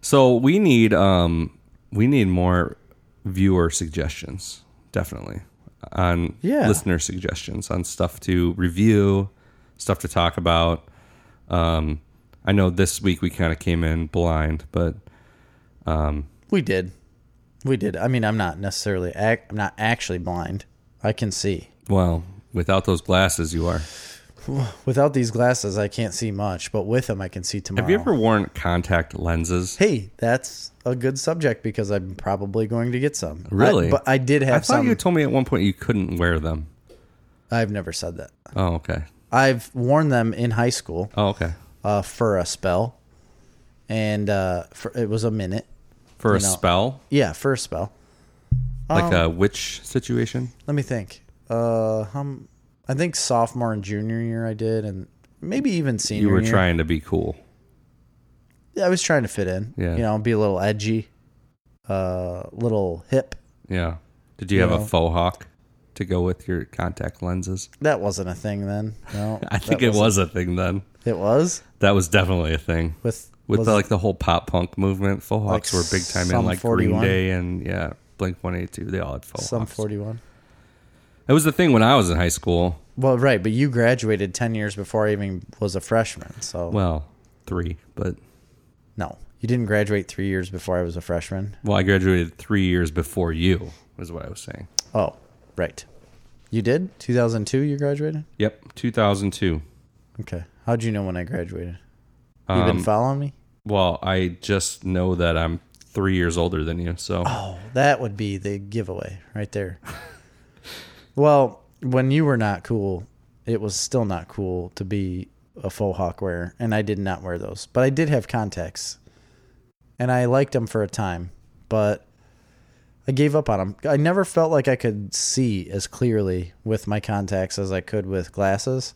A: So we need um we need more viewer suggestions, definitely. On
C: Yeah.
A: listener suggestions on stuff to review, stuff to talk about. Um I know this week we kind of came in blind, but
C: We did. We did. I mean, I'm not necessarily ac- I'm not actually blind. I can see.
A: well, without those glasses you are.
C: Without these glasses, I can't see much, but with them, I can see tomorrow.
A: Have you ever worn contact lenses?
C: Hey, that's a good subject because I'm probably going to get some.
A: Really?
C: I- but I did
A: I
C: have
A: thought
C: some.
A: you told me at one point you couldn't wear them.
C: I've never said that.
A: Oh, okay.
C: I've worn them in high school
A: Oh, okay.
C: uh, for a spell, and uh, for, it was a minute.
A: For a
C: You know, um,
A: spell?
C: Yeah, for a spell.
A: like a witch situation.
C: Let me think. Uh, hum, I think sophomore and junior year I did, and maybe even senior.
A: You were
C: year.
A: trying to be cool.
C: Yeah, I was trying to fit in.
A: Yeah.
C: You know, be a little edgy. uh, little hip.
A: Yeah. Did you, have a faux hawk to go with your contact lenses?
C: That wasn't a thing then. No,
A: I
C: that
A: think it
C: wasn't-
A: was a thing then.
C: It was
A: That was definitely a thing.
C: with
A: With
C: was-
A: the, like the whole pop punk movement, faux hawks were big time in
C: Sum
A: like
C: 41.
A: Green Day and yeah, Blink 182. They all had faux
C: some
A: hawks.
C: forty one.
A: It was the thing when I was in high school.
C: Well, right, but you graduated ten years before I even was a freshman. So
A: Well, three, but
C: no, you didn't graduate three years before I was a freshman.
A: well, I graduated three years before you, is what I was saying.
C: Oh, right, you did. Two thousand two, you graduated.
A: Yep, 2002.
C: Okay, how'd you know when I graduated? You
A: Um,
C: been following me?
A: Well, I just know that I'm three years older than you. So,
C: Oh, that would be the giveaway right there. well, when you were not cool, it was still not cool to be a faux hawk wearer, and I did not wear those. But I did have contacts, and I liked them for a time, but I gave up on them. I never felt like I could see as clearly with my contacts as I could with glasses.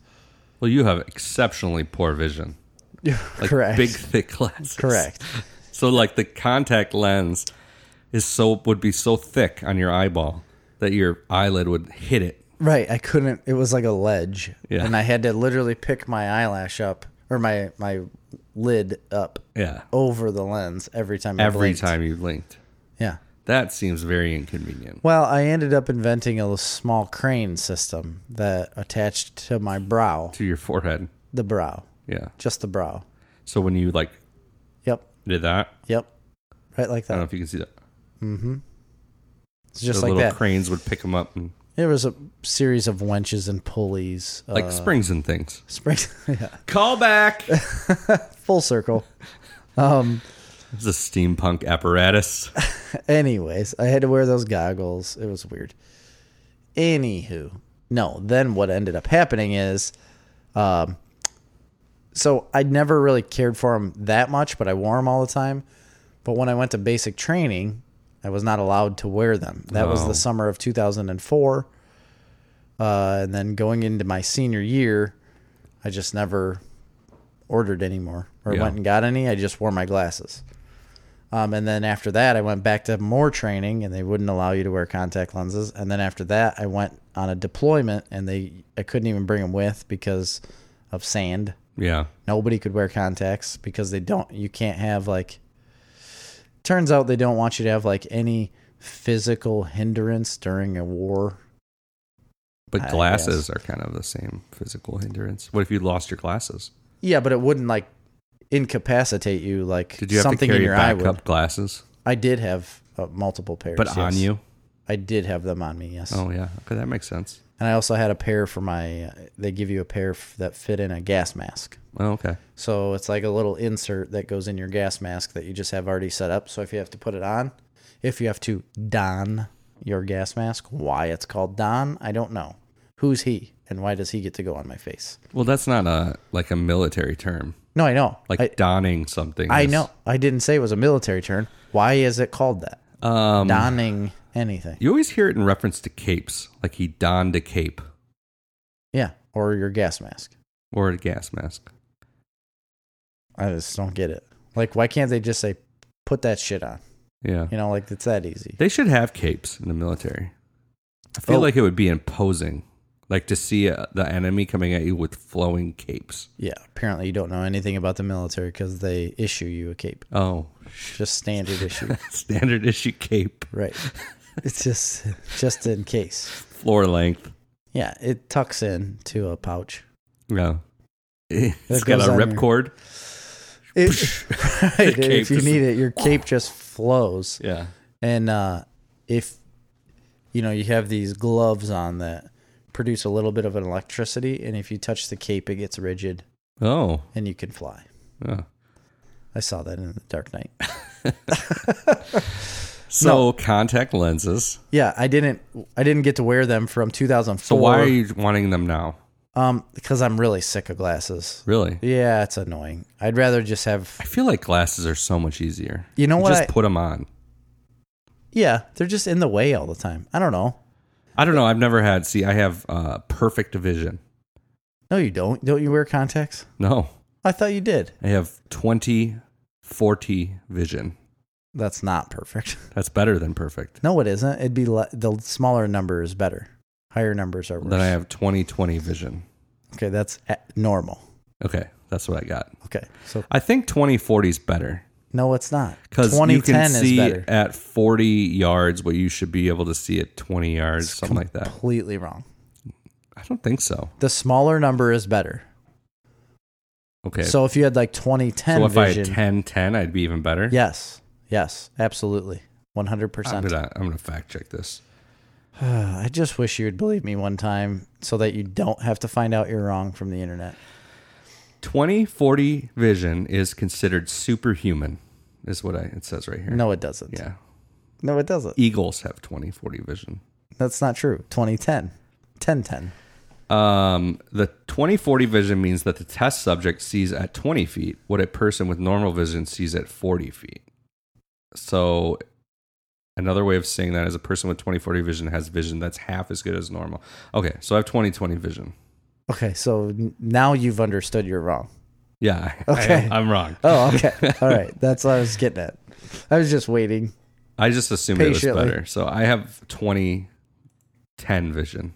A: well, you have exceptionally poor vision. Like
C: Correct.
A: Big, thick glasses.
C: Correct.
A: So, like the contact lens is so would be so thick on your eyeball that your eyelid would hit it.
C: Right, I couldn't. It was like a ledge,
A: Yeah.
C: and I had to literally pick my eyelash up or my my lid up
A: Yeah.
C: over the lens every time. I
A: Every
C: Oh, blinked.
A: time you blinked.
C: yeah.
A: That seems very inconvenient.
C: Well, I ended up inventing a small crane system that attached to my brow,
A: To your forehead.
C: the brow,
A: Yeah.
C: just the brow.
A: So when you like
C: Yep,
A: did that,
C: yep, right like
A: I don't know
C: that.
A: if you can see that.
C: It's just
A: the
C: like
A: little
C: that.
A: cranes would pick them up and
C: There was a series of wenches and pulleys, uh,
A: like springs and things.
C: spring, yeah,
A: Call back.
C: full circle.
A: It's a steampunk apparatus.
C: Anyways, I had to wear those goggles. It was weird. Anywho, no. Then what ended up happening is, um, so I never really cared for them that much, but I wore them all the time. But when I went to basic training, I was not allowed to wear them. That was
A: Oh.
C: the summer of 2004. Uh, and then going into my senior year, I just never ordered anymore or
A: Yeah.
C: went and got any. I just wore my glasses. Um, and then after that, I went back to more training, and they wouldn't allow you to wear contact lenses. And then after that, I went on a deployment, and they I couldn't even bring them with because of sand.
A: Yeah.
C: Nobody could wear contacts because they don't. You can't have like. Turns out they don't want you to have like any physical hindrance during a war. I
A: But glasses are kind of the same physical hindrance. What if you lost your glasses?
C: Yeah, but it wouldn't like incapacitate you like
A: Did you have
C: something
A: to
C: in
A: carry
C: your eye would.
A: backup glasses?
C: I did have uh, multiple pairs,
A: But
C: yes.
A: on you?
C: I did have them on me. Yes.
A: Oh yeah. Okay, that makes sense.
C: And I also had a pair for my. uh, They give you a pair f- that fit in a gas mask.
A: Oh, okay.
C: So it's like a little insert that goes in your gas mask that you just have already set up. So if you have to put it on, if you have to don your gas mask, why it's called don, I don't know. Who's he and why does he get to go on my face?
A: Well, that's not a like a military term.
C: No, I know.
A: Like
C: I,
A: donning something.
C: I
A: is-
C: know. I didn't say it was a military term. Why is it called that?
A: Um,
C: Donning anything.
A: you always hear it in reference to capes. Like he donned a cape
C: Yeah, or your gas mask.
A: or a gas mask.
C: I just don't get it. Like why can't they just say put that shit on?
A: Yeah.
C: You know, like it's that easy.
A: They should have capes in the military. I feel
C: Oh.
A: like it would be imposing, like to see uh, the enemy coming at you with flowing capes.
C: Yeah, apparently you don't know anything about the military because they issue you a cape.
A: Oh,
C: Just standard issue.
A: standard issue cape,
C: right. It's just just in case.
A: floor length.
C: Yeah, it tucks in to a pouch.
A: Yeah, it's
C: That
A: got
C: goes
A: a
C: on your-
A: ripcord.
C: It, right,
A: The
C: if
A: cape
C: you
A: just-
C: need it, your cape just flows.
A: Yeah,
C: And uh, if you know you have these gloves on that produce a little bit of an electricity, and if you touch the cape, it gets rigid
A: Oh,
C: and you can fly.
A: yeah.
C: I saw that in the Dark Knight.
A: so contact lenses.
C: Yeah, I didn't. I didn't get to wear them from 2004.
A: So why are you wanting them now?
C: Um, because I'm really sick of glasses.
A: Really?
C: Yeah, it's annoying. I'd rather just have.
A: I feel like glasses are so much easier.
C: You know what
A: Just
C: I-
A: put them on.
C: Yeah, they're just in the way all the time. I don't know.
A: I don't know. I've never had. See, I have uh, perfect vision.
C: No, you don't. Don't you wear contacts?
A: No,
C: I thought you did.
A: I have 20 40 vision.
C: That's not perfect.
A: That's better than perfect.
C: No, it isn't. It'd be le- the smaller number is better. Higher numbers are worse.
A: Then I have 2020 vision.
C: okay, that's a- normal.
A: Okay, that's what I got.
C: Okay, so
A: I think 2040 is better
C: no, it's not.
A: because you can see
C: is better.
A: at 40 yards what you should be able to see at 20 yards, something like that.
C: Completely wrong.
A: I don't think so.
C: The smaller number is better.
A: Okay, so,
C: So if you had like 2010
A: if I had
C: vision,
A: 10 10, I'd be even better.
C: yes, yes, absolutely,
A: I'm
C: 100%.
A: gonna, I'm gonna fact check this.
C: I just wish you would believe me one time so that you don't have to find out you're wrong from the internet.
A: 2040 vision is considered superhuman, is what I it says right here.
C: No, it doesn't.
A: Yeah.
C: No, it doesn't.
A: Eagles have 2040 vision.
C: That's not true. 2010. 1010.
A: Um, the 2040 vision means that the test subject sees at 20 feet what a person with normal vision sees at 40 feet. So, another way of saying that is a person with 2040 vision has vision that's half as good as normal. Okay, so I have 2020 vision.
C: Okay, so n- now you've understood you're wrong.
A: Yeah,
C: Okay.
A: I, am wrong.
C: Oh, okay. All right. That's what I was getting at. I was just waiting.
A: I just assumed it
C: Patiently.
A: was better. So I have 2010 vision.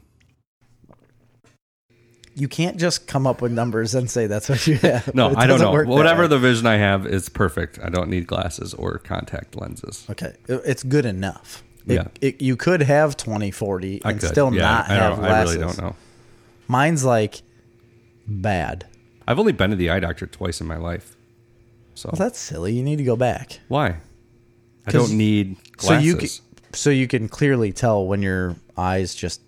C: You can't just come up with numbers and say that's what you have.
A: No,
C: It
A: I don't
C: doesn't
A: know.
C: work that
A: Whatever
C: way.
A: the vision I have is perfect. I don't need glasses or contact lenses.
C: Okay, it- it's good enough. It,
A: Yeah.
C: it, you could have 2040
A: I
C: and
A: could.
C: still
A: yeah,
C: not
A: I
C: have
A: don't, I
C: glasses.
A: really don't know.
C: Mine's like bad.
A: I've only been to the eye doctor twice in my life. So
C: Well, that's silly. You need to go back.
A: why? I
C: 'Cause-
A: don't need
C: So
A: glasses.
C: you can, so you can clearly tell when your eyes just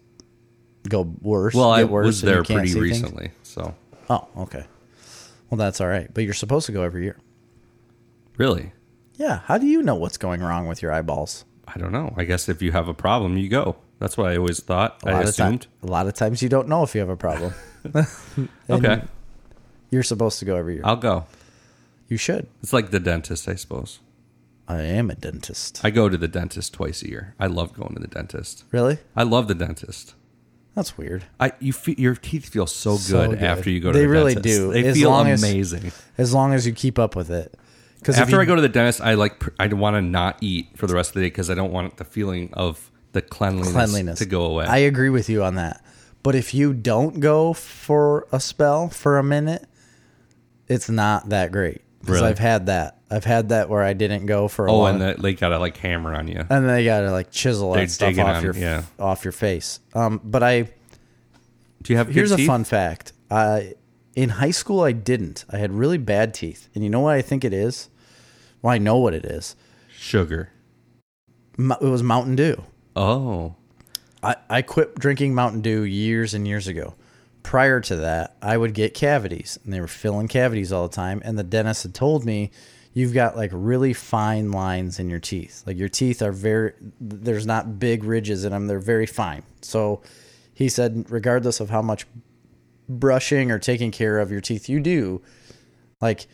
C: go worse.
A: well, I
C: get worse
A: was
C: and you
A: there
C: can't
A: pretty
C: see things.
A: recently. So
C: Oh, okay. Well, that's all right. But you're supposed to go every year.
A: really,
C: Yeah. How do you know what's going wrong with your eyeballs?
A: I don't know. I guess if you have a problem, you go. That's what I always thought.
C: A
A: I
C: lot
A: assumed.
C: of time, a lot of times you don't know if you have a problem. And
A: Okay,
C: You're supposed to go every year.
A: I'll go.
C: you should.
A: It's like the dentist, I suppose.
C: I am a dentist.
A: I go to the dentist twice a year. I love going to the dentist.
C: Really?
A: I love the dentist.
C: That's weird.
A: I you feel, your teeth feel so good,
C: So good.
A: after you go to
C: They
A: the
C: really
A: dentist.
C: do.
A: They
C: As
A: feel
C: long as-
A: amazing.
C: As long as you keep up with it. Because
A: after I go to the dentist, I like pr- I want to not eat for the rest of the day because I don't want the feeling of the cleanliness,
C: cleanliness
A: to go away.
C: I agree with you on that. But if you don't go for a spell for a minute, it's not that great. Because
A: Really?
C: I've had that. I've had that where I didn't go for a
A: oh,
C: long,
A: and that they gotta like hammer on you.
C: and they gotta like chisel
A: They're
C: that stuff
A: digging
C: off
A: on-
C: your
A: yeah.
C: off your face. Um, but I
A: Do you have good
C: here's
A: teeth?
C: a fun fact. I in high school I didn't. I had really bad teeth, and you know what I think it is. Well, I know what it is.
A: sugar?
C: Mo- It was Mountain Dew.
A: Oh,
C: I, I quit drinking Mountain Dew years and years ago. Prior to that, I would get cavities, and they were filling cavities all the time. And the dentist had told me, you've got like really fine lines in your teeth. Like your teeth are very, there's not big ridges in them, they're very fine. So he said, regardless of how much brushing or taking care of your teeth you do, like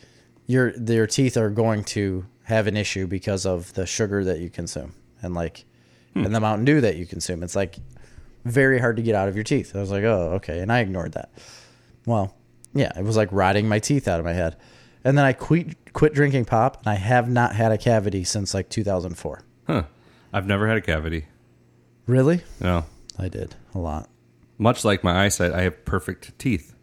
C: your their teeth are going to have an issue because of the sugar that you consume and like and the Mountain Dew that you consume. It's like very hard to get out of your teeth. I was like, oh, okay, and I ignored that. Well, yeah, it was like rotting my teeth out of my head. And then I quit quit drinking pop, and I have not had a cavity since like 2004.
A: huh. I've never had a cavity.
C: Really?
A: No,
C: I did a lot.
A: much like my eyesight, I have perfect teeth.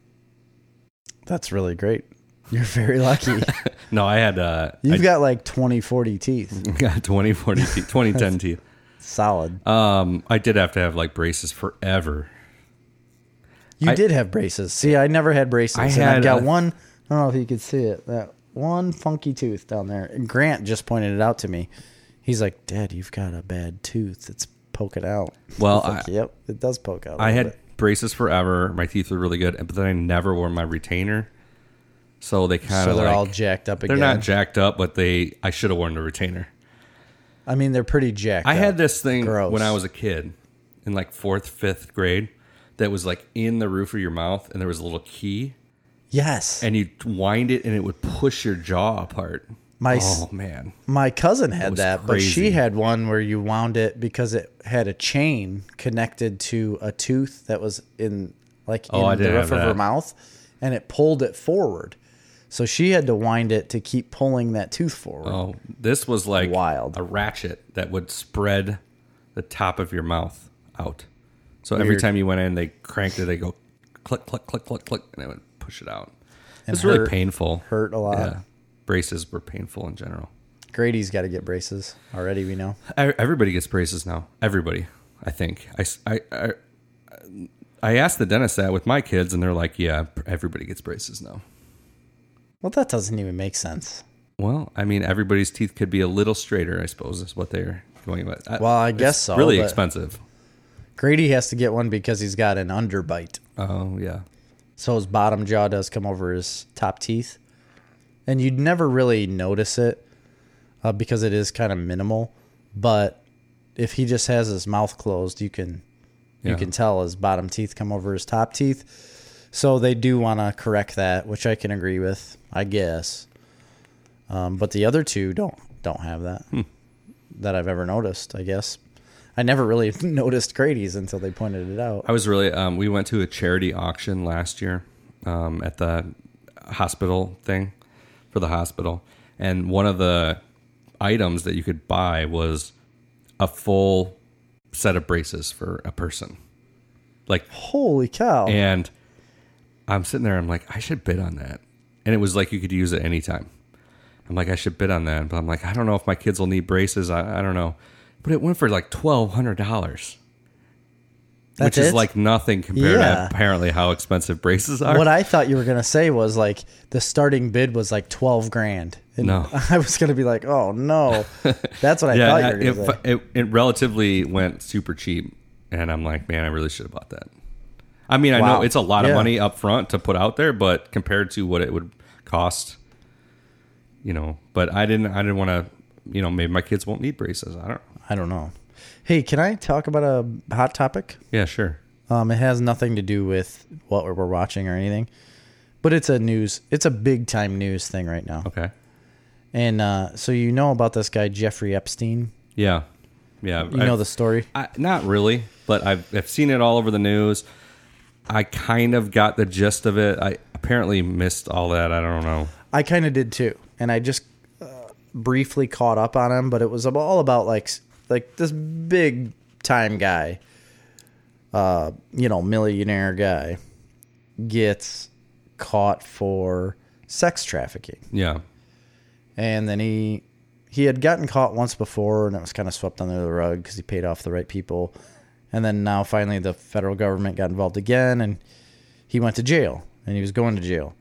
C: That's really great. You're very lucky.
A: No, I had uh,
C: You've
A: I
C: got like 20, 40 teeth.
A: got 20, 40 teeth, 20, 10 teeth.
C: Solid.
A: Um, I did have to have like braces forever.
C: You
A: I-
C: did have braces. See, I never had braces.
A: I
C: I
A: had
C: have got
A: a-
C: one. I don't know if you could see it. That one funky tooth down there. And Grant just pointed it out to me. He's like, "Dad, you've got a bad tooth. It's poking out."
A: Well,
C: I was like,
A: I-
C: yep, it does poke out. a
A: I
C: little
A: had
C: bit.
A: braces forever. My teeth were really good, but then I never wore my retainer, so they kind
C: so
A: of
C: they're
A: like,
C: all jacked up
A: They're
C: again.
A: not jacked up, but they I should have worn the retainer.
C: I mean, they're pretty jacked.
A: I
C: up.
A: had this thing
C: Gross.
A: when I was a kid in like fourth, fifth grade that was like in the roof of your mouth and there was a little key
C: yes.
A: and you'd wind it and it would push your jaw apart.
C: my s-
A: Oh man.
C: my cousin had
A: was
C: that, but
A: crazy.
C: she had one where you wound it because it had a chain connected to a tooth that was in like
A: Oh, I
C: in the
A: didn't
C: roof
A: have
C: of her
A: that.
C: mouth, and it pulled it forward. So she had to wind it to keep pulling that tooth forward.
A: Oh, this was like
C: Wild.
A: a ratchet that would spread the top of your mouth out. So every time you went in, they cranked it. They go click, click, click, click, click, and they would push it out. It was really
C: hurt-
A: painful.
C: Hurt a lot.
A: Yeah, braces were painful in general.
C: Grady's got to get braces already. We know.
A: E- Everybody gets braces now. Everybody, I think. I, s- I- I- I asked the dentist that with my kids, and they're like, "Yeah, everybody gets braces now."
C: Well, that doesn't even make sense.
A: Well, I mean, everybody's teeth could be a little straighter, I suppose, is what they're going with.
C: Well, I
A: it's
C: guess so,
A: Really
C: but-
A: expensive.
C: Grady has to get one because he's got an underbite.
A: Oh yeah,
C: So his bottom jaw does come over his top teeth. And you'd never really notice it uh, because it is kind of minimal. But if he just has his mouth closed, you can
A: Yeah.
C: you can tell his bottom teeth come over his top teeth. So they do want to correct that, which I can agree with, I guess. Um, but the other two don't don't have that
A: Hmm.
C: that I've ever noticed. I guess I never really noticed Grady's until they pointed it out.
A: I was really. Um, we went to a charity auction last year um, at the hospital thing for the hospital, and one of the items that you could buy was a full set of braces for a person. Like,
C: Holy cow!
A: and I'm sitting there. I'm like, I should bid on that. And it was like you could use it anytime. I'm like, I should bid on that, but I'm like, I don't know if my kids will need braces. I, I don't know. But it went for like twelve hundred dollars.
C: That's
A: which is
C: it?
A: like nothing compared
C: Yeah.
A: to apparently how expensive braces are.
C: What I thought you were gonna say was like the starting bid was like twelve grand. And
A: No.
C: I was gonna be like, oh no, that's what I
A: yeah,
C: thought you were gonna
A: it,
C: say.
A: it, it relatively went super cheap, and I'm like, man, I really should have bought that. I mean, I
C: Wow.
A: know it's a lot of
C: Yeah.
A: money up front to put out there, but compared to what it would cost, you know. But I didn't, I didn't want to, you know, maybe my kids won't need braces. I don't.
C: I don't know. Hey, can I talk about a hot topic?
A: Yeah, sure.
C: Um, it has nothing to do with what we're we're watching or anything, but it's a news. It's a big time news thing right now.
A: Okay.
C: And uh, so you know about this guy Jeffrey Epstein.
A: Yeah, yeah.
C: You know the story.
A: I, not really, but I've, I've seen it all over the news. I kind of got the gist of it. I apparently missed all that. I don't know.
C: I kind of did too, and I just uh, briefly caught up on him, but it was all about like s- like this big time guy, uh, you know, millionaire guy, gets caught for sex trafficking,
A: Yeah.
C: and then he he had gotten caught once before, and it was kind of swept under the rug because he paid off the right people, and then now finally the federal government got involved again, and he went to jail, and he was going to jail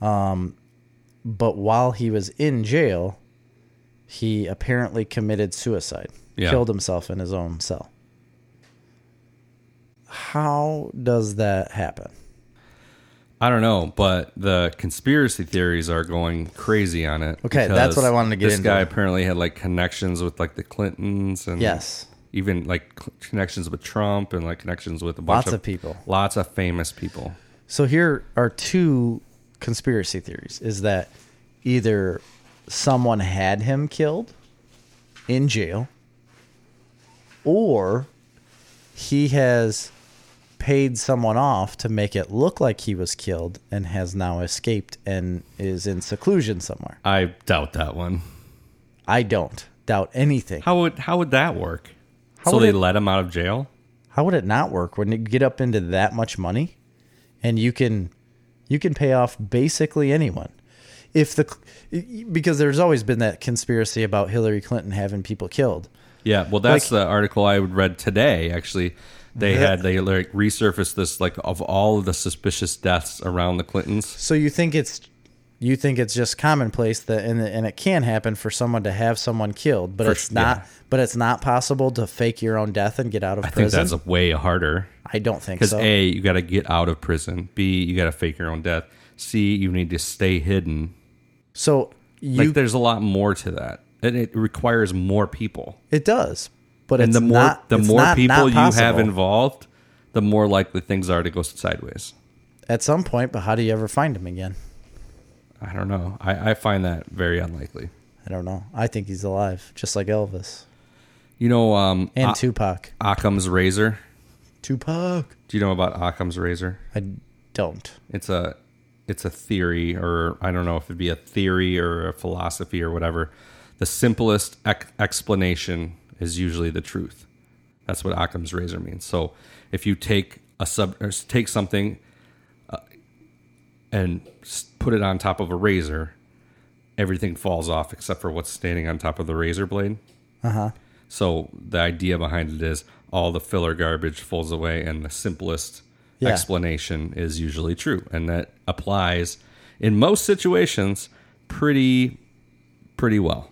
C: Um, but while he was in jail, he apparently committed suicide,
A: Yeah.
C: killed himself in his own cell. How does that happen?
A: I don't know, but the conspiracy theories are going crazy on it.
C: Okay, that's
A: because
C: what I wanted to get
A: This
C: into.
A: guy apparently had like connections with like the Clintons and
C: Yes.
A: even like cl- connections with Trump and like connections with a bunch
C: Lots of people.
A: lots of famous people.
C: So here are two conspiracy theories is that either someone had him killed in jail or he has paid someone off to make it look like he was killed and has now escaped and is in seclusion somewhere.
A: I doubt that one.
C: I don't doubt anything. How,
A: How would how would that work?
C: How
A: so
C: would
A: they
C: it-
A: let him out of jail?
C: would it not work when you get up into that much money and you can you can pay off basically anyone. If the because there's always been that conspiracy about Hillary Clinton having people killed.
A: Yeah, well, that's the article I read today. Actually, they had they like resurfaced this like of all of the suspicious deaths around the Clintons.
C: So you think it's you think it's just commonplace that and and it can happen for someone to have someone killed, but
A: For
C: it's
A: sure,
C: not
A: yeah.
C: but it's not possible to fake your own death and get out of
A: I think
C: prison.
A: that's way harder
C: I don't think
A: because
C: so.
A: a you got to get out of prison. B you got to fake your own death. C you need to stay hidden.
C: so
A: Like
C: you
A: there's a lot more to that, and it requires more people.
C: it does. But
A: And
C: it's
A: the more
C: not,
A: the
C: it's
A: more
C: not-
A: people
C: not
A: you have
C: possible.
A: involved, the more likely things are to go sideways.
C: at some point, but how do you ever find him again?
A: I don't know. I, I find that very unlikely.
C: I don't know. I think he's alive, just like Elvis
A: You know, um,
C: and
A: A-
C: Tupac.
A: Occam's razor.
C: Tupac.
A: Do you know about Occam's razor?
C: I don't.
A: It's a it's a theory, or I don't know if it'd be a theory or a philosophy or whatever. The simplest ec- explanation is usually the truth. That's what Occam's razor means. So if you take a sub, or s- take something, uh, and s- put it on top of a razor, everything falls off except for what's standing on top of the razor blade. So the idea behind it is all the filler garbage falls away, and the simplest
C: Yeah.
A: explanation is usually true, and that applies in most situations pretty pretty well.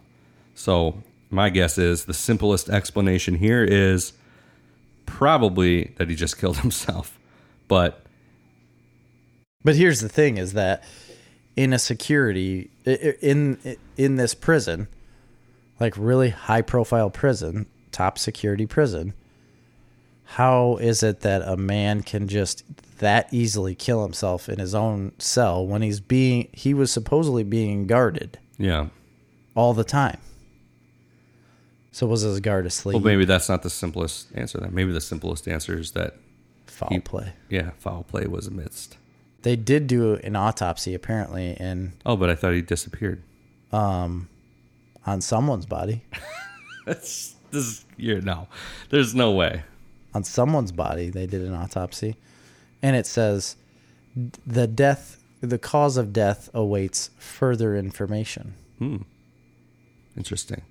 A: So my guess is the simplest explanation here is probably that he just killed himself, but
C: But here's the thing: is that in a security i- i- in in this prison, like really high profile prison, top security prison, how is it that a man can just that easily kill himself in his own cell when he's being he was supposedly being guarded
A: yeah.
C: all the time? So was his guard asleep?
A: Well, maybe that's not the simplest answer. Then maybe the simplest answer is that
C: Foul play.
A: yeah, foul play was amidst.
C: They did do an autopsy apparently in
A: Oh, but I thought he disappeared.
C: on someone's body.
A: That's this is you're no. There's no way.
C: on someone's body. They did an autopsy, and it says the death, the cause of death awaits further information.
A: Interesting.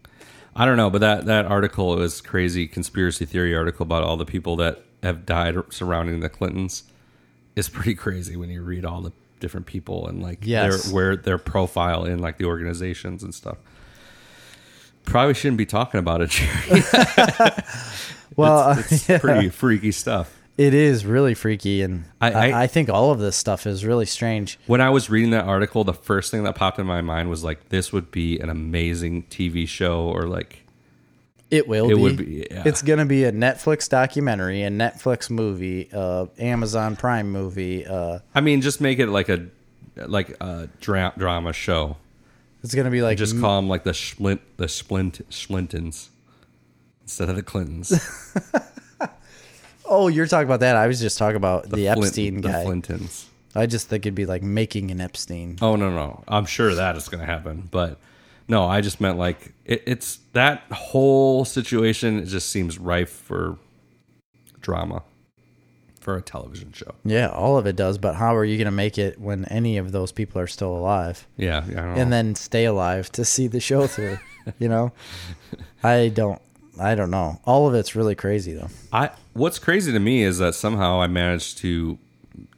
A: I don't know, but that that article was crazy conspiracy theory article about all the people that have died surrounding the Clintons is pretty crazy when you read all the different people and like
C: Yes.
A: their where their profile in like the organizations and stuff. Probably shouldn't be talking about it. Jerry.
C: Well, uh,
A: it's it's pretty freaky stuff.
C: it is really freaky, and
A: I-
C: I,
A: I-
C: I, think all of this stuff is really strange.
A: When I was reading that article, the first thing that popped in my mind was like, this would be an amazing TV show or like
C: It will.
A: It
C: be.
A: would be, yeah.
C: It's gonna be a Netflix documentary, a Netflix movie, uh, Amazon Prime movie. Uh,
A: I mean, just make it like a like a dra- drama show.
C: it's gonna be like
A: Just call them like the Splint the Splint Splintons instead of the Clintons.
C: oh, you're talking about that. I was just talking about the,
A: Flint-
C: Epstein guy.
A: The Flintons.
C: I just think it'd be like making an Epstein.
A: Oh no no! I'm sure that is going to happen, but no, I just meant like it, it's that whole situation. It just seems rife for drama for a television show.
C: Yeah, all of it does, but how are you going to make it when any of those people are still alive
A: Yeah, I don't know.
C: and then stay alive to see the show through, you know? I don't I don't know. All of it's really crazy though.
A: I what's crazy to me is that somehow I managed to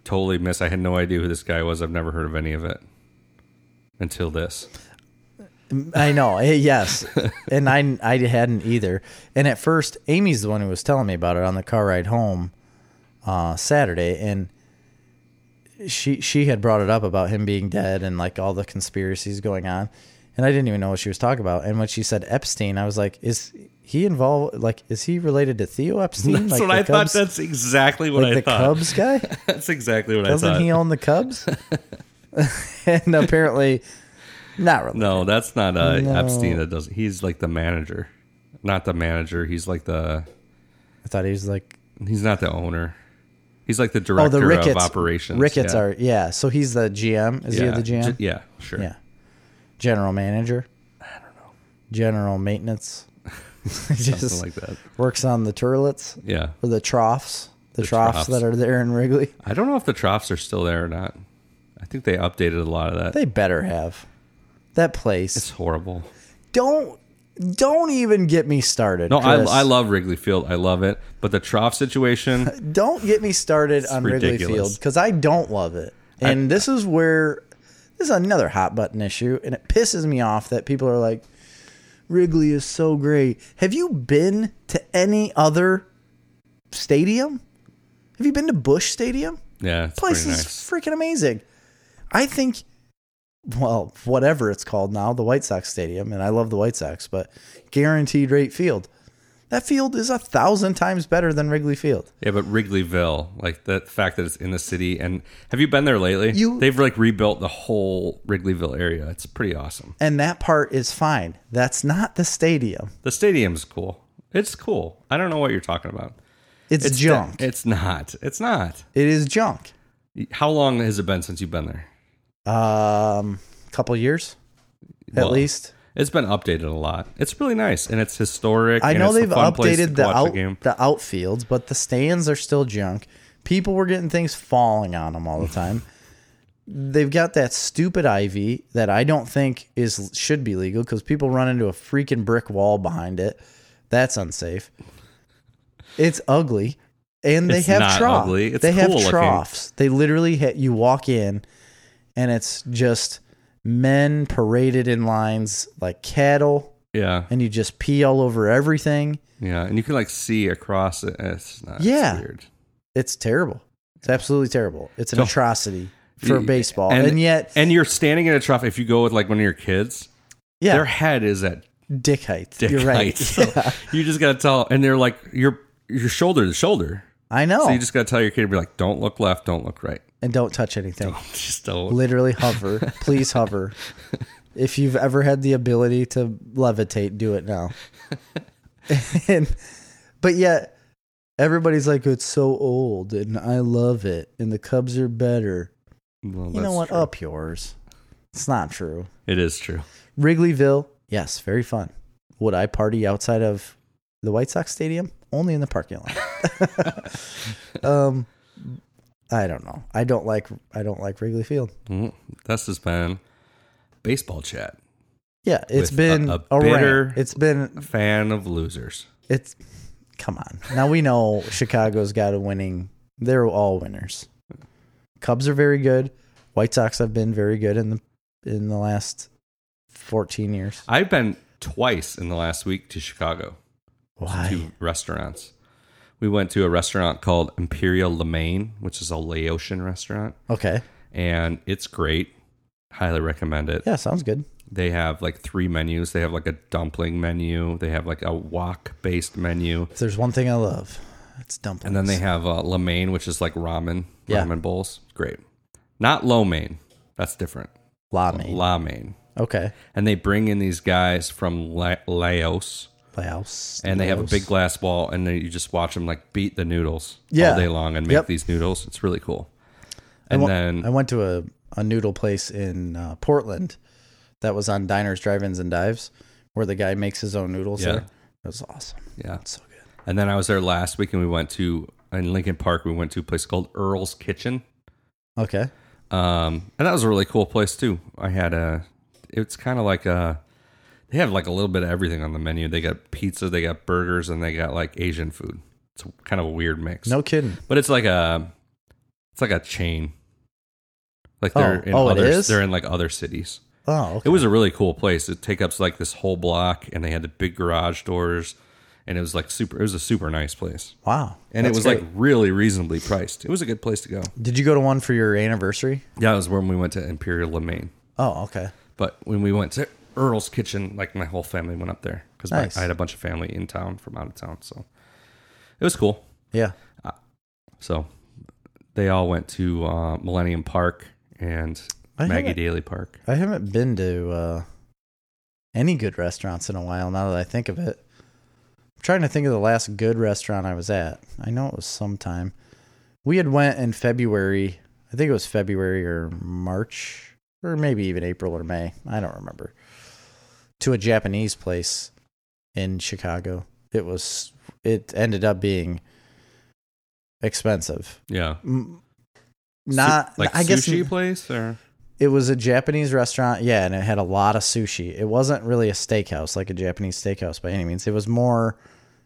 A: totally miss. I had no idea who this guy was. I've never heard of any of it until this.
C: I know. eh, Yes. And I I hadn't either. And at first Amy's the one who was telling me about it on the car ride home uh Saturday and she she had brought it up about him being dead and like all the conspiracies going on. And I didn't even know what she was talking about. And when she said Epstein, I was like, is he involved like is he related to Theo Epstein?
A: That's
C: like
A: what
C: the
A: I
C: Cubs,
A: thought. That's exactly what
C: like
A: I
C: the
A: thought.
C: Cubs guy?
A: That's exactly what I
C: Doesn't
A: thought.
C: he own the Cubs? and apparently not really.
A: no, that's not uh,
C: No.
A: Epstein. That doesn't. He's like the manager, not the manager. He's like the.
C: I thought he was like
A: He's not the owner. He's like the director of operations.
C: Oh, Ricketts
A: yeah.
C: are yeah. So he's the GM. Is
A: yeah.
C: he the GM?
A: G- yeah, sure.
C: Yeah. General manager. I don't know. General maintenance. He
A: Something
C: just
A: like that.
C: works on the turlets
A: Yeah,
C: or the troughs, the,
A: The troughs.
C: troughs, that are there in Wrigley.
A: I don't know if the troughs are still there or not. I think they updated a lot of that.
C: They better have that place.
A: it's horrible.
C: don't don't even get me started.
A: No, I,
C: Chris.
A: I love Wrigley Field. I love it. But the trough situation,
C: Don't get me started on Wrigley
A: ridiculous.
C: Field because I don't love it. And this is where this is another hot button issue, and it pisses me off that people are like, Wrigley is so great. Have you been to any other stadium? Have you been to Bush Stadium?
A: yeah, it's
C: Place
A: pretty
C: is
A: nice.
C: freaking amazing. I think, well, whatever it's called now, the White Sox Stadium, and I love the White Sox, but guaranteed rate field. That field is a thousand times better than Wrigley Field.
A: Yeah, but Wrigleyville, like the fact that it's in the city, and have you been there lately?
C: You-
A: They've like rebuilt the whole Wrigleyville area. It's pretty awesome.
C: and that part is fine. That's not the stadium.
A: The stadium's cool. It's cool. I don't know what you're talking about.
C: It's, junk.
A: It's not. It's not.
C: it is junk.
A: How long has it been since you've been there?
C: um, couple years at
A: Well,
C: least.
A: It's been updated a lot. It's really nice and it's historic.
C: I
A: and
C: know
A: it's a
C: they've
A: fun place to
C: updated the
A: watch
C: out,
A: game.
C: the outfields, but the stands are still junk. People were getting things falling on them all the time. They've got that stupid ivy that I don't think is should be legal because people run into a freaking brick wall behind it. That's unsafe. It's ugly, and they
A: It's
C: have
A: not
C: troughs.
A: ugly. It's
C: they
A: cool
C: have
A: looking.
C: troughs. They literally hit you walk in, and it's just men paraded in lines like cattle
A: Yeah,
C: and you just pee all over everything.
A: yeah, and you can like see across it. It's not.
C: Yeah.
A: it's weird.
C: It's terrible. It's absolutely terrible. It's an
A: So-
C: atrocity for
A: Y-
C: baseball. And, yet,
A: and you're standing in a trough. If you go with like one of your kids,
C: yeah,
A: their head is at
C: dick height.
A: dick
C: You're
A: height.
C: right.
A: So you just gotta tell, and they're like your your shoulder to shoulder.
C: I know.
A: So you just gotta tell your kid to be like, don't look left, don't look right.
C: and don't touch anything.
A: Just don't.
C: Literally hover. Please hover. If you've ever had the ability to levitate, do it now. and but yet everybody's like it's so old and I love it and the Cubs are better.
A: Well,
C: you know
A: that's
C: what?
A: true.
C: Up yours. It's not true.
A: It is true.
C: Wrigleyville, yes, very fun. Would I party outside of the White Sox stadium? Only in the parking lot. um, I don't know. I don't like I don't like Wrigley Field.
A: Mm, This has been baseball chat.
C: Yeah, it's
A: With
C: been
A: a-
C: a,
A: a bitter-
C: rant. It's been
A: Fan of losers.
C: it's. Come on. Now we know Chicago's got a winning. They're all winners. Cubs are very good. White Sox have been very good in the in the last fourteen years.
A: I've been twice in the last week to Chicago.
C: Why?
A: two restaurants. We went to a restaurant called Imperial Lemaine, which is a Laotian restaurant,
C: Okay.
A: and it's great. Highly recommend it.
C: Yeah, sounds good.
A: They have like three menus. They have like a dumpling menu. They have like a wok based menu,
C: If there's one thing I love, it's dumplings.
A: and then they have uh, Lemaine, which is like ramen,
C: Yeah.
A: ramen bowls. Great. Not lo mein. That's different.
C: La mein.
A: La mein.
C: Okay.
A: And they bring in these guys from La- Laos.
C: Laos.
A: and they have a big glass wall, and then you just watch them like beat the noodles
C: Yeah.
A: all day long and make
C: Yep.
A: these noodles. It's really cool.
C: I
A: And
C: wa-
A: then
C: I went to a, a noodle place in uh, Portland that was on Diners, Drive-Ins, and Dives, where the guy makes his own noodles.
A: Yeah.
C: There. It was awesome.
A: yeah,
C: It's so good.
A: and then I was there last week, and we went to in Lincoln Park. We went to a place called Earl's Kitchen,
C: Okay.
A: um, and that was a really cool place too. I had a, it's kind of like a, they have like a little bit of everything on the menu. They got pizza, they got burgers, and they got like Asian food. It's kind of a weird mix.
C: No kidding.
A: but it's like a it's like a chain like
C: Oh.
A: they're in
C: Oh, it
A: other
C: is?
A: they're in like other cities
C: Oh,
A: it
C: okay.
A: was a really cool place it take up like this whole block and they had the big garage doors and it was like super it was a super nice place
C: wow.
A: and
C: That's
A: it was
C: great.
A: like really reasonably priced it was a good place to go
C: Did you go to one for your anniversary?
A: yeah it was when we went to imperial lemaine
C: Oh, okay.
A: but when we went to earl's kitchen like my whole family went up there because
C: Nice.
A: i had a bunch of family in town from out of town so it was cool
C: Yeah.
A: So they all went to uh, Millennium Park and
C: I
A: Maggie
C: haven't-
A: Daly Park.
C: I haven't been to uh, any good restaurants in a while. Now that I think of it, I'm trying to think of the last good restaurant I was at. I know it was sometime. We had went in February. I think it was February or March, or maybe even April or May. I don't remember. To a Japanese place in Chicago. It was. It ended up being expensive.
A: Yeah.
C: M- Not
A: Su- like
C: I guess
A: sushi place or
C: it was a Japanese restaurant, yeah, and it had a lot of sushi. It wasn't really a steakhouse, like a Japanese steakhouse by any means. It was more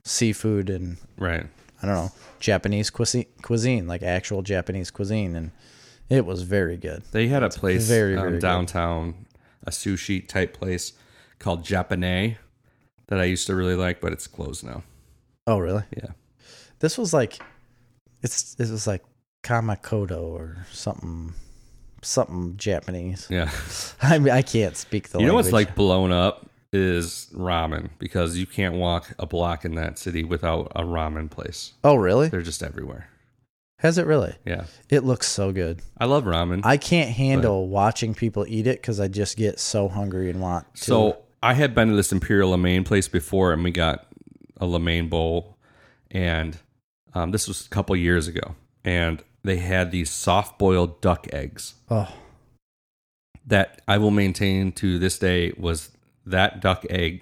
C: seafood and
A: right.
C: I don't know Japanese cuisine, cuisine like actual Japanese cuisine, and it was very good.
A: They had a place
C: very,
A: um,
C: very good.
A: downtown, a sushi type place called Japanese that I used to really like, but it's closed now.
C: Oh, really?
A: Yeah.
C: This was like, it's it was like Kamakoto or something, something Japanese.
A: Yeah.
C: I mean, I can't speak the
A: you know what's
C: language.
A: like blown up is ramen because you can't walk a block in that city without a ramen place.
C: Oh, really?
A: They're just everywhere.
C: Has it really?
A: Yeah.
C: It looks so good.
A: I love ramen.
C: I can't handle watching people eat it because I just get so hungry and want. To.
A: So I had been to this Imperial Lemaine place before, and we got a Lemaine bowl, and um, this was a couple years ago, and they had these soft boiled duck eggs,
C: oh,
A: that I will maintain to this day was that duck egg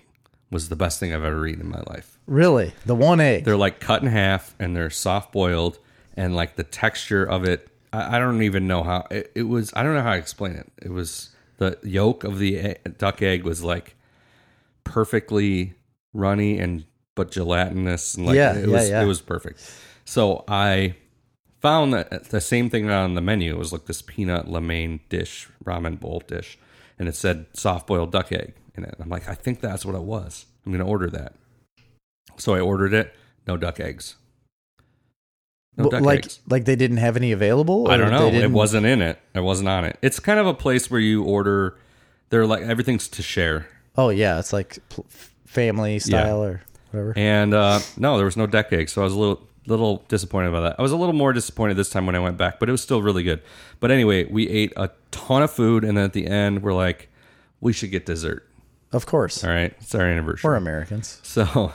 A: was the best thing I've ever eaten in my life.
C: Really? The one egg.
A: They're like cut in half and they're soft boiled and like the texture of it. I, I don't even know how it, it was. I don't know how to explain it. It was the yolk of the e duck egg was like perfectly runny and but gelatinous and like
C: Yeah,
A: it
C: yeah,
A: was
C: yeah.
A: it was perfect. So I found that uh, the same thing on the menu it was like this peanut lamaine dish ramen bowl dish and it said soft boiled duck egg in it. I'm like I think that's what it was. I'm going to order that. So I ordered it. No duck eggs. No
C: Well,
A: duck
C: like
A: eggs.
C: like they didn't have any available?
A: I
C: or
A: don't
C: they
A: know. It
C: didn't-
A: wasn't in it. It wasn't on it. It's kind of a place where you order. They're like everything's to share,
C: Oh yeah, it's like pl- family style or whatever.
A: and uh, no, there was no duck egg, so I was a little little disappointed about that. I was a little more disappointed this time when I went back, but it was still really good. But anyway, we ate a ton of food, and then at the end, we're like, we should get dessert.
C: Of course.
A: All right, it's our anniversary.
C: We're Americans.
A: So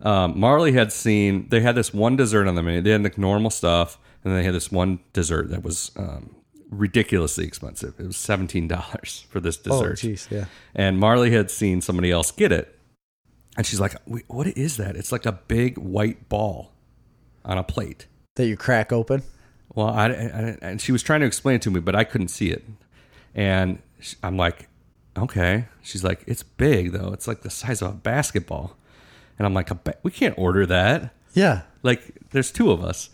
A: um, Marley had seen they had this one dessert on the menu. They had the normal stuff, and they had this one dessert that was um, ridiculously expensive. It was seventeen dollars for this
C: Oh
A: dessert.
C: jeez, yeah.
A: and Marley had seen somebody else get it, and she's like, "Wait, "What is that? It's like a big white ball on a plate."
C: That you crack open.
A: Well, I, I- and she was trying to explain it to me, but I couldn't see it. And sh- I'm like, okay. She's like, it's big though. It's like the size of a basketball. And I'm like, a ba- we can't order that.
C: Yeah.
A: Like, there's two of us.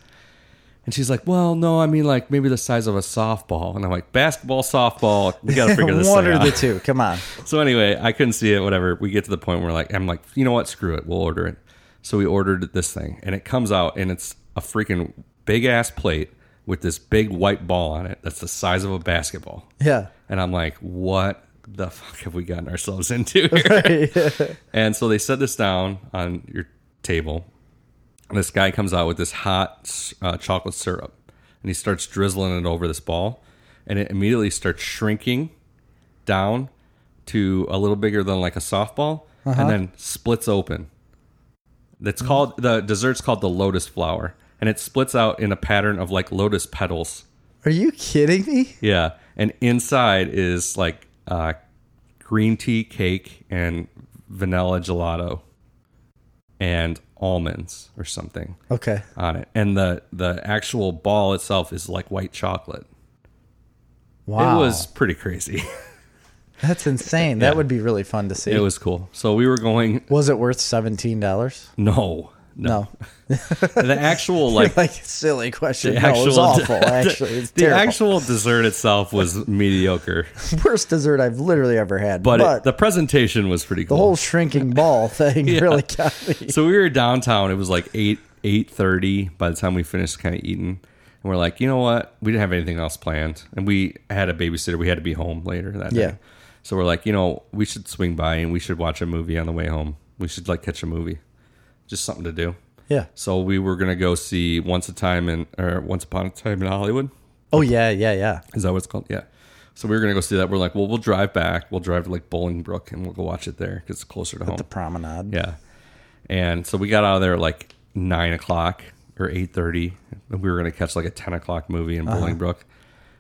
A: And she's like, well, no, I mean like maybe the size of a softball. And I'm like, basketball, softball. We gotta figure this
C: One
A: thing
C: or
A: out.
C: the two. Come on.
A: So anyway, I couldn't see it. Whatever. We get to the point where like I'm like, you know what? Screw it. We'll order it. So we ordered this thing, and it comes out, and it's a freaking big ass plate with this big white ball on it that's the size of a basketball.
C: Yeah.
A: And I'm like, what the fuck have we gotten ourselves into here? and so they set this down on your table. And this guy comes out with this hot uh, chocolate syrup and he starts drizzling it over this ball. And it immediately starts shrinking down to a little bigger than like a softball and then splits open. That's called the dessert's called the lotus flower. And it splits out in a pattern of like lotus petals.
C: Are you kidding me?
A: Yeah, and inside is like uh, green tea cake and vanilla gelato and almonds or something
C: Okay.
A: on it. And the the actual ball itself is like white chocolate.
C: Wow.
A: It was pretty crazy.
C: That's insane. That would be really fun to see.
A: it was cool. So we were going
C: was it worth $17?
A: no. No.
C: No.
A: The actual like
C: like silly question.
A: the
C: no, it was
A: actual
C: awful. Actually, it's
A: the
C: terrible.
A: actual dessert itself was mediocre,
C: worst dessert I've literally ever had.
A: but,
C: But,
A: it- the presentation was pretty cool.
C: the whole shrinking ball thing really got me.
A: so we were downtown. It was like eight eight thirty by the time we finished kind of eating, and we're like, you know what? We didn't have anything else planned, and we had a babysitter. We had to be home later that
C: Yeah.
A: day. So we're like, you know, we should swing by and we should watch a movie on the way home. We should like catch a movie, just something to do.
C: Yeah.
A: So we were gonna go see Once a Time in or Once Upon a Time in Hollywood.
C: Oh yeah, yeah, yeah.
A: Is that what it's called? Yeah. So we were gonna go see that. We're like, well, we'll drive back. We'll drive to like Bolingbrook and we'll go watch it there because it's closer to home.
C: The promenade.
A: Yeah. And so we got out of there at like nine o'clock or eight thirty. We were gonna catch like a ten o'clock movie in Bolingbrook.
C: Uh-huh.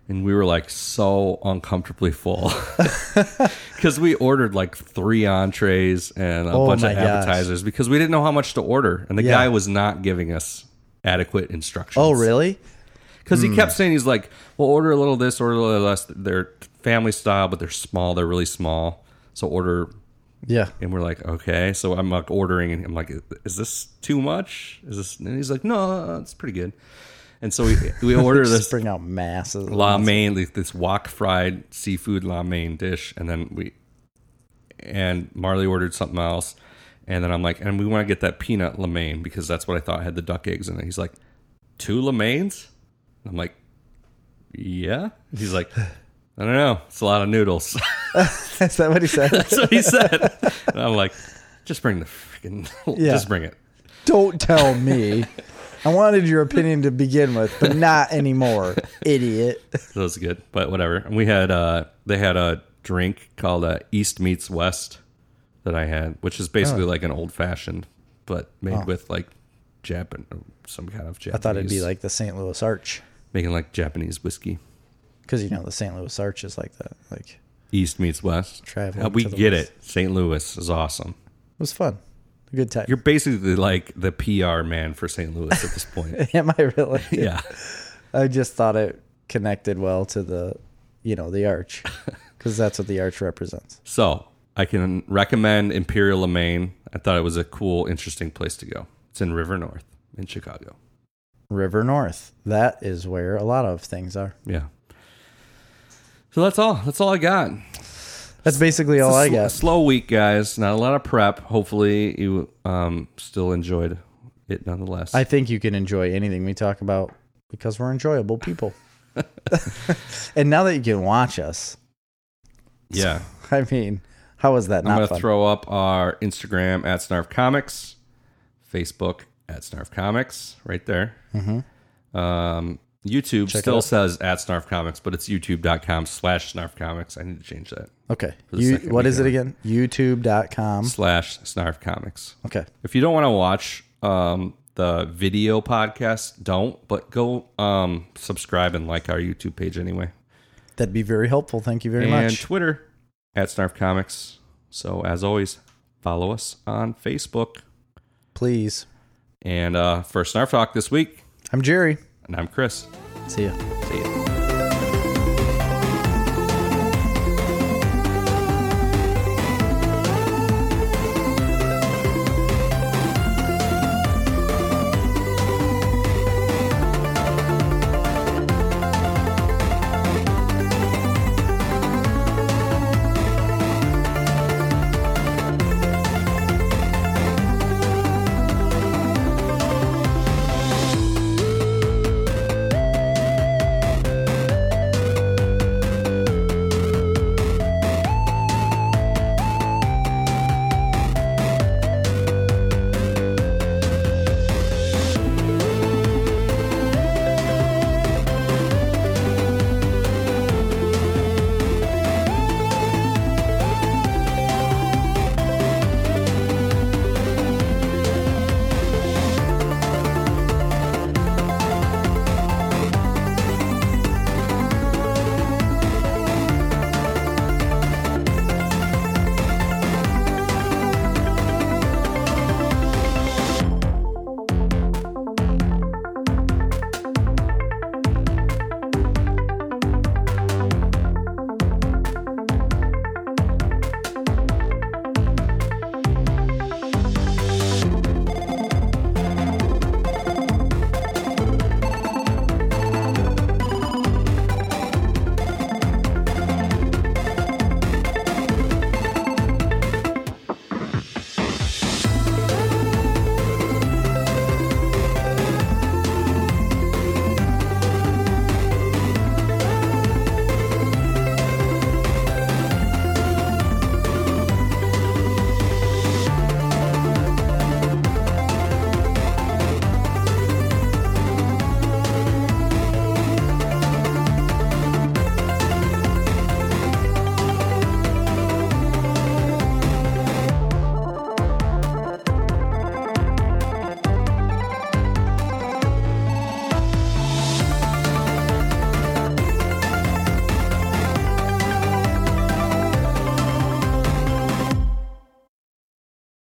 A: And we were like so uncomfortably full because we ordered like three entrees and a
C: Oh
A: bunch of
C: my gosh.
A: appetizers because we didn't know how much to order. And the
C: Yeah.
A: guy was not giving us adequate instructions.
C: Oh really? Hmm.
A: Because he kept saying, he's like, well, order a little this, order a little less. They're family style, but they're small. They're really small. So order
C: Yeah.
A: and we're like, okay. So I'm like ordering, and I'm like, is this too much? Is this? And he's like, no, it's pretty good. And so we we order
C: Just
A: this
C: bring out masses.
A: la mein, like this wok fried seafood la mein dish, and then we and Marley ordered something else, and then I'm like, and we want to get that peanut la mein because that's what I thought had the duck eggs in it. He's like, two la mains? I'm like, yeah. He's like, I don't know, it's a lot of noodles.
C: Is that what he said?
A: That's what he said. And I'm like, just bring the freaking,
C: Yeah.
A: just bring it.
C: Don't tell me. I wanted your opinion to begin with, but not anymore, idiot.
A: So was good, but whatever. And we had, uh, they had a drink called uh, East Meets West that I had, which is
C: Oh.
A: basically like an old fashioned, but made with like Japan, some kind of Japanese.
C: I thought it'd be like the St. Louis Arch.
A: making like Japanese whiskey.
C: because you know the St. Louis Arch is like that. Like
A: East meets West.
C: Traveling
A: Uh, we
C: to the
A: get
C: west.
A: it. St. Louis is awesome.
C: it was fun, a good time.
A: You're basically like the PR man for St. Louis at this point.
C: Am I really?
A: yeah.
C: I just thought it connected well to the, you know, the arch, because that's what the arch represents.
A: So I can recommend Imperial of Maine. I thought it was a cool, interesting place to go. It's in River North in Chicago.
C: River North. That is where a lot of things are.
A: Yeah. So that's all. That's all I got.
C: That's basically all
A: It's a
C: I
A: sl-
C: got.
A: Slow week, guys. Not a lot of prep. Hopefully, you um, still enjoyed it nonetheless.
C: I think you can enjoy anything we talk about because we're enjoyable people. and now that you can watch us,
A: yeah.
C: I mean, how is
A: I'm
C: that not
A: going
C: fun?
A: to throw up our Instagram at Snarf Comics, Facebook at Snarf Comics, right there. Um, YouTube
C: Mm-hmm. it
A: still
C: out.
A: says at Snarf Comics, but it's youtube.com slash Snarf Comics. I need to change that.
C: okay.
A: the
C: You,
A: second
C: what
A: week
C: is it again? YouTube.com.
A: Slash Snarf Comics.
C: Okay.
A: If you don't want to watch um, the video podcast, don't, but go um, subscribe and like our YouTube page anyway.
C: That'd be very helpful. Thank you very
A: and
C: much.
A: Twitter at Snarf Comics. So as always, follow us on Facebook.
C: Please.
A: And uh, for Snarf Talk this week,
C: I'm Jerry.
A: and I'm Chris.
C: See ya.
A: See ya.